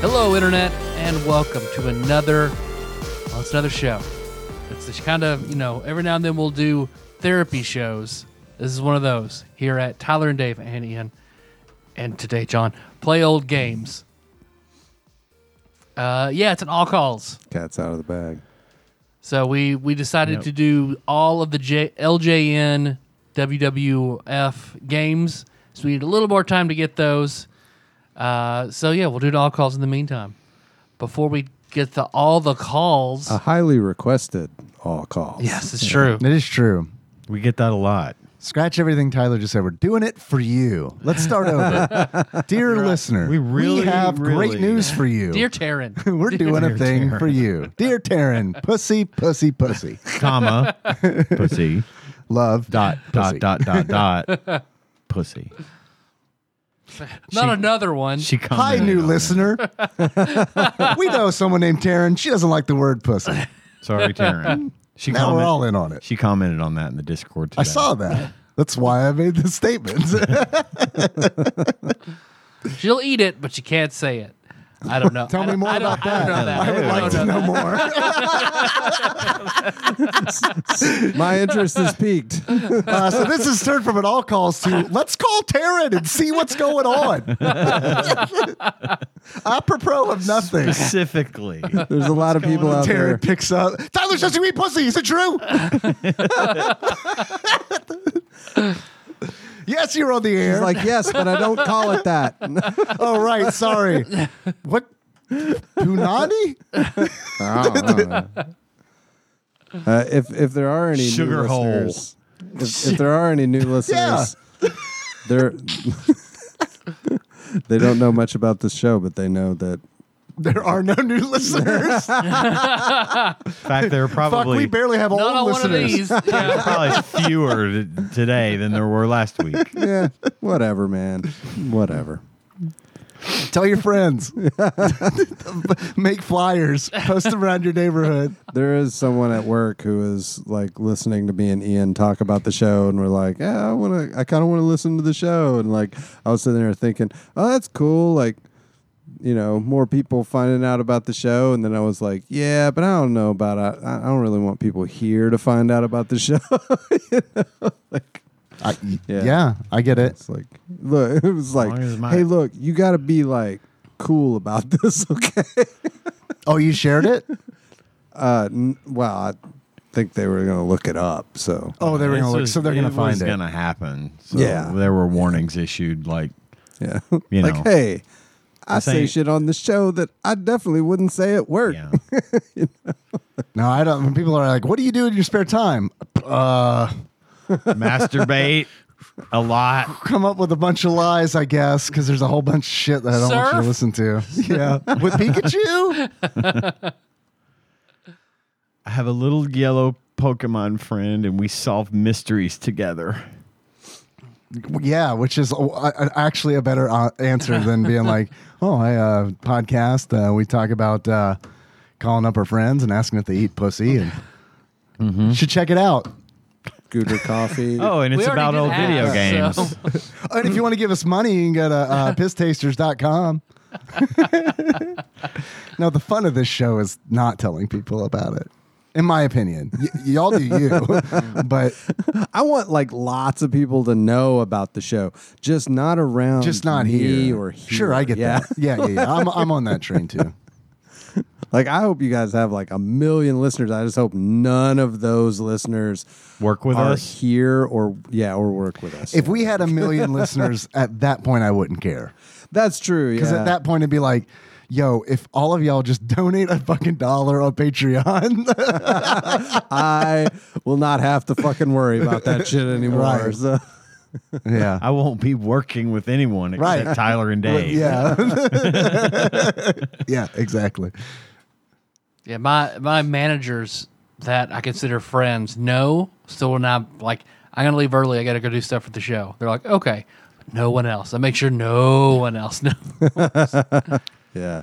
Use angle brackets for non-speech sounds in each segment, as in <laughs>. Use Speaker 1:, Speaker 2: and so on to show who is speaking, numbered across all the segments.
Speaker 1: Hello, internet, and welcome to another. Well, it's another show. It's this kind of you know every now and then we'll do therapy shows. This is one of those here at Tyler and Dave and Ian, and today John play old games. Uh, yeah, it's an all calls.
Speaker 2: Cat's out of the bag.
Speaker 1: So we we decided to do all of the J, LJN WWF games. So we need a little more time to get those. Uh, so yeah, we'll do the all calls in the meantime. Before we get to all the calls,
Speaker 3: Uh,
Speaker 2: A highly requested all calls.
Speaker 1: yes, it's true.
Speaker 3: That is true.
Speaker 4: We get that a lot.
Speaker 3: Scratch everything Tyler just said. We're doing it for you. Let's start
Speaker 4: <laughs>
Speaker 3: over. Dear listener,
Speaker 4: We really,
Speaker 3: have
Speaker 4: really-
Speaker 3: great news for you.
Speaker 1: Dear Taryn,
Speaker 3: <laughs> We're doing
Speaker 4: Dear
Speaker 3: a thing
Speaker 4: Taryn.
Speaker 3: for you. Dear Taryn, pussy, pussy, pussy.
Speaker 2: <laughs>
Speaker 4: Comma, pussy,
Speaker 3: Love.
Speaker 4: dot,
Speaker 3: pussy.
Speaker 4: dot, dot,
Speaker 3: <laughs>
Speaker 4: dot,
Speaker 1: <laughs>
Speaker 4: dot, pussy.
Speaker 1: not another one.
Speaker 4: She comes.
Speaker 3: Hi, new
Speaker 4: <laughs>
Speaker 3: listener. we know someone named Taryn. She doesn't like the word pussy.
Speaker 4: Sorry, Taryn. She
Speaker 3: Now we're
Speaker 4: comment-
Speaker 3: all in on it.
Speaker 4: She commented on that in the Discord today.
Speaker 3: I saw that. That's why I made the statement. <laughs>
Speaker 1: She'll eat it, but she can't say it. I don't know.
Speaker 3: Tell
Speaker 1: I
Speaker 3: me
Speaker 1: don't-
Speaker 3: more
Speaker 1: I don't-
Speaker 3: about
Speaker 1: I don't
Speaker 3: that.
Speaker 1: know that.
Speaker 3: I would
Speaker 1: I
Speaker 3: like
Speaker 1: don't
Speaker 3: to
Speaker 1: know
Speaker 3: know more.
Speaker 2: <laughs> My interest is piqued.
Speaker 3: Uh, so this is turned from an all calls to let's call Taryn and see what's going on. <laughs> Apropos of nothing.
Speaker 4: Specifically.
Speaker 2: There's a lot of people out there.
Speaker 3: Taryn picks up. Tyler says you eat pussy. Is it
Speaker 2: <laughs>
Speaker 3: true? yes, you're on the air.
Speaker 2: It's like, yes, but I don't call it
Speaker 3: <laughs>
Speaker 2: that. I
Speaker 3: oh right, sorry. What? Punani?
Speaker 2: don't know. <laughs> Uh, if if there are any
Speaker 4: Sugar
Speaker 2: new
Speaker 4: hole.
Speaker 2: listeners, if, if there are any
Speaker 4: <laughs>
Speaker 3: <laughs>
Speaker 2: new listeners, they're <laughs> they don't know much about this show, but they know that
Speaker 3: There are no new
Speaker 2: <laughs>
Speaker 3: listeners.
Speaker 4: In fact, there are
Speaker 3: Fuck,
Speaker 4: probably <laughs>
Speaker 3: we barely have
Speaker 1: Not on
Speaker 3: old
Speaker 1: one of these.
Speaker 3: listeners.
Speaker 1: Yeah.
Speaker 3: <laughs>
Speaker 4: probably fewer t- today than there were last week.
Speaker 2: yeah, whatever, man, whatever.
Speaker 3: <laughs> Tell
Speaker 2: <laughs>
Speaker 3: your friends. Make flyers. Post them around your neighborhood.
Speaker 2: <laughs> There is someone at work who is like listening to me and Ian talk about the show, and we're like, "Yeah, I want to. I kind of want to listen to the show." And like, I was sitting there thinking, "Oh, that's cool." Like, you know, more people finding out about the show. And then I was like, "Yeah, but I don't know about. I, I don't really want people here to find out about the <laughs> show."
Speaker 3: I,
Speaker 2: Yeah.
Speaker 3: yeah. I get it.
Speaker 2: it's like, look, <laughs> it was like,
Speaker 4: long as my-
Speaker 2: "Hey, look, you got to be like cool about <laughs> this, okay?"
Speaker 3: Oh, you shared it?
Speaker 2: <laughs> Uh, n- well, I think they were gonna look it up, so.
Speaker 3: Oh, they were
Speaker 4: This
Speaker 3: gonna look.
Speaker 4: was-
Speaker 3: So they're gonna
Speaker 4: it was
Speaker 3: find it.
Speaker 4: gonna happen. So
Speaker 2: Yeah.
Speaker 4: There were warnings issued. Like,
Speaker 2: Yeah.
Speaker 4: You
Speaker 2: like,
Speaker 4: know.
Speaker 2: hey, <laughs> I
Speaker 4: This
Speaker 2: say
Speaker 4: ain't-
Speaker 2: shit on the show that I definitely wouldn't say at work. <laughs>
Speaker 4: yeah.
Speaker 3: No, I don't. When people are like, "What do you do in your spare time?" Uh, <laughs>
Speaker 4: masturbate a lot.
Speaker 3: come up with a bunch of lies, I guess, because there's a whole bunch of shit that I don't want you
Speaker 1: Surf?
Speaker 3: to listen to. <laughs> Yeah,
Speaker 2: <laughs>
Speaker 3: with Pikachu.
Speaker 1: <laughs>
Speaker 4: I have a little yellow Pokemon friend, and we solve mysteries together.
Speaker 3: Yeah, which is uh, actually a better uh, answer
Speaker 4: <laughs>
Speaker 3: than being like, "Oh, I uh, podcast. Uh, we talk about uh, calling up our friends and asking if they eat pussy, and you should check it out."
Speaker 2: Gooder
Speaker 4: <laughs>
Speaker 2: coffee.
Speaker 4: Oh, and
Speaker 1: We
Speaker 4: it's
Speaker 1: already
Speaker 4: about
Speaker 1: did
Speaker 4: old
Speaker 1: half,
Speaker 4: video games.
Speaker 1: so-
Speaker 3: <laughs> And if you want to give us money, you can go to
Speaker 4: <laughs>
Speaker 3: uh, pisstasters.com. now, the fun of this show is not telling people about it, in my opinion. Y- y'all do you,
Speaker 4: <laughs>
Speaker 3: but
Speaker 2: I want like lots of people to know about the show, just not around,
Speaker 3: just not
Speaker 2: me
Speaker 3: here.
Speaker 2: or here.
Speaker 3: Sure, I get
Speaker 2: yeah.
Speaker 3: that. Yeah, yeah, yeah. I'm, I'm on that train too.
Speaker 2: Like, I hope you guys have like a million listeners. I just hope none of those listeners
Speaker 4: Work with
Speaker 2: are
Speaker 4: us.
Speaker 2: here or yeah or work with us.
Speaker 3: If we had a
Speaker 4: <laughs>
Speaker 2: <laughs>
Speaker 3: million listeners at that point, I wouldn't care.
Speaker 2: that's true,
Speaker 3: Because
Speaker 2: yeah.
Speaker 3: at that point, it'd be like, yo, if all of y'all just <laughs> donate a fucking dollar on Patreon, <laughs>
Speaker 2: I will not have to fucking worry about that shit anymore.
Speaker 4: <laughs>
Speaker 3: Right.
Speaker 2: so-
Speaker 3: Yeah.
Speaker 4: I won't be working with anyone except
Speaker 3: Right.
Speaker 4: Tyler and
Speaker 3: Well,
Speaker 4: Dave. <laughs>
Speaker 3: <laughs> Yeah. yeah, exactly.
Speaker 1: Yeah, my my managers that I consider friends know. So when I like, I'm gonna leave early. I gotta go do stuff for the show. They're like, okay, no one else. I make sure no one else <laughs> knows.
Speaker 2: Yeah.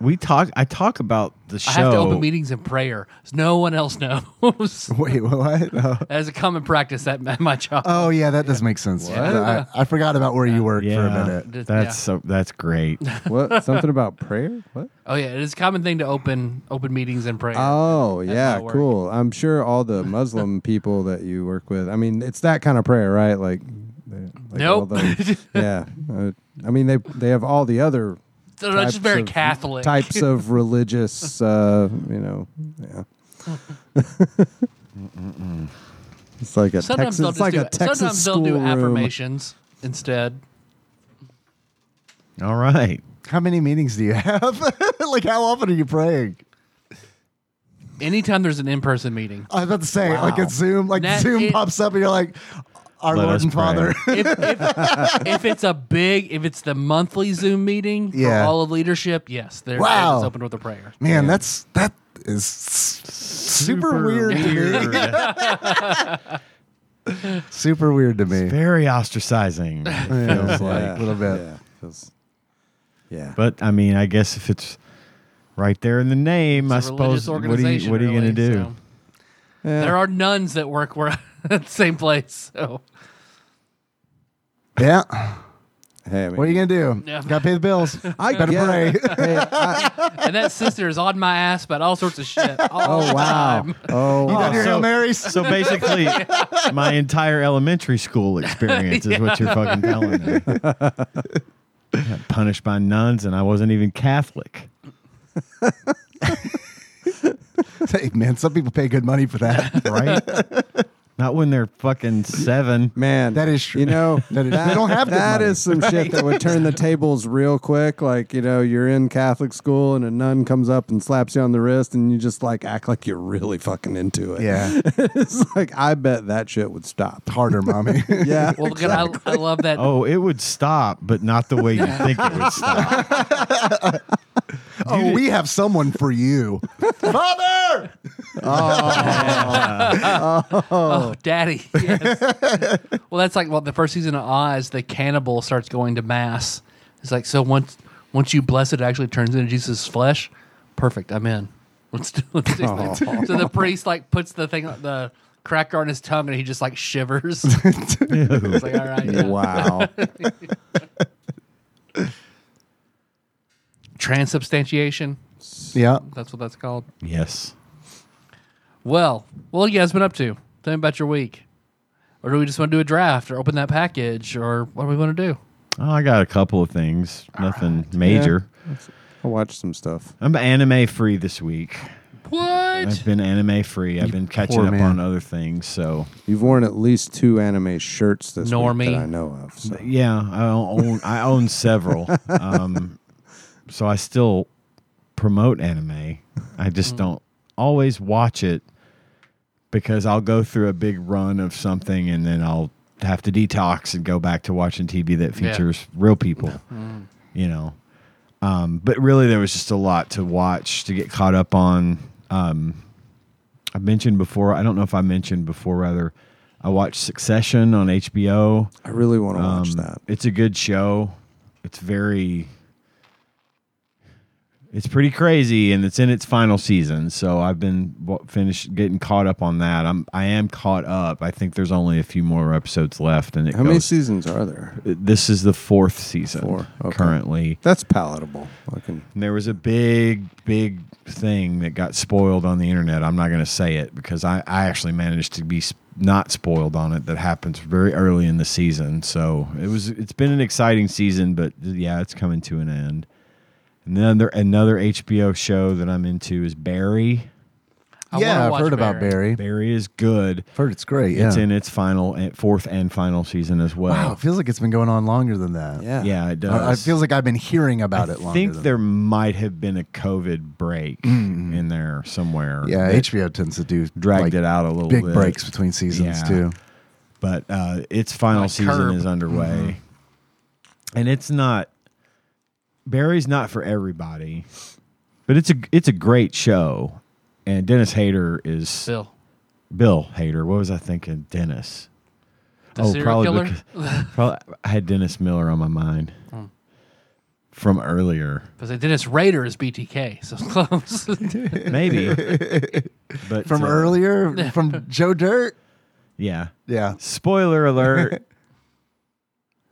Speaker 4: We talk. I talk about the show.
Speaker 1: I have to open meetings in prayer. So no one else
Speaker 2: <laughs>
Speaker 1: knows. <laughs>
Speaker 3: Wait, what? Oh,
Speaker 1: As a common practice at <laughs> my- my job.
Speaker 3: oh yeah, that does make sense. I, I forgot about where you worked for
Speaker 4: Yeah.
Speaker 3: a minute.
Speaker 1: Did-
Speaker 4: That's
Speaker 1: yeah.
Speaker 4: so. That's
Speaker 1: <laughs>
Speaker 4: great.
Speaker 2: What? Something about prayer? What?
Speaker 1: Oh yeah, it is a common thing to open open meetings in prayer.
Speaker 2: Oh, yeah,
Speaker 1: my work.
Speaker 2: cool. I'm sure all the Muslim people that you work with, I mean, it's that kind of prayer, right? Like, they- like all
Speaker 1: Nope. <laughs>
Speaker 2: the- yeah. Uh, I mean, they they have all the other
Speaker 1: They're not just
Speaker 2: types
Speaker 1: very
Speaker 2: of-
Speaker 1: Catholic.
Speaker 2: types
Speaker 1: <laughs>
Speaker 2: of religious, uh, you know, yeah. it's like a
Speaker 1: sometimes
Speaker 2: Texas,
Speaker 1: they'll
Speaker 2: it's
Speaker 1: just
Speaker 2: like
Speaker 1: do,
Speaker 2: a Texas
Speaker 1: sometimes they'll
Speaker 2: school
Speaker 1: do
Speaker 2: room.
Speaker 1: affirmations instead.
Speaker 4: All right.
Speaker 3: How many meetings do you have? <laughs> like, how often are you praying?
Speaker 1: Anytime there's an in person meeting.
Speaker 3: I was about to say, like a Zoom, like
Speaker 1: That
Speaker 3: Zoom
Speaker 1: is-
Speaker 3: pops up and you're like, our
Speaker 4: Let
Speaker 3: Lord
Speaker 4: us <laughs>
Speaker 3: and Father.
Speaker 1: if,
Speaker 3: <laughs>
Speaker 1: if, if it's a big, if it's the monthly Zoom meeting
Speaker 3: Yeah.
Speaker 1: for all of leadership, yes, there
Speaker 3: Wow.
Speaker 1: it's open with a prayer.
Speaker 3: Man, that's that is s- super, weird, <laughs> to me.
Speaker 4: weird.
Speaker 3: Super weird to me.
Speaker 1: <laughs>
Speaker 4: Very ostracizing.
Speaker 3: Yeah,
Speaker 2: Yeah,
Speaker 3: like, a little bit.
Speaker 2: Yeah. feels- yeah.
Speaker 4: But I mean, I guess if it's right there in the name,
Speaker 1: It's a
Speaker 4: I
Speaker 1: religious
Speaker 4: suppose. What are you, what are you
Speaker 1: really,
Speaker 4: going to do?
Speaker 1: so. There are nuns that work where <laughs> at the same place. So
Speaker 3: Yeah.
Speaker 2: Hey, I mean,
Speaker 3: What are you gonna do?
Speaker 1: Yeah.
Speaker 3: Gotta pay the bills.
Speaker 2: I
Speaker 3: Gotta
Speaker 4: <laughs>
Speaker 2: get
Speaker 3: pray.
Speaker 2: it. Hey,
Speaker 3: <laughs>
Speaker 2: I-
Speaker 1: <laughs> and that sister is on my ass about all sorts of shit.
Speaker 2: <laughs>
Speaker 1: all
Speaker 2: oh
Speaker 1: the
Speaker 4: <laughs>
Speaker 2: wow!
Speaker 1: time.
Speaker 2: Oh,
Speaker 3: You
Speaker 2: wow.
Speaker 3: done your Hail Marys?
Speaker 1: <laughs>
Speaker 4: So basically, my entire elementary school experience is what you're fucking telling me. I got punished by nuns, and I wasn't even Catholic.
Speaker 3: <laughs> Hey, man, some people pay good money for that.
Speaker 4: <laughs> right? Not when they're fucking seven.
Speaker 2: man,
Speaker 3: That is true.
Speaker 2: You know,
Speaker 3: That is- they don't have good
Speaker 2: that
Speaker 3: money.
Speaker 2: is some shit that would turn the tables real quick. Like you know, you're in Catholic school and a nun comes up and slaps you on the wrist, and you just like act like you're really fucking into it. <laughs>
Speaker 3: yeah.
Speaker 2: <laughs> it's like I bet that shit would stop.
Speaker 3: Harder, mommy.
Speaker 2: <laughs> <laughs> Yeah,
Speaker 1: Well, God, I, I love that.
Speaker 4: Oh, it would stop, but not the way you think it would stop.
Speaker 3: oh, we have someone for you. Father!
Speaker 1: <laughs> Oh,
Speaker 3: <laughs>
Speaker 1: daddy. Yes. well, that's like well, the first season of Oz, the cannibal starts going to mass. It's like so once once you bless it, it actually turns into Jesus' flesh. Perfect. I'm in. Let's do, let's do it. So the priest like puts the thing the cracker on his tongue and he just like shivers. it's like all right, yeah.
Speaker 2: Wow.
Speaker 1: transubstantiation.
Speaker 3: Yeah.
Speaker 1: That's what that's called.
Speaker 4: yes.
Speaker 1: Well, well, you guys been up to? Tell me about your week. Or do we just want to do a draft or open that package or what do we want to do?
Speaker 4: Oh, I got a couple of things. Nothing major.
Speaker 2: I watched some stuff.
Speaker 4: I'm anime free this week. I've
Speaker 1: What?
Speaker 4: been anime free. I've been catching
Speaker 3: poor
Speaker 4: up
Speaker 3: man.
Speaker 4: on other things. So
Speaker 2: You've worn at least two anime shirts this week
Speaker 1: Normie.
Speaker 2: that I know of. So.
Speaker 4: yeah, I own I own
Speaker 2: <laughs>
Speaker 4: several. Um, so I still promote anime. I
Speaker 1: Mm.
Speaker 4: just don't always watch it because I'll go through a big run of something and then I'll have to detox and go back to watching TV that
Speaker 1: Yeah. Mm.
Speaker 4: features real people. You know. Um, but really there was just a lot to watch to get caught up on. Um, I mentioned before, I don't know if I mentioned before rather I watched Succession on HBO.
Speaker 2: I really want to watch
Speaker 4: Um,
Speaker 2: that.
Speaker 4: It's a good show. It's very. It's pretty crazy, and it's in its final season. So I've been wa- finished getting caught up on that. I'm I am caught up. I think there's only a few more episodes left, and it
Speaker 2: How many
Speaker 4: goes. Uh,
Speaker 2: seasons are there?
Speaker 4: this is the fourth season
Speaker 2: Four, okay.
Speaker 4: currently.
Speaker 2: That's palatable. I can.
Speaker 4: And there was a big, big thing that got spoiled on the internet. I'm not going to say it because I, I actually managed to be s- not spoiled on it. That happens very early in the season, so it was. It's been an exciting season, but yeah, it's coming to an end. And then there, another HBO show that I'm into is Barry.
Speaker 1: I wanna
Speaker 3: yeah, I've
Speaker 1: watch
Speaker 3: heard about Barry.
Speaker 4: Barry is good.
Speaker 3: I've heard it's great. Yeah.
Speaker 4: It's in its final, and- fourth and final season as well.
Speaker 3: wow, it feels like it's been going on longer than that.
Speaker 2: Yeah.
Speaker 4: Yeah, it does.
Speaker 3: I, I feels like I've been hearing about it
Speaker 4: I
Speaker 3: longer.
Speaker 4: think
Speaker 3: than Mm-hmm.
Speaker 4: there might have been a COVID break in there somewhere.
Speaker 3: Yeah,
Speaker 4: that
Speaker 3: HBO tends to do
Speaker 4: dragged
Speaker 3: like,
Speaker 4: it out a little
Speaker 3: big
Speaker 4: bit.
Speaker 3: breaks between seasons
Speaker 4: Yeah.
Speaker 3: too.
Speaker 4: But uh, its final
Speaker 1: Like
Speaker 4: season
Speaker 1: Curb. Mm-hmm.
Speaker 4: is underway,
Speaker 3: Mm-hmm.
Speaker 4: and it's not Barry's not for everybody, but it's a it's a great show. And Dennis Hader is Bill,
Speaker 1: Bill,
Speaker 4: Hader. What was I thinking? Dennis. Oh,
Speaker 1: the serial killer.
Speaker 4: because- probably I had Dennis Miller on
Speaker 1: <laughs>
Speaker 4: my mind
Speaker 1: Hmm.
Speaker 4: from earlier.
Speaker 1: Because Dennis Rader is BTK, so close.
Speaker 4: <laughs> Maybe, but
Speaker 3: From
Speaker 1: <laughs>
Speaker 4: uh,
Speaker 3: earlier, from Joe Dirt.
Speaker 4: yeah.
Speaker 3: Yeah.
Speaker 4: Spoiler
Speaker 3: <laughs>
Speaker 4: alert.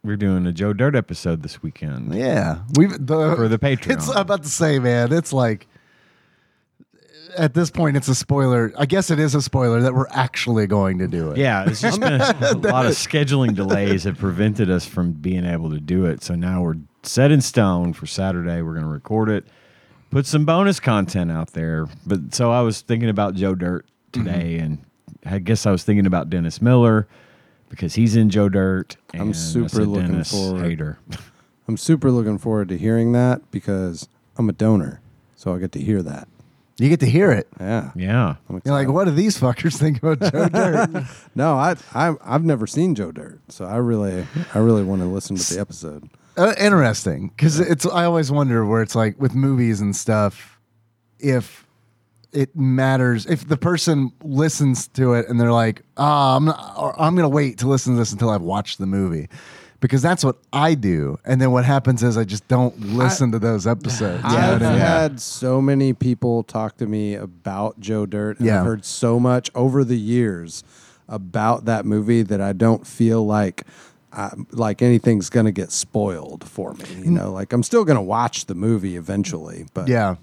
Speaker 4: We're doing a Joe Dirt episode this weekend.
Speaker 3: Yeah, we've the
Speaker 4: For the Patreon.
Speaker 3: It's I'm about to say, man, it's like at this point, it's a spoiler. I guess it is a spoiler that we're actually going to do it.
Speaker 4: Yeah, it's
Speaker 2: <laughs>
Speaker 4: just been
Speaker 3: <laughs>
Speaker 4: a, a lot of scheduling delays have prevented us from being able to do it. So now we're set in stone for Saturday. We're going to record it, put some bonus content out there. But so I was thinking about Joe Dirt
Speaker 2: Mm-hmm.
Speaker 4: today, and I guess I was thinking about Dennis Miller because he's in Joe Dirt. And I
Speaker 2: super
Speaker 4: said
Speaker 2: looking
Speaker 4: Dennis
Speaker 2: forward.
Speaker 4: Hader.
Speaker 2: I'm super looking forward to hearing that because I'm a donor, so I get to hear that.
Speaker 3: You get to hear it.
Speaker 2: Yeah.
Speaker 4: Yeah,
Speaker 2: I'm
Speaker 3: You're like,
Speaker 2: excited.
Speaker 3: what do these fuckers think about
Speaker 2: <laughs>
Speaker 3: Joe Dirt?
Speaker 2: No, I, I I've never seen Joe Dirt, so I really I really want to listen to the episode.
Speaker 3: uh, interesting, because it's. I always wonder where it's like with movies and stuff, if it matters if the person listens to it and they're like, "Ah, I'm not, or, I'm gonna wait to listen to this until I've watched the movie," because that's what I do. And then what happens is I just don't listen to those episodes. You know
Speaker 2: I've
Speaker 3: what I mean?
Speaker 2: had so many people talk to me about Joe Dirt, and
Speaker 3: Yeah.
Speaker 2: I've heard so much over the years about that movie that I don't feel like I, like anything's going to get spoiled for me. You know, like I'm still going to watch the movie eventually, but
Speaker 3: yeah.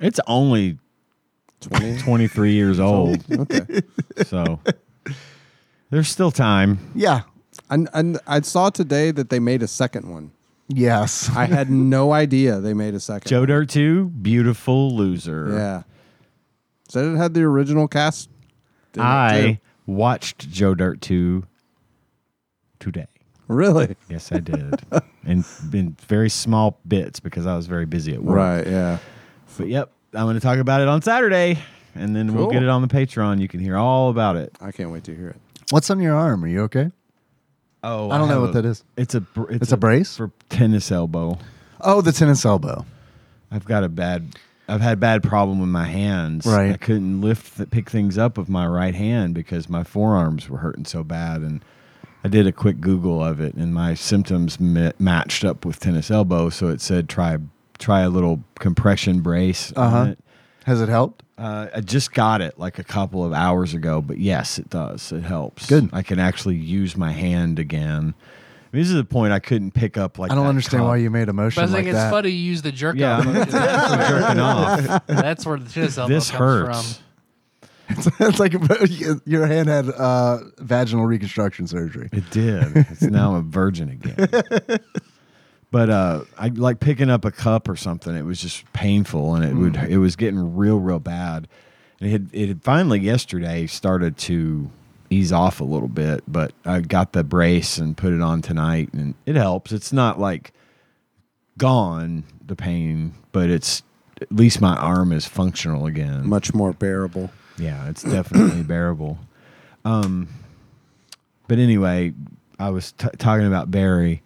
Speaker 4: it's only
Speaker 2: 20,
Speaker 4: 23 years old.
Speaker 2: okay. <laughs>
Speaker 4: So there's still time.
Speaker 3: <laughs> Yeah.
Speaker 2: And, and I saw today that they made a second one.
Speaker 3: Yes.
Speaker 2: I had no idea they made a second.
Speaker 4: Joe Dirt 2, beautiful loser.
Speaker 2: Yeah. Said it had the original cast. in it, too.
Speaker 4: I watched Joe Dirt 2 today.
Speaker 2: really
Speaker 4: Yes, I
Speaker 2: <laughs>
Speaker 4: did. and in very small bits because I was very busy at work.
Speaker 2: right. Yeah.
Speaker 4: But yep, I'm going to talk about it on Saturday. And then we'll
Speaker 2: Cool.
Speaker 4: get it on the Patreon. You can hear all about it.
Speaker 2: I can't wait to hear it.
Speaker 3: What's on your arm? Are you okay?
Speaker 4: Oh,
Speaker 3: I don't know what that is.
Speaker 4: It's a br-
Speaker 3: It's a brace?
Speaker 4: for tennis elbow.
Speaker 3: Oh, the tennis elbow.
Speaker 4: I've got a bad. I've had bad problem with my hands.
Speaker 3: Right.
Speaker 4: I couldn't lift th- pick things up with my right hand because my forearms were hurting so bad, and I did a quick Google of it, and my symptoms ma- matched up with tennis elbow. So it said try try a little compression brace on
Speaker 3: Uh-huh.
Speaker 4: it.
Speaker 3: Has it helped?
Speaker 4: Uh, I just got it like a couple of hours ago, but yes, it does. It helps.
Speaker 3: Good.
Speaker 4: I can actually use my hand again. I mean, this is the point I couldn't pick up like
Speaker 3: I don't
Speaker 4: that
Speaker 3: understand
Speaker 4: cup.
Speaker 3: why you made a motion
Speaker 1: but I
Speaker 3: like
Speaker 1: think it's
Speaker 3: that.
Speaker 1: funny you use the jerk
Speaker 4: Yeah,
Speaker 1: off
Speaker 4: I'm-
Speaker 1: motion. That's <laughs> where-
Speaker 4: jerking off.
Speaker 1: That's where the tennis elbow
Speaker 4: This
Speaker 1: comes
Speaker 4: hurts.
Speaker 1: from.
Speaker 3: <laughs> it's like <laughs> your hand had uh, vaginal reconstruction surgery.
Speaker 4: It
Speaker 3: <laughs>
Speaker 4: did. It's now I'm a virgin again.
Speaker 2: <laughs>
Speaker 4: but uh, I like picking up a cup or something. It was just painful, and it would
Speaker 2: Mm.
Speaker 4: it was getting real, real bad. And it had, it had finally yesterday started to ease off a little bit, but I got the brace and put it on tonight, and it helps. It's not like gone the pain, but it's at least my arm is functional again.
Speaker 2: Much more bearable.
Speaker 4: Yeah, it's
Speaker 2: <clears throat>
Speaker 4: definitely bearable. Um, but anyway, I was t- talking about Barry.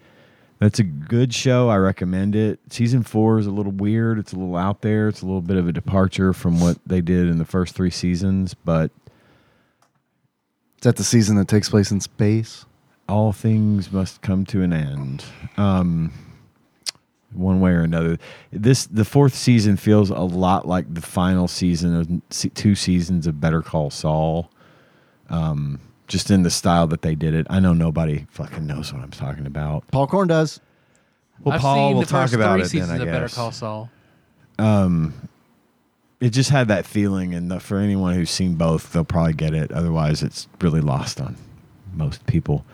Speaker 4: That's a good show. I recommend it. Season four is a little weird. It's a little out there. It's a little bit of a departure from what they did in the first three seasons. But
Speaker 3: Is that the season that takes place in space?
Speaker 4: all things must come to an end, um, one way or another. This the fourth season feels a lot like the final season of se- two seasons of Better Call Saul. Um, just in the style that they did it. I know nobody fucking knows what I'm talking about.
Speaker 3: Paul Korn does.
Speaker 4: Well,
Speaker 1: I've
Speaker 4: Paul
Speaker 1: seen
Speaker 4: will
Speaker 1: the first
Speaker 4: talk about
Speaker 1: three
Speaker 4: it
Speaker 1: seasons
Speaker 4: then. I
Speaker 1: of Better
Speaker 4: guess
Speaker 1: Call Saul.
Speaker 4: um, it just had that feeling, and the, for anyone who's seen both, they'll probably get it. Otherwise, it's really lost on most people.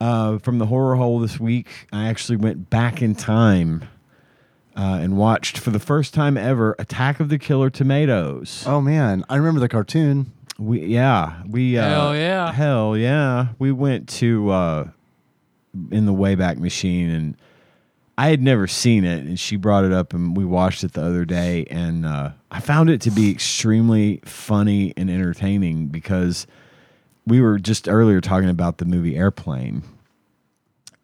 Speaker 4: Uh, from the horror hole this week, I actually went back in time uh, and watched for the first time ever Attack of the Killer Tomatoes.
Speaker 3: Oh man, I remember the cartoon.
Speaker 4: We yeah we uh,
Speaker 1: Hell yeah.
Speaker 4: hell yeah we went to uh, in the Wayback Machine and I had never seen it and she brought it up and we watched it the other day and uh, I found it to be extremely funny and entertaining because we were just earlier talking about the movie Airplane.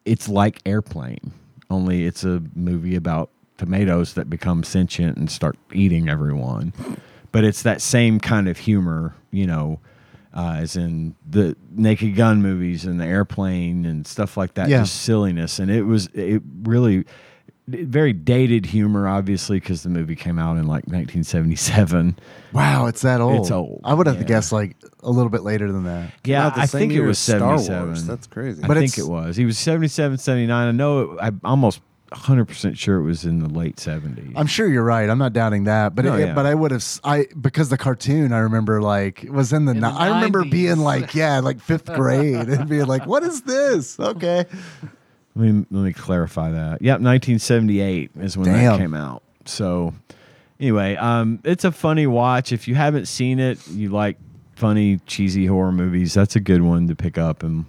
Speaker 4: It's like Airplane, only it's a movie about tomatoes that become sentient and start eating everyone. But it's that same kind of humor, you know, uh, as in the Naked Gun movies and the Airplane and stuff like that.
Speaker 3: Yeah.
Speaker 4: Just silliness, and it was it really very dated humor, obviously, because the movie came out in like 1977.
Speaker 3: Wow, it's that old.
Speaker 4: It's old,
Speaker 3: I would have
Speaker 4: yeah.
Speaker 3: guessed like a little bit later than that.
Speaker 4: Yeah,
Speaker 2: Wow, the
Speaker 4: I
Speaker 2: same
Speaker 4: think it
Speaker 2: year
Speaker 4: was
Speaker 2: as Star
Speaker 4: 77.
Speaker 2: Wars. That's crazy.
Speaker 4: I
Speaker 3: But
Speaker 4: think
Speaker 3: it's-
Speaker 4: it was. He was 77, 79. I know it, I'm almost 100% sure it was in the late 70s.
Speaker 3: I'm sure you're right. I'm not doubting that, but
Speaker 4: No,
Speaker 3: it,
Speaker 4: yeah.
Speaker 3: but I would have s- I because the cartoon I remember like was in the,
Speaker 1: the
Speaker 3: ni- I remember
Speaker 1: 90s.
Speaker 3: being like yeah like fifth grade and being like what is this okay
Speaker 4: let, me, let me clarify that. Yep, 1978 is when
Speaker 3: Damn.
Speaker 4: that came out. So, anyway, um, it's a funny watch. If you haven't seen it, you like funny, cheesy horror movies, that's a good one to pick up and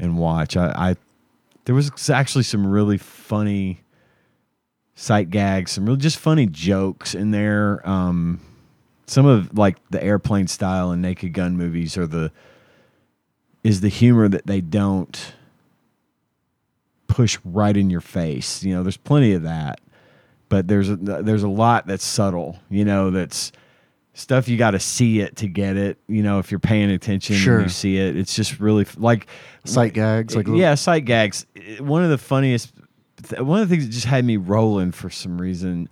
Speaker 4: and watch. I, I There was actually some really funny sight gags, some real just funny jokes in there. Um, some of like the airplane style and naked gun movies are the is the humor that they don't push right in your face. You know, there's plenty of that, but there's a, there's a lot that's subtle. You know, that's stuff you got to see it to get it. You know, if you're paying attention, and
Speaker 3: Sure.
Speaker 4: you see it. It's just really f- like
Speaker 3: sight gags like
Speaker 4: yeah, sight gags. It- One of the funniest, th- one of the things that just had me rolling for some reason.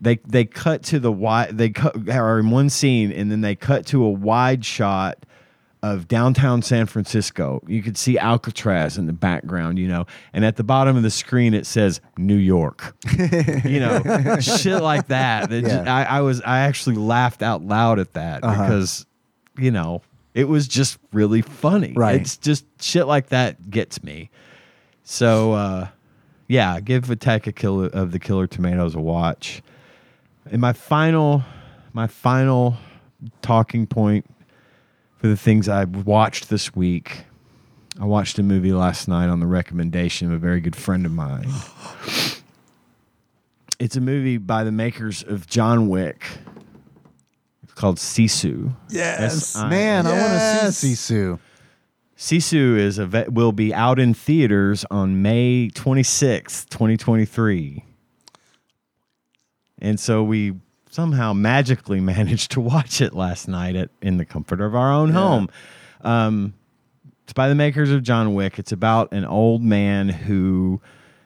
Speaker 4: They they cut to the wide. They cut are in one scene, and then they cut to a wide shot of downtown San Francisco. You could see Alcatraz in the background, you know, and at the bottom of the screen it says New York. <laughs> you
Speaker 3: <laughs>
Speaker 4: know, shit like that. That ju-
Speaker 3: Yeah. Uh-huh.
Speaker 4: I, I was I actually laughed out loud at that because you know it was just really funny.
Speaker 3: Right.
Speaker 4: It's just shit like that gets me. So uh, yeah, give Attack of, Killer, of the Killer Tomatoes a watch. And my final, my final talking point for the things I watched this week. I watched a movie last night on the recommendation of a very good friend of
Speaker 3: <gasps>
Speaker 4: mine. It's a movie by the makers of John Wick. It's called Sisu.
Speaker 3: yes
Speaker 4: S-I-
Speaker 3: man I want to see
Speaker 2: Yes.
Speaker 3: Sisu
Speaker 4: Sisu is a vet, will be out in theaters on May 26th, 2023. And so we somehow magically <laughs> managed to watch it last night at, in the comfort of our own home. Um, it's by the makers of John Wick. It's about an old man who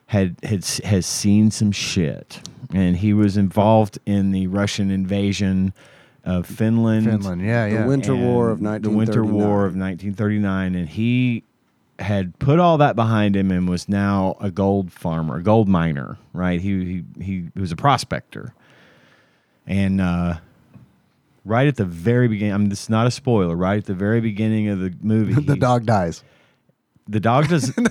Speaker 4: had, had s- has seen some shit, and he was involved in the Russian invasion of Finland.
Speaker 3: Finland yeah yeah
Speaker 2: The Winter
Speaker 4: And
Speaker 2: War of
Speaker 4: the Winter War of 1939, and he had put all that behind him and was now a gold farmer, a gold miner. Right? He he he was a prospector, and uh, right at the very beginning, I mean, this is not a spoiler. Right at the very beginning of the movie,
Speaker 3: <laughs> the
Speaker 4: he-
Speaker 3: dog dies
Speaker 4: the dog
Speaker 3: <laughs>
Speaker 4: does.
Speaker 3: no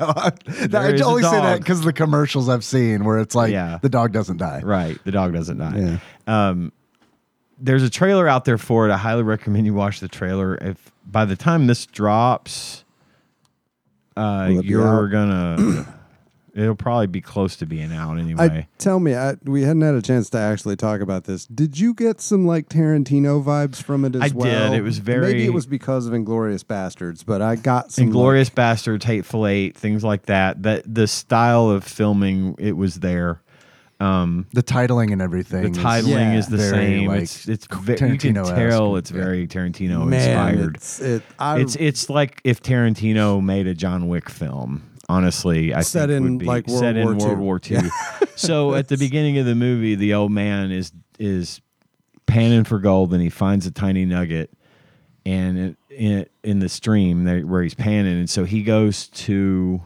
Speaker 3: I,
Speaker 4: There
Speaker 3: I
Speaker 4: is a
Speaker 3: only say that
Speaker 4: dog.
Speaker 3: because the commercials I've seen where it's like
Speaker 4: Yeah.
Speaker 3: the dog doesn't die
Speaker 4: Right. The dog doesn't die. Um, there's a trailer out there for it. I highly recommend you watch the trailer. If by the time this drops, uh,
Speaker 2: Will it be
Speaker 4: you're
Speaker 2: out?
Speaker 4: gonna, <clears throat> it'll probably be close to being out anyway.
Speaker 2: I, tell me, I, we hadn't had a chance to actually talk about this. Did you get some like Tarantino vibes from it as
Speaker 4: I did.
Speaker 2: well?
Speaker 4: It was very-
Speaker 2: Maybe it was because of Inglorious Bastards, but I got some.
Speaker 4: Inglorious Bastards, Hateful Eight, things like that. That the style of filming, it was there. Um,
Speaker 3: the titling and everything
Speaker 4: The
Speaker 3: is-
Speaker 4: titling
Speaker 2: Yeah.
Speaker 4: is the
Speaker 3: Very,
Speaker 4: same.
Speaker 3: like,
Speaker 4: it's it's ve- you can
Speaker 3: Tarantino-esque.
Speaker 4: tell it's very Tarantino
Speaker 2: like, man,
Speaker 4: inspired.
Speaker 2: It's, it, I
Speaker 4: it's it's like if Tarantino made a John Wick film. Honestly, I
Speaker 2: Set
Speaker 4: think
Speaker 2: in,
Speaker 4: would be
Speaker 2: like, World
Speaker 4: set in
Speaker 2: War II.
Speaker 4: World War
Speaker 2: <laughs>
Speaker 4: II. <laughs> so at the beginning of the movie, the old man is is panning for gold, and he finds a tiny nugget, and it, in in the stream there, where he's panning, and so he goes to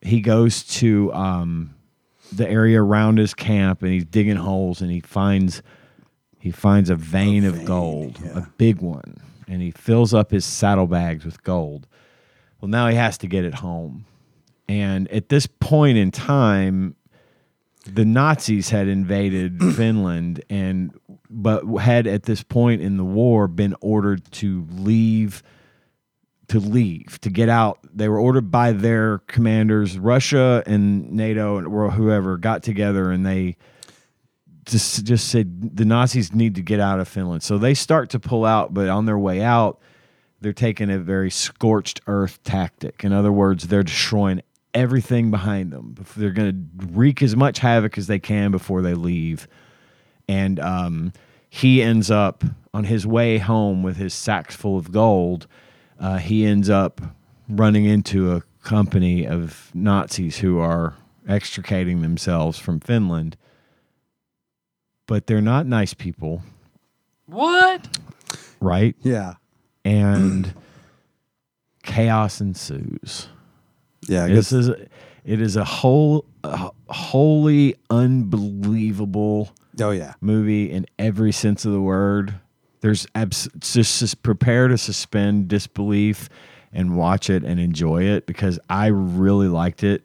Speaker 4: he goes to um, the area around his camp, and he's digging holes, and he finds he finds a vein, of gold, a big one, and he fills up his saddlebags with gold. Well, now he has to get it home. And at this point in time, the Nazis had invaded Finland and but had at this point in the war been ordered to leave to leave, to get out. They were ordered by their commanders, Russia and NATO and or whoever got together and they just just said the Nazis need to get out of Finland. So they start to pull out, but on their way out, they're taking a very scorched earth tactic. In other words, they're destroying everything behind them. They're going to wreak as much havoc as they can before they leave. And um, he ends up on his way home with his sacks full of gold. Uh, he ends up running into a company of Nazis who are extricating themselves from Finland. But they're not nice people,
Speaker 1: What?
Speaker 4: right?
Speaker 2: Yeah.
Speaker 4: and <clears throat> chaos ensues.
Speaker 2: Yeah. I guess
Speaker 4: This is it is a whole a wholly unbelievable
Speaker 2: Oh yeah.
Speaker 4: movie in every sense of the word. There's abs- just, just prepare to suspend disbelief and watch it and enjoy it because I really liked it.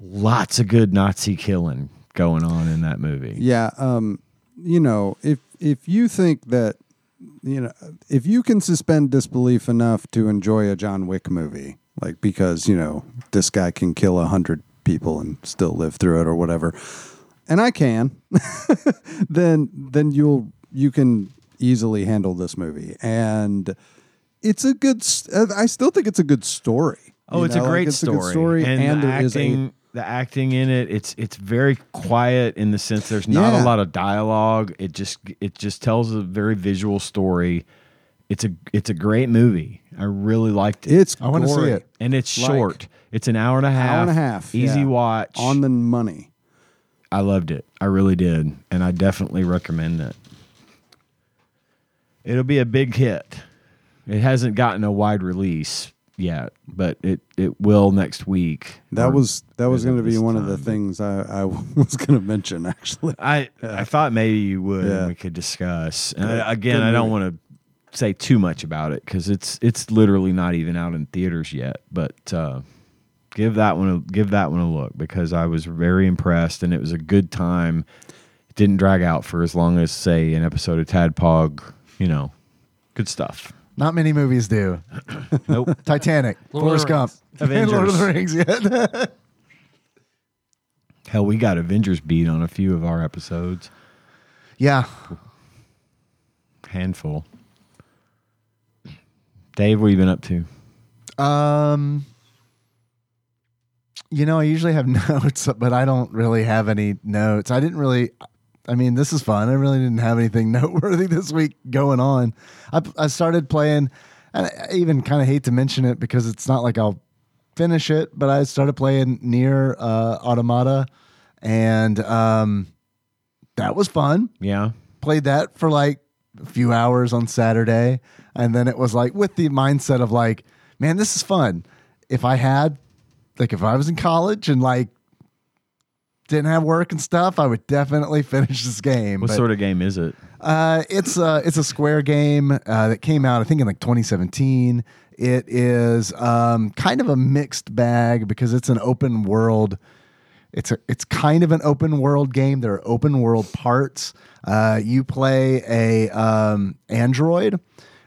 Speaker 4: Lots of good Nazi killing going on in that movie.
Speaker 2: Yeah. Um, you know, if if you think that you know if you can suspend disbelief enough to enjoy a John Wick movie, like because, you know, this guy can kill a hundred people and still live through it or whatever. And I can, <laughs> then then you'll you can easily handle this movie. And it's a good s- uh, I still think it's a good story.
Speaker 4: Oh,
Speaker 2: You
Speaker 4: it's
Speaker 2: know,
Speaker 4: a
Speaker 2: like,
Speaker 4: great
Speaker 2: it's
Speaker 4: story.
Speaker 2: A good story and,
Speaker 4: the
Speaker 2: there
Speaker 4: acting,
Speaker 2: is a
Speaker 4: the acting in it. It's it's very quiet in the sense there's not a
Speaker 2: Yeah.
Speaker 4: lot of dialogue. It just it just tells a very visual story. It's a it's a great movie. I really liked it.
Speaker 2: it's
Speaker 3: I wanna see
Speaker 2: gory.
Speaker 3: it.
Speaker 4: and it's
Speaker 2: like-
Speaker 4: short. It's an hour and a half.
Speaker 2: Hour and a half.
Speaker 4: Easy
Speaker 2: yeah.
Speaker 4: watch.
Speaker 2: On the money.
Speaker 4: I loved it. I really did, and I definitely recommend it. It'll be a big hit. It hasn't gotten a wide release yet, but it it will next week.
Speaker 2: That
Speaker 4: or-
Speaker 2: was that was
Speaker 4: as of
Speaker 2: going to be
Speaker 4: this
Speaker 2: one of the
Speaker 4: time.
Speaker 2: things I, <laughs> I was going to mention actually.
Speaker 4: I I thought maybe you would
Speaker 2: Yeah.
Speaker 4: and we could discuss. And
Speaker 2: Good-
Speaker 4: I, again,
Speaker 2: good
Speaker 4: I don't
Speaker 2: movie.
Speaker 4: want to say too much about it because it's it's literally not even out in theaters yet. But uh, give that one a give that one a look because I was very impressed and it was a good time. It didn't drag out for as long as say an episode of Tadpog. You know, good stuff.
Speaker 3: Not many movies do.
Speaker 4: Nope.
Speaker 3: Titanic,
Speaker 1: Lord of
Speaker 3: Forrest
Speaker 1: the
Speaker 3: Gump,
Speaker 4: Avengers.
Speaker 3: <laughs> Lord of the Rings. Yeah. <laughs>
Speaker 4: Hell, we got Avengers beat on a few of our episodes.
Speaker 3: yeah.
Speaker 4: Handful. Dave, what have you been up to?
Speaker 3: Um, you know, I usually have <laughs> notes, but I don't really have any notes. I didn't really. I mean, this is fun. I really didn't have anything <laughs> noteworthy this week going on. I, I started playing, and I I even kind of hate to mention it because it's not like I'll finish it, but I started playing near uh, Automata, and um, that was fun
Speaker 4: Yeah.
Speaker 3: played that for like a few hours on Saturday. And then it was like with the mindset of like, man, this is fun. If I had, like, if I was in college and like didn't have work and stuff, I would definitely <laughs> finish this game.
Speaker 4: What
Speaker 3: But,
Speaker 4: sort of game is it?
Speaker 3: uh, it's a it's a Square game uh, that came out, I think, in like 2017. It is um, kind of a mixed bag because it's an open world. It's a it's kind of an open world game. There are open world parts. Uh, you play a um, android.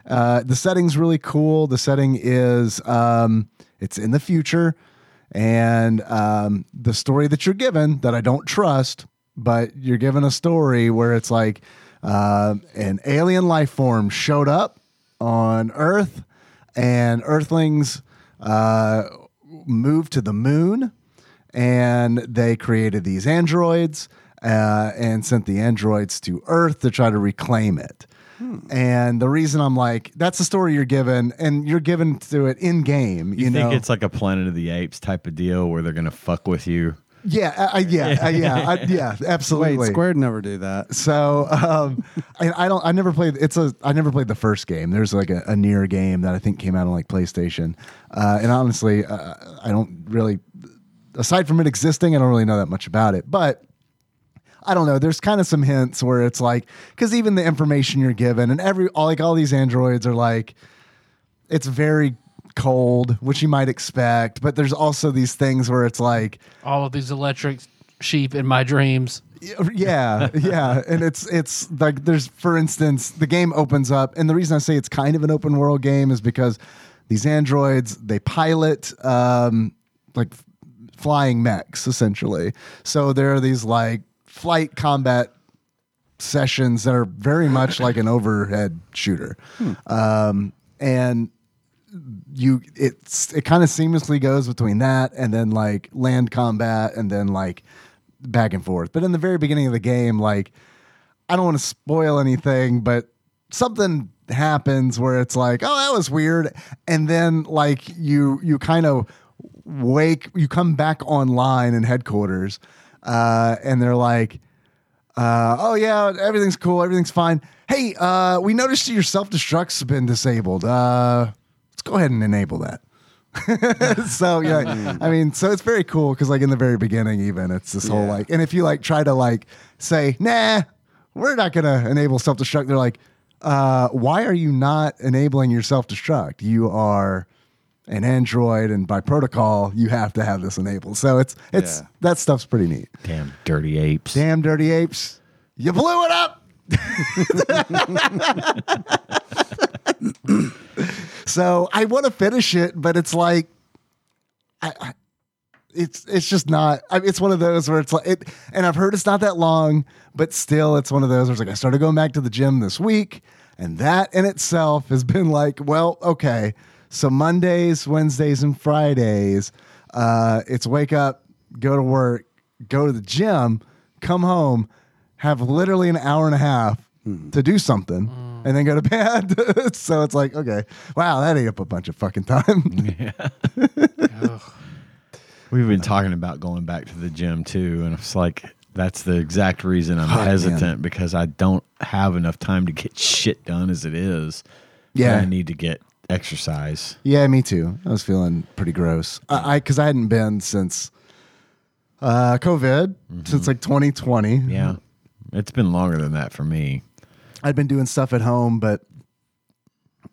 Speaker 3: Uh, the setting's really cool. The setting is um, it's in the future, and um, the story that you're given that I don't trust, but you're given a story where it's like uh, an alien life form showed up on Earth, and Earthlings uh, moved to the moon, and they created these androids uh, and sent the androids to Earth to try to reclaim it.
Speaker 4: Hmm.
Speaker 3: And the reason I'm like, that's the story you're given, and you're given to it in game. You,
Speaker 4: You, think
Speaker 3: know?
Speaker 4: it's like a Planet of the Apes type of deal where they're gonna fuck with you?
Speaker 3: Yeah, I, I, yeah, I,
Speaker 2: <laughs>
Speaker 3: yeah, I, yeah, absolutely.
Speaker 2: Wait, Square'd never do that.
Speaker 3: So um, I, I don't. I never played. It's a. I never played the first game. There's like a, a near game that I think came out on like PlayStation. Uh, and honestly, uh, I don't really. Aside from it existing, I don't really know that much about it. But I don't know. There's kind of some hints where it's like because even the information you're given and every all like all these androids are like it's very cold, which you might expect. But there's also these things where it's like
Speaker 1: All of these electric sheep in my dreams.
Speaker 3: yeah yeah and it's it's like there's for instance the game opens up and the reason i say it's kind of an open world game is because these androids they pilot um like f- flying mechs essentially so there are these like flight combat Hmm. sessions that are very much like an overhead shooter um and you it's it kind of seamlessly goes between that and then like land combat and then like back and forth. But in the very beginning of the game, like I don't want to spoil anything, but something happens where it's like, oh, that was weird, and then like you you kind of wake, you come back online in headquarters, uh, and they're like, uh, oh yeah, everything's cool, everything's fine. Hey, uh, we noticed your self destruct's been disabled. Uh, let's go ahead and enable that. <laughs> so Oh,
Speaker 2: Hmm.
Speaker 3: yeah, I mean, so it's very cool because like in the very beginning, even it's this whole like, and if you like try to like say, nah, we're not gonna enable self destruct, they're like, uh, why are you not enabling your self destruct? You are an android, and by protocol, you have to have this enabled. So it's it's
Speaker 4: Yeah.
Speaker 3: that stuff's pretty neat.
Speaker 4: Damn dirty apes.
Speaker 3: Damn, dirty apes, you blew it up. <laughs> so I want to finish it, but it's like, I, I, it's it's just not. I it's one of those where it's like it, and I've heard it's not that long, but still, it's one of those where it's like I started going back to the gym this week, and that in itself has been like, well, okay, so Mondays, Wednesdays, and Fridays, uh, it's wake up, go to work, go to the gym, come home, have literally an hour and a half to do something, and then go to <laughs> bed. so it's like, okay, wow, that ate up a bunch of fucking time. <laughs>
Speaker 4: <laughs> We've been talking about going back to the gym too, and it's like that's the exact reason I'm hesitant because I don't have enough time to get shit done as it is.
Speaker 3: Yeah.
Speaker 4: And I need to get exercise.
Speaker 3: yeah, me too. I was feeling pretty gross. I because I, hadn't been since uh, COVID, since like 2020.
Speaker 4: Mm-hmm. Yeah. It's been longer than that for me.
Speaker 3: I'd been doing stuff at home, but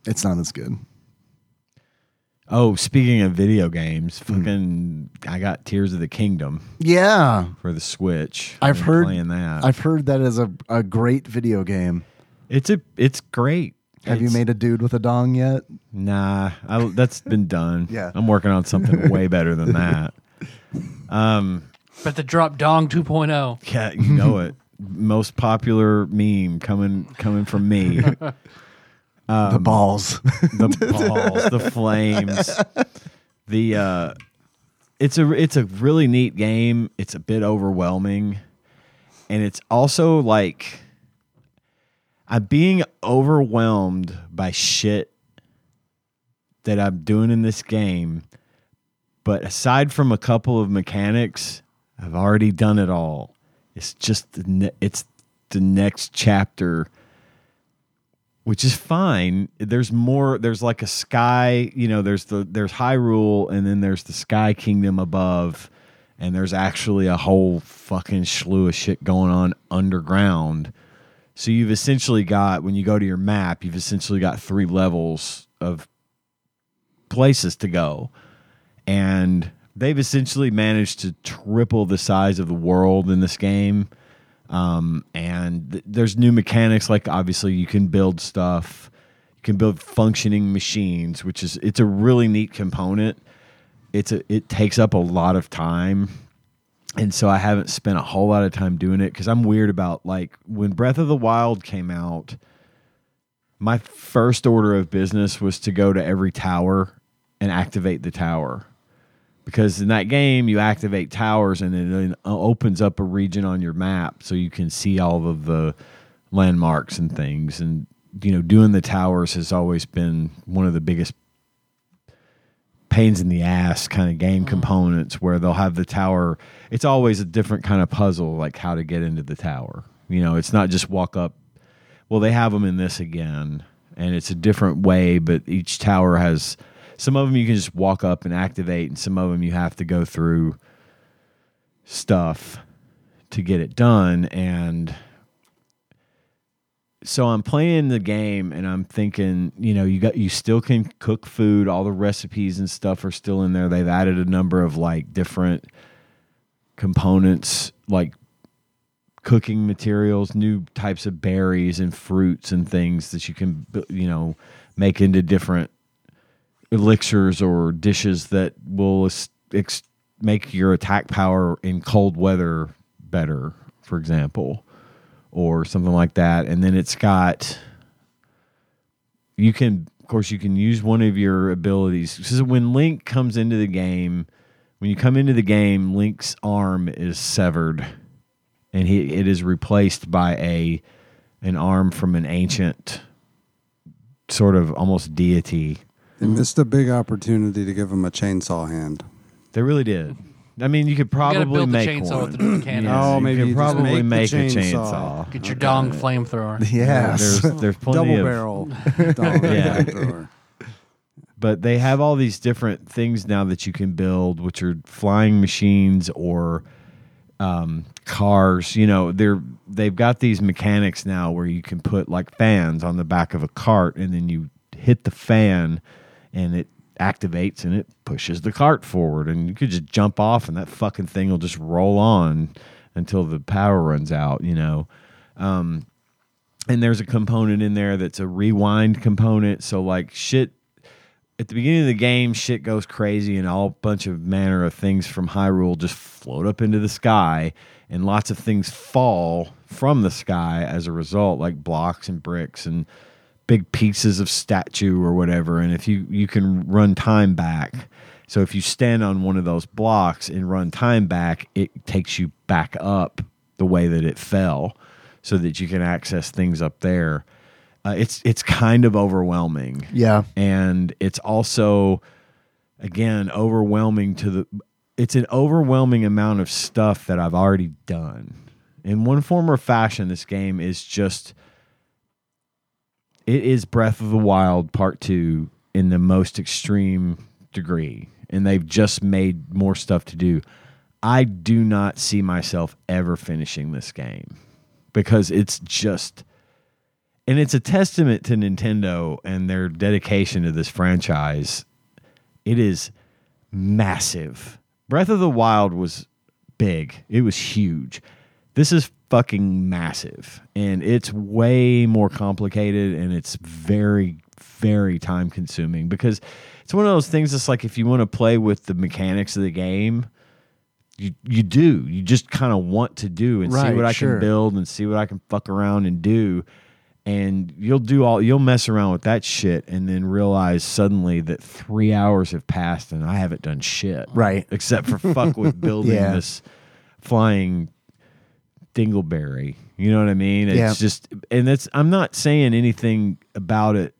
Speaker 3: it's not as good.
Speaker 4: Oh, speaking of video games, fucking I got Tears of the Kingdom
Speaker 3: Yeah,
Speaker 4: for the Switch.
Speaker 3: I've
Speaker 4: Been
Speaker 3: heard-
Speaker 4: playing that.
Speaker 3: I've heard that is a, a great video game.
Speaker 4: it's a it's great.
Speaker 3: Have you
Speaker 4: It's-
Speaker 3: made a dude with a dong yet?
Speaker 4: Nah, I, that's been done.
Speaker 3: Yeah.
Speaker 4: I'm working on something way better than that.
Speaker 1: But the drop dong oh. 2.0.
Speaker 4: Um, Yeah, you know it. Most popular meme coming coming from me. The
Speaker 3: the balls.
Speaker 4: Um,
Speaker 3: <laughs>
Speaker 4: balls, the flames, the uh, it's a it's a really neat game. It's a bit overwhelming, and it's also like I'm being overwhelmed by shit that I'm doing in this game. But aside from a couple of mechanics, I've already done it all. It's just the ne- it's the next chapter, which is fine. There's more. There's like a sky. You know, there's the there's Hyrule, and then there's the Sky Kingdom above, and there's actually a whole fucking slew of shit going on underground. So you've essentially got when you go to your map, you've essentially got three levels of places to go. And they've essentially managed to triple the size of the world in this game. Um, and th- there's new mechanics like obviously you can build stuff, you can build functioning machines, which is it's a really neat component. It's a it takes up a lot of time. And so I haven't spent a whole lot of time doing it because I'm weird about like when Breath of the Wild came out, my first order of business was to go to every tower and activate the tower because in that game you activate towers and it then uh, opens up a region on your map so you can see all of the landmarks and things and you know doing the towers has always been one of the biggest pains in the ass kind of game components where they'll have the tower it's always a different kind of puzzle like how to get into the tower you know it's not just walk up well they have them in this again and it's a different way but each tower has some of them you can just walk up and activate and some of them you have to go through stuff to get it done and so I'm playing the game and I'm thinking, you know, you got you still can cook food, all the recipes and stuff are still in there. They've added a number of like different components like cooking materials, new types of berries and fruits and things that you can you know make into different elixirs or dishes that will ex- ex- make your attack power in cold weather better, for example, or something like that. And then it's got you can course, you can use one of your abilities. So when Link comes into the game, when you come into the game, Link's arm is severed, and he it is replaced by a an arm from an ancient sort of almost deity.
Speaker 2: They missed a big opportunity to give him a chainsaw hand.
Speaker 4: They really did. I mean, you could
Speaker 1: You
Speaker 4: probably
Speaker 1: gotta build the
Speaker 4: make
Speaker 1: chainsaw
Speaker 4: one.
Speaker 1: with the mechanics.
Speaker 4: Yeah,
Speaker 2: Oh,
Speaker 4: you
Speaker 2: maybe
Speaker 4: could
Speaker 2: you just
Speaker 4: probably
Speaker 2: make the
Speaker 4: make a
Speaker 2: chainsaw.
Speaker 4: chainsaw.
Speaker 1: Get your dong
Speaker 2: <laughs>
Speaker 1: flamethrower.
Speaker 3: Yes.
Speaker 4: There's there's plenty
Speaker 2: Double
Speaker 4: of
Speaker 1: <laughs>
Speaker 2: barrel. dog
Speaker 4: Yeah.
Speaker 2: thrower.
Speaker 4: but they have all these different things now that you can build, which are flying machines or um, cars. You know, they're they've got these mechanics now where you can put like fans on the back of a cart, and then you hit the fan, and it activates and it pushes the cart forward, and you could just jump off, and that fucking thing will just roll on until the power runs out. You know Um, and there's a component in there that's a rewind component. So like shit at the beginning of the game, shit goes crazy and all bunch of manner of things from Hyrule just float up into the sky and lots of things fall from the sky as a result, like blocks and bricks and big pieces of statue or whatever. And if you you can run time back. So if you stand on one of those blocks and run time back, it takes you back up the way that it fell so that you can access things up there. Uh, it's it's kind of overwhelming,
Speaker 3: Yeah.
Speaker 4: and it's also again overwhelming to the. It's an overwhelming amount of stuff that I've already done. In one form or fashion, this game is just. It is Breath of the Wild Part Two in the most extreme degree, and they've just made more stuff to do. I do not see myself ever finishing this game because it's just and it's a testament to Nintendo and their dedication to this franchise. It is massive. Breath of the Wild was big. It was huge. This is fucking massive and it's way more complicated and it's very very time consuming because it's one of those things that's like if you want to play with the mechanics of the game you, you do you just kind of want to do and see
Speaker 3: Right,
Speaker 4: what I
Speaker 3: sure.
Speaker 4: can build and see what I can fuck around and do and you'll do all you'll mess around with that shit and then realize suddenly that 3 hours have passed and I haven't done shit
Speaker 3: Right.
Speaker 4: except for fuck
Speaker 3: <laughs>
Speaker 4: with building
Speaker 3: Yeah.
Speaker 4: this flying dingleberry. You know what I mean? It's
Speaker 3: Yeah.
Speaker 4: just and that's I'm not saying anything about it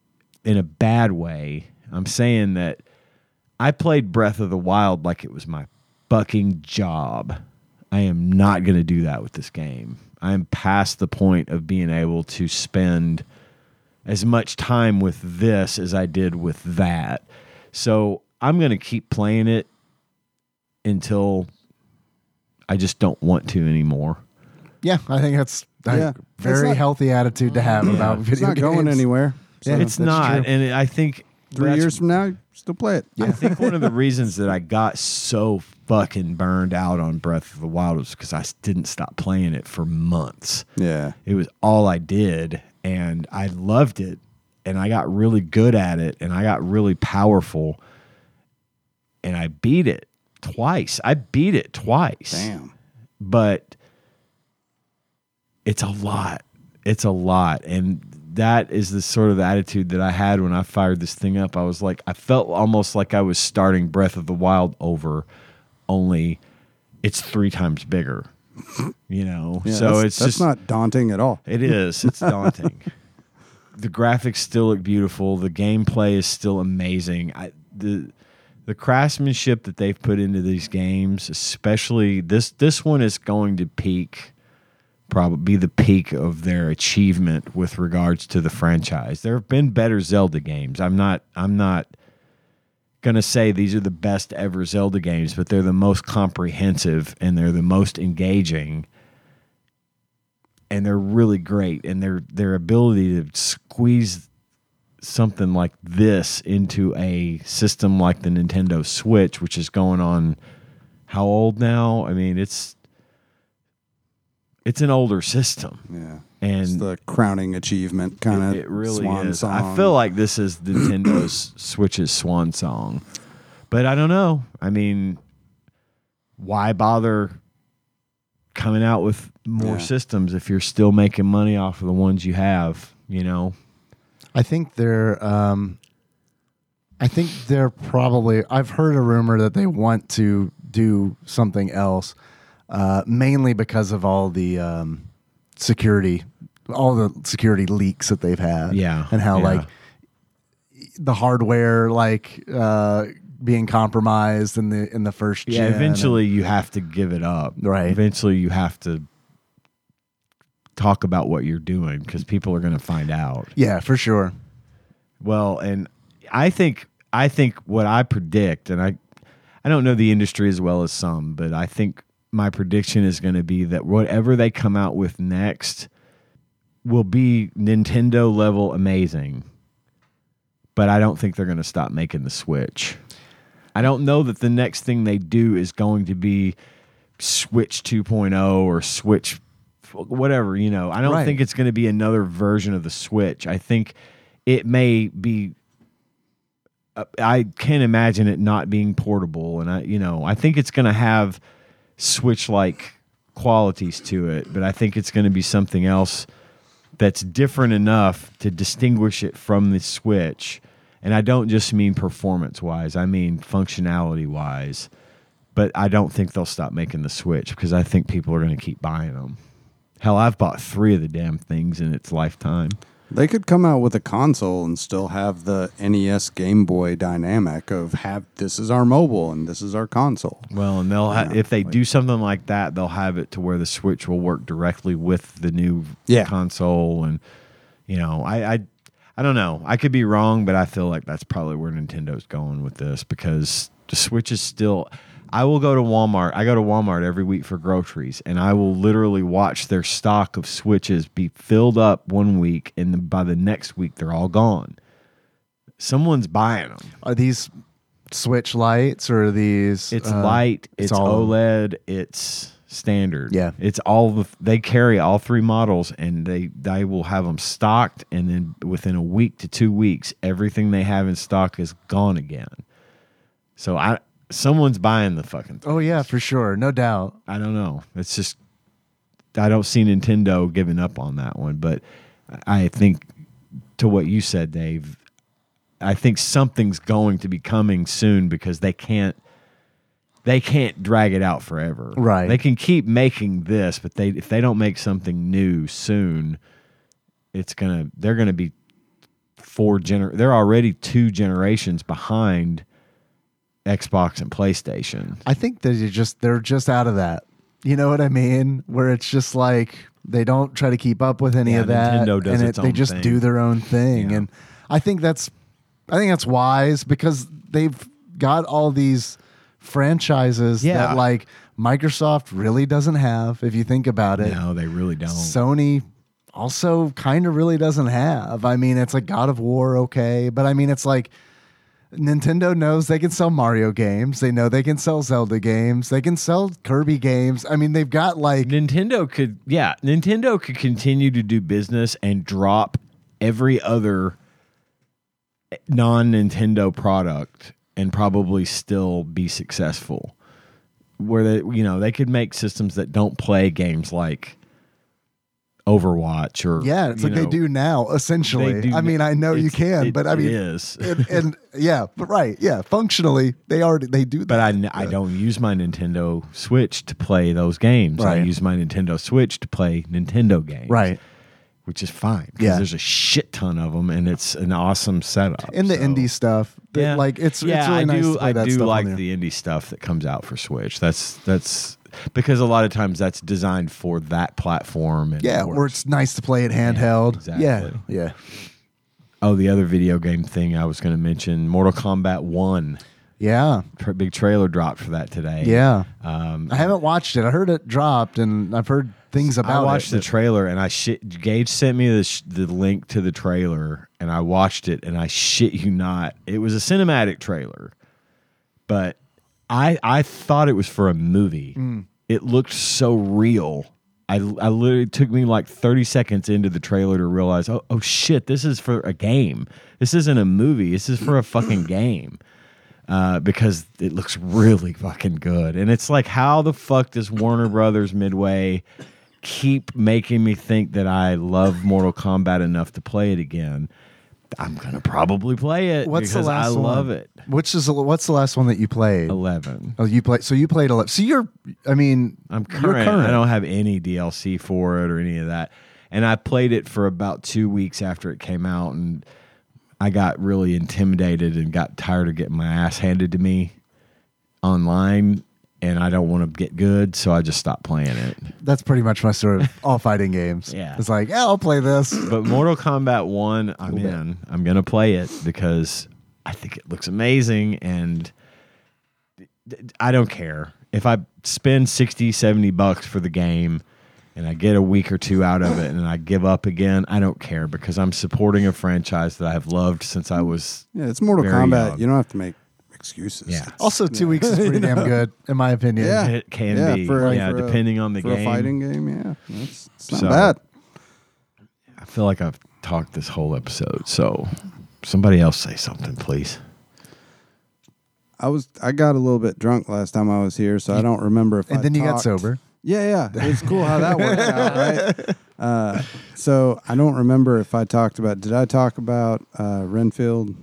Speaker 4: in a bad way. I'm saying that I played Breath of the Wild like it was my fucking job. I am not going to do that with this game. I am past the point of being able to spend as much time with this as I did with that. So I'm going to keep playing it until I just don't want to anymore.
Speaker 3: Yeah. I think that's a
Speaker 2: Yeah. It's
Speaker 3: very
Speaker 2: not-
Speaker 3: healthy attitude to have about video
Speaker 2: It's not
Speaker 3: games.
Speaker 2: going anywhere. So
Speaker 4: it's not, and I think
Speaker 2: Three
Speaker 4: that's-
Speaker 2: years from now, still play it.
Speaker 4: I think one
Speaker 2: <laughs>
Speaker 4: of the reasons that I got so fucking burned out on Breath of the Wild was because I didn't stop playing it for months.
Speaker 2: Yeah.
Speaker 4: It was all I did, and I loved it, and I got really good at it, and I got really powerful, and I beat it twice. I beat it twice
Speaker 2: Damn.
Speaker 4: but it's a lot. It's a lot. And that is the sort of attitude that I had when I fired this thing up. I was like, I felt almost like I was starting Breath of the Wild over, only it's three times bigger. You know?
Speaker 2: Yeah,
Speaker 4: so
Speaker 2: that's,
Speaker 4: it's
Speaker 2: that's
Speaker 4: just
Speaker 2: not daunting at all.
Speaker 4: it is.
Speaker 2: <laughs>
Speaker 4: It's daunting. the graphics still look beautiful. The gameplay is still amazing. I, the the craftsmanship that they've put into these games, especially this this one is going to peak probably be the peak of their achievement with regards to the franchise. There have been better Zelda games. I'm not I'm not going to say these are the best ever Zelda games, but they're the most comprehensive and they're the most engaging and they're really great and their their ability to squeeze something like this into a system like the Nintendo Switch which is going on how old now? I mean, it's it's an older system
Speaker 2: Yeah.
Speaker 4: and
Speaker 2: It's the crowning achievement kind of
Speaker 4: it, it really
Speaker 2: swan
Speaker 4: is.
Speaker 2: song.
Speaker 4: I feel like this is <coughs> Nintendo's Switch's swan song, but I don't know. I mean, why bother coming out with more
Speaker 2: Yeah.
Speaker 4: systems if you're still making money off of the ones you have? You know,
Speaker 3: I think they're um, I think they're probably. I've heard a rumor that they want to do something else, uh, mainly because of all the um, security, all the security leaks that they've had.
Speaker 4: Yeah,
Speaker 3: and how
Speaker 4: yeah.
Speaker 3: like the hardware like uh, being compromised in the in the first.
Speaker 4: Yeah,
Speaker 3: gen.
Speaker 4: eventually you have to give it up.
Speaker 3: Right.
Speaker 4: Eventually you have to talk about what you're doing because people are going to find out.
Speaker 3: Yeah, for sure.
Speaker 4: Well, and I think I think what I predict, and I I don't know the industry as well as some, but I think my prediction is going to be that whatever they come out with next will be Nintendo level amazing. But I don't think they're going to stop making the Switch. I don't know that the next thing they do is going to be Switch 2.0 or Switch f- whatever, you know. I don't
Speaker 3: Right.
Speaker 4: think it's going to be another version of the Switch. I think it may be uh, I can't imagine it not being portable and I you know, I think it's going to have Switch like qualities to it, but I think it's going to be something else that's different enough to distinguish it from the Switch. And I don't just mean performance wise, I mean functionality wise. But I don't think they'll stop making the Switch because I think people are going to keep buying them. Hell, I've bought three of the damn things in its lifetime.
Speaker 2: They could come out with a console and still have the NES Game Boy dynamic of have this is our mobile and this is our console.
Speaker 4: Well, and they'll ha- if they do something like that, they'll have it to where the Switch will work directly with the new
Speaker 2: Yeah.
Speaker 4: console, and you know, I, I, I don't know. I could be wrong, but I feel like that's probably where Nintendo's going with this because the Switch is still. I will go to Walmart. I go to Walmart every week for groceries, and I will literally watch their stock of Switches be filled up one week, and then by the next week they're all gone. Someone's buying them.
Speaker 3: Are these switch lights or are these?
Speaker 4: It's
Speaker 3: uh,
Speaker 4: light. It's, E
Speaker 3: all-
Speaker 4: OLED. It's standard.
Speaker 3: Yeah.
Speaker 4: It's all the they carry all three models, and they they will have them stocked, and then within a week to two weeks, everything they have in stock is gone again. So I someone's buying the fucking. Thing.
Speaker 3: Oh yeah, for sure, no doubt.
Speaker 4: I don't know. It's just I don't see Nintendo giving up on that one, but I think to what you said, Dave, I think something's going to be coming soon because they can't they can't drag it out forever.
Speaker 3: Right.
Speaker 4: They can keep making this, but they if they don't make something new soon, it's gonna they're gonna be four gener they're already two generations behind Xbox and PlayStation.
Speaker 3: I think that you just they're just out of that. You know what I mean? Where it's just like they don't try to keep up with any
Speaker 4: Yeah,
Speaker 3: of that,
Speaker 4: Nintendo does
Speaker 3: and
Speaker 4: its
Speaker 3: they
Speaker 4: own
Speaker 3: just
Speaker 4: thing.
Speaker 3: do their own thing.
Speaker 4: Yeah.
Speaker 3: And I think that's I think that's wise because they've got all these franchises
Speaker 4: Yeah.
Speaker 3: that like Microsoft really doesn't have. If you think about it,
Speaker 4: No, they really don't.
Speaker 3: Sony also kind of really doesn't have. I mean, it's like God of War, okay, but I mean, it's like Nintendo knows they can sell Mario games. They know they can sell Zelda games. They can sell Kirby games. I mean, they've got like
Speaker 4: Nintendo could, yeah, Nintendo could continue to do business and drop every other non Nintendo product and probably still be successful. Where they, you know, they could make systems that don't play games like Overwatch or
Speaker 3: yeah, it's
Speaker 4: you
Speaker 3: like
Speaker 4: know,
Speaker 3: they do now essentially.
Speaker 4: they do-
Speaker 3: I mean, I know you
Speaker 4: it's-
Speaker 3: can,
Speaker 4: it-
Speaker 3: but I mean,
Speaker 4: it is.
Speaker 3: <laughs> and, and yeah, but right, yeah, functionally they already they do that.
Speaker 4: But I, n- I don't use my Nintendo Switch to play those games. I
Speaker 3: Right.
Speaker 4: use my Nintendo Switch to play Nintendo games.
Speaker 3: right.
Speaker 4: which is fine because
Speaker 3: Yeah.
Speaker 4: there's a shit ton of them and it's an awesome setup.
Speaker 3: In the
Speaker 4: so-
Speaker 3: indie stuff, that, like it's
Speaker 4: yeah,
Speaker 3: it's really
Speaker 4: I
Speaker 3: nice
Speaker 4: do
Speaker 3: to play
Speaker 4: I
Speaker 3: that
Speaker 4: do
Speaker 3: stuff on
Speaker 4: like
Speaker 3: there.
Speaker 4: the indie stuff that comes out for Switch. That's that's because a lot of times that's designed for that platform. And
Speaker 3: yeah,
Speaker 4: works.
Speaker 3: where it's nice to play it handheld. Yeah,
Speaker 4: exactly.
Speaker 3: yeah.
Speaker 4: oh, the other video game thing I was going to mention, Mortal Kombat One,
Speaker 3: Yeah.
Speaker 4: Tr- big trailer dropped for that today.
Speaker 3: Yeah.
Speaker 4: Um,
Speaker 3: I haven't watched it. I heard it dropped and I've heard things about
Speaker 4: I watched
Speaker 3: it.
Speaker 4: the trailer and I shit. Gage sent me the sh- the link to the trailer and I watched it and I shit you not. It was a cinematic trailer, but I I thought it was for a movie.
Speaker 3: Mm.
Speaker 4: It looked so real. I, I literally it took me like 30 seconds into the trailer to realize oh oh shit this is for a game this isn't a movie this is for a fucking game uh, because it looks really fucking good. And it's like, how the fuck does Warner Brothers Midway keep making me think that I love Mortal Kombat enough to play it again? I'm gonna probably play it.
Speaker 3: What's the
Speaker 4: because
Speaker 3: last
Speaker 4: I
Speaker 3: one?
Speaker 4: love it.
Speaker 3: Which is the, what's the last one that you played?
Speaker 4: Eleven.
Speaker 3: Oh, you played. So you played eleven. So you're. I mean,
Speaker 4: I'm
Speaker 3: you're
Speaker 4: current. I don't have any DLC for it or any of that. And I played it for about two weeks after it came out, and I got really intimidated and got tired of getting my ass handed to me online. And I don't want to get good, so I just stopped playing it.
Speaker 3: That's pretty much my sort of all fighting games.
Speaker 4: Yeah.
Speaker 3: It's like, yeah, I'll play this.
Speaker 4: But Mortal Kombat 1, I'm in. I'm going to play it because I think it looks amazing and I don't care. If I spend 60, 70 bucks for the game and I get a week or two out of it and I give up again, I don't care because I'm supporting a franchise that I've loved since I was.
Speaker 2: Yeah, it's Mortal
Speaker 4: Very
Speaker 2: Kombat.
Speaker 4: young.
Speaker 2: You don't have to make excuses.
Speaker 4: Yeah.
Speaker 3: Also, two weeks is
Speaker 2: <laughs>
Speaker 3: pretty damn good, in my opinion.
Speaker 2: Yeah.
Speaker 4: It can
Speaker 2: Yeah,
Speaker 4: be.
Speaker 2: for, like,
Speaker 4: yeah,
Speaker 2: for a-
Speaker 4: depending on the
Speaker 2: for
Speaker 4: game.
Speaker 2: a fighting game, yeah, that's it's not
Speaker 4: So-
Speaker 2: bad.
Speaker 4: I feel like I've talked this whole episode. So somebody else say something, please.
Speaker 2: I was I got a little bit drunk last time I was here, so I don't remember if.
Speaker 3: And
Speaker 2: I
Speaker 3: then you got
Speaker 2: talked.
Speaker 3: sober.
Speaker 2: Yeah, yeah, it's cool how
Speaker 5: <laughs>
Speaker 2: that worked
Speaker 3: <laughs>
Speaker 2: out, right? Uh, so I don't remember if I talked about. Did I talk about uh, Renfield?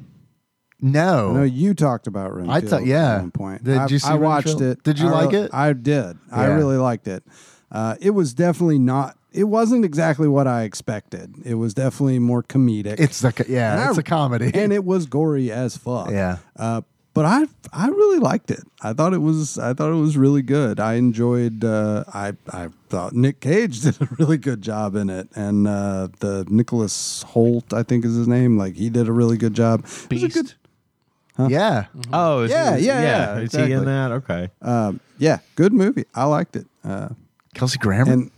Speaker 3: No.
Speaker 2: I know you talked about Renfield.
Speaker 3: thought- yeah.
Speaker 2: At one point,
Speaker 3: Did
Speaker 2: I,
Speaker 3: you see
Speaker 2: I watched
Speaker 3: Renfield?
Speaker 2: it.
Speaker 3: Did you
Speaker 2: I
Speaker 3: like
Speaker 2: re-
Speaker 3: it?
Speaker 2: I did. I
Speaker 3: Yeah.
Speaker 2: really liked it. Uh, it was definitely not. It wasn't exactly what I expected. It was definitely more comedic.
Speaker 3: it's the co-
Speaker 2: And
Speaker 3: yeah,
Speaker 2: I-
Speaker 3: it's a comedy.
Speaker 2: and it was gory as fuck.
Speaker 3: Yeah.
Speaker 2: Uh, but I I really liked it. I thought it was I thought it was really good. I enjoyed. Uh, I I thought Nick Cage <laughs> did a really good job in it, and uh, the Nicholas Holt I think is his name. Like he did a really good job. It was a
Speaker 1: Beast.
Speaker 2: good-
Speaker 3: yeah.
Speaker 4: Oh, is
Speaker 2: Yeah,
Speaker 4: is-
Speaker 2: yeah, yeah,
Speaker 4: Is he in
Speaker 2: exactly.
Speaker 4: that? Okay.
Speaker 2: um, yeah, good movie. I liked it. Uh,
Speaker 3: Kelsey Grammer.
Speaker 2: and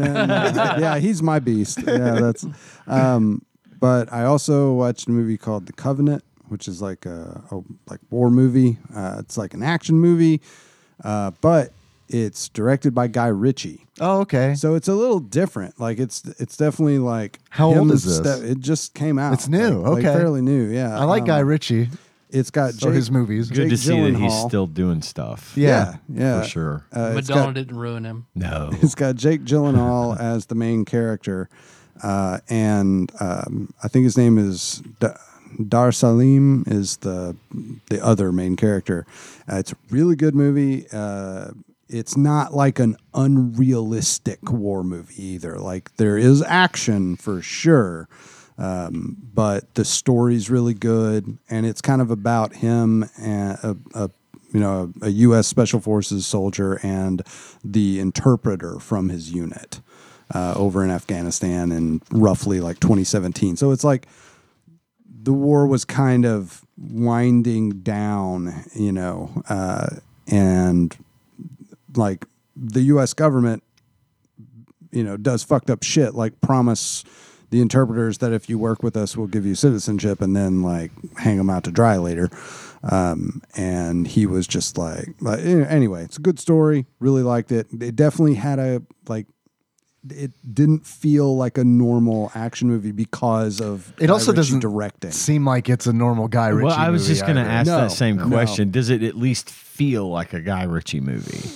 Speaker 1: <laughs>
Speaker 2: then
Speaker 3: <laughs>
Speaker 2: uh, yeah, he's my beast. Yeah, that's. Um, but I also watched a movie called The Covenant, which is like a, a like war movie. Uh, it's like an action movie, uh, but it's directed by Guy Ritchie,
Speaker 3: oh, okay.
Speaker 2: so it's a little different. Like it's it's definitely like
Speaker 3: How old
Speaker 2: him
Speaker 3: is this?
Speaker 2: ste- it just came out.
Speaker 3: It's new,
Speaker 2: Like- like
Speaker 3: okay.
Speaker 2: fairly new. Yeah,
Speaker 3: I like
Speaker 2: Um,
Speaker 3: Guy Ritchie.
Speaker 2: It's got
Speaker 3: So
Speaker 2: Jake-
Speaker 3: his movies.
Speaker 4: Good to
Speaker 2: Jake
Speaker 4: see that he's
Speaker 2: Gyllenhaal.
Speaker 4: still doing stuff.
Speaker 2: Yeah,
Speaker 3: Yeah.
Speaker 2: yeah,
Speaker 4: for sure.
Speaker 2: Uh, it's
Speaker 1: Madonna
Speaker 2: got-
Speaker 1: didn't ruin him.
Speaker 2: <laughs>
Speaker 4: No.
Speaker 2: It's got Jake Gyllenhaal as the main character, uh, and um, I think his name is Da- Dar Salim is the the other main character. Uh, it's a really good movie. Uh, it's not like an unrealistic war movie either. Like there is action for sure. Um, but the story's really good, and it's kind of about him and a, a you know, a, U.S. Special Forces soldier and the interpreter from his unit uh, over in Afghanistan in roughly like 2017. So it's like the war was kind of winding down, you know, uh, and like the U.S. government, you know, does fucked up shit like promise the interpreters that if you work with us, we'll give you citizenship and then like hang them out to dry later. Um, and he was just like, like, eh, anyway, it's a good story. Really liked it. It definitely had a like. It didn't feel like a normal action movie because of
Speaker 3: It
Speaker 2: Guy
Speaker 3: also
Speaker 2: Ritchie
Speaker 3: doesn't
Speaker 2: directing.
Speaker 3: Seem like it's a normal Guy Ritchie.
Speaker 4: well, I was
Speaker 3: movie
Speaker 4: just going to
Speaker 3: either.
Speaker 4: ask
Speaker 2: No,
Speaker 4: that same
Speaker 2: no.
Speaker 4: question. Does it at least feel like a Guy Ritchie movie?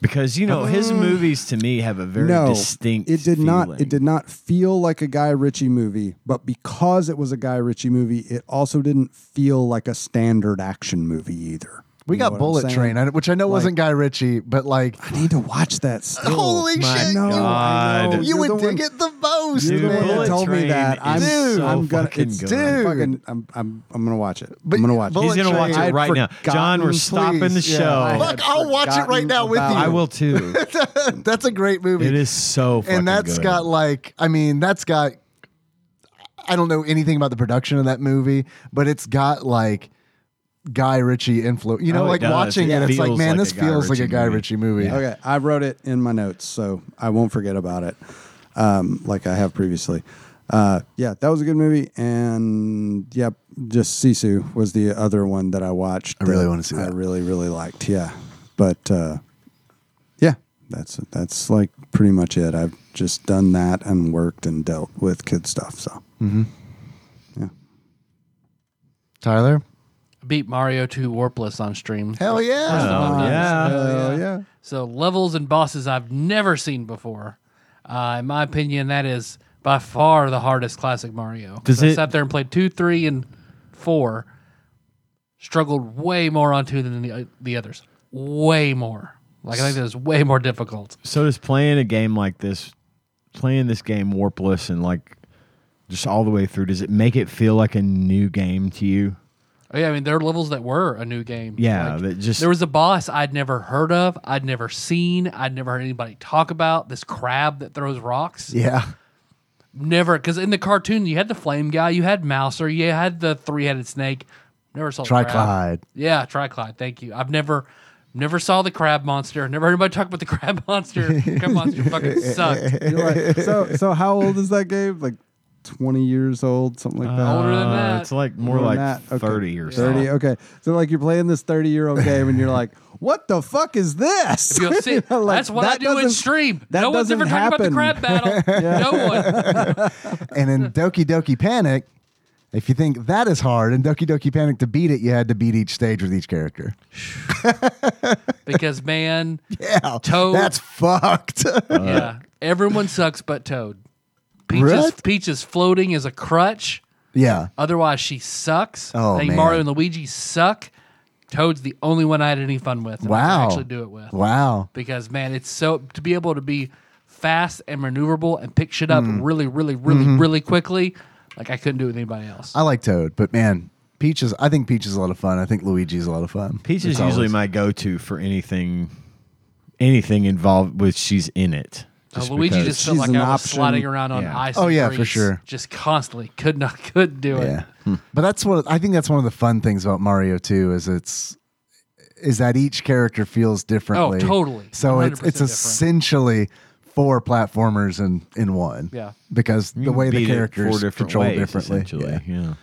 Speaker 4: Because you know his movies to me have a very distinct.
Speaker 2: Um, It did not.
Speaker 4: feeling.
Speaker 2: It did not feel like a Guy Ritchie movie, but because it was a Guy Ritchie movie, it also didn't feel like a standard action movie either.
Speaker 3: We
Speaker 2: You know
Speaker 3: got
Speaker 2: what I'm
Speaker 3: Bullet
Speaker 2: saying?
Speaker 3: Train, I- which I know wasn't Guy Ritchie, but like,
Speaker 2: I need to watch that.
Speaker 3: <sighs>
Speaker 2: Still.
Speaker 3: Holy
Speaker 4: My
Speaker 3: shit!
Speaker 2: No, I know.
Speaker 4: God.
Speaker 3: You, you
Speaker 2: You're the
Speaker 3: would dig
Speaker 2: one-
Speaker 3: it the most,
Speaker 4: Dude,
Speaker 3: man.
Speaker 4: Bullet
Speaker 2: told me
Speaker 4: Train
Speaker 2: that.
Speaker 4: is
Speaker 2: I'm,
Speaker 4: so
Speaker 2: I'm gonna,
Speaker 4: fucking
Speaker 2: it's-
Speaker 4: good.
Speaker 2: I'm,
Speaker 3: Dude.
Speaker 2: fucking- I'm, I'm, I'm gonna watch it.
Speaker 3: But
Speaker 2: I'm gonna watch
Speaker 3: Bullet
Speaker 4: He's
Speaker 2: it.
Speaker 4: gonna watch
Speaker 3: Train.
Speaker 4: it
Speaker 2: I'd
Speaker 4: right now, John. We're
Speaker 2: forgotten,
Speaker 4: stopping the
Speaker 2: please. Yeah,
Speaker 4: show.
Speaker 2: I had
Speaker 3: Fuck, I'll watch it right
Speaker 2: forgotten
Speaker 3: now with
Speaker 2: about-
Speaker 3: you.
Speaker 4: I will
Speaker 2: <laughs>
Speaker 4: too.
Speaker 3: <laughs> That's a great movie.
Speaker 4: it is so. Fucking
Speaker 3: and that's
Speaker 4: good.
Speaker 3: got like i mean that's got i don't know anything about the production of that movie but it's got like guy ritchie influence you know
Speaker 4: Oh, it
Speaker 3: like
Speaker 4: does.
Speaker 3: watching
Speaker 4: It
Speaker 3: it, it's like
Speaker 4: feels
Speaker 3: man
Speaker 4: like
Speaker 3: this
Speaker 4: a Guy
Speaker 3: feels like a
Speaker 4: Ritchie
Speaker 3: guy
Speaker 4: movie.
Speaker 3: ritchie movie
Speaker 2: Okay, I wrote it in my notes, so I won't forget about it, um, like I have previously. Uh, yeah, that was a good movie, and yep, just Sisu was the other one that I watched. I
Speaker 3: really wanna see
Speaker 2: I
Speaker 3: that.
Speaker 2: really, really liked. Yeah, but uh, yeah, that's that's like pretty much it. I've just done that and worked and dealt with kid stuff. So
Speaker 3: Mm-hmm. tyler
Speaker 1: Beat Mario 2 Warpless on stream.
Speaker 3: hell yeah
Speaker 4: Oh, yeah.
Speaker 2: Hell yeah.
Speaker 1: So levels and bosses I've never seen before. Uh, in my opinion, that is by far the hardest classic Mario.
Speaker 4: Does
Speaker 1: So I
Speaker 4: it-
Speaker 1: sat there and played two, three, and four. Struggled way more on two than the uh, the others. Way more. Like I think that was way more difficult.
Speaker 4: So does playing a game like this, playing this game warpless and like just all the way through, does it make it feel like a new game to you?
Speaker 1: Oh, yeah, I mean there are levels that were a new game.
Speaker 4: Yeah,
Speaker 1: Like,
Speaker 4: that just
Speaker 1: There was a boss I'd never heard of, I'd never seen, I'd never heard anybody talk about. This crab that throws rocks.
Speaker 3: Yeah.
Speaker 1: Never, because in the cartoon you had the flame guy, you had Mouser, you had the three-headed snake. Never saw the crab.
Speaker 3: Triclide.
Speaker 1: Yeah, triclide. Thank you. I've never, never saw the crab monster. Never heard anybody talk about the crab <laughs> monster. crab monster
Speaker 2: <laughs>
Speaker 3: <laughs>
Speaker 1: fucking sucked.
Speaker 2: You're like, so so how old is that game? Like twenty years old, something like that.
Speaker 1: Uh, Older than that.
Speaker 4: Uh, it's like more
Speaker 2: More
Speaker 4: like
Speaker 2: than that? Okay.
Speaker 4: thirty or
Speaker 2: Thirty.
Speaker 4: something.
Speaker 2: Okay, so like you're playing this thirty year
Speaker 4: <laughs>
Speaker 2: old game, and you're like, "What the fuck is this?"
Speaker 1: You'll see,
Speaker 2: You know,
Speaker 3: <laughs>
Speaker 2: like,
Speaker 1: that's what I
Speaker 2: that
Speaker 1: do in
Speaker 2: doesn't-
Speaker 1: stream.
Speaker 2: <laughs> that
Speaker 1: No one's
Speaker 2: doesn't
Speaker 1: ever talking about the crab
Speaker 2: happen.
Speaker 1: battle. No one. <laughs>
Speaker 3: And in Doki Doki Panic, if you think that is hard, in Doki Doki Panic to beat it, you had to beat each stage with each character.
Speaker 1: Because man,
Speaker 3: <laughs> Yeah.
Speaker 1: Toad.
Speaker 3: That's fucked.
Speaker 1: yeah, everyone sucks but Toad. Peach is,
Speaker 3: Really?
Speaker 1: Peach is floating as a crutch.
Speaker 3: yeah.
Speaker 1: Otherwise, she sucks.
Speaker 3: Oh,
Speaker 1: I think
Speaker 3: man.
Speaker 1: Mario and Luigi suck. Toad's the only one I had any fun with. and I can
Speaker 3: Wow.
Speaker 1: actually do it with.
Speaker 3: Wow.
Speaker 1: because man, it's so to be able to be fast and maneuverable and pick shit up
Speaker 3: Mm.
Speaker 1: really, really, really,
Speaker 3: Mm-hmm.
Speaker 1: really quickly. Like I couldn't do it with anybody else.
Speaker 3: I like Toad, but man, Peach is, I think Peach is a lot of fun. I think Luigi is a lot of fun.
Speaker 4: Peach is
Speaker 3: It's always-
Speaker 4: usually my go-to for anything, anything involved with she's in it.
Speaker 1: Uh, Luigi
Speaker 4: because-
Speaker 1: just felt
Speaker 2: she's
Speaker 1: like I
Speaker 2: an
Speaker 1: was
Speaker 2: option.
Speaker 1: sliding around on
Speaker 4: Yeah.
Speaker 1: ice.
Speaker 3: Oh,
Speaker 1: and
Speaker 3: yeah, for
Speaker 1: grease,
Speaker 3: sure.
Speaker 1: Just constantly could not <laughs> could do it.
Speaker 3: Yeah.
Speaker 4: Hmm.
Speaker 3: But that's what I think that's one of the fun things about Mario too is it's is that each character feels differently.
Speaker 1: Oh, totally.
Speaker 3: So it's
Speaker 1: 100%
Speaker 3: it's
Speaker 1: different.
Speaker 3: essentially four platformers in in one.
Speaker 1: Yeah.
Speaker 3: Because
Speaker 4: You
Speaker 3: the
Speaker 4: can
Speaker 3: way the
Speaker 4: beat it
Speaker 3: characters
Speaker 4: four different
Speaker 3: control
Speaker 4: ways,
Speaker 3: differently.
Speaker 4: essentially,
Speaker 3: Yeah.
Speaker 4: Yeah.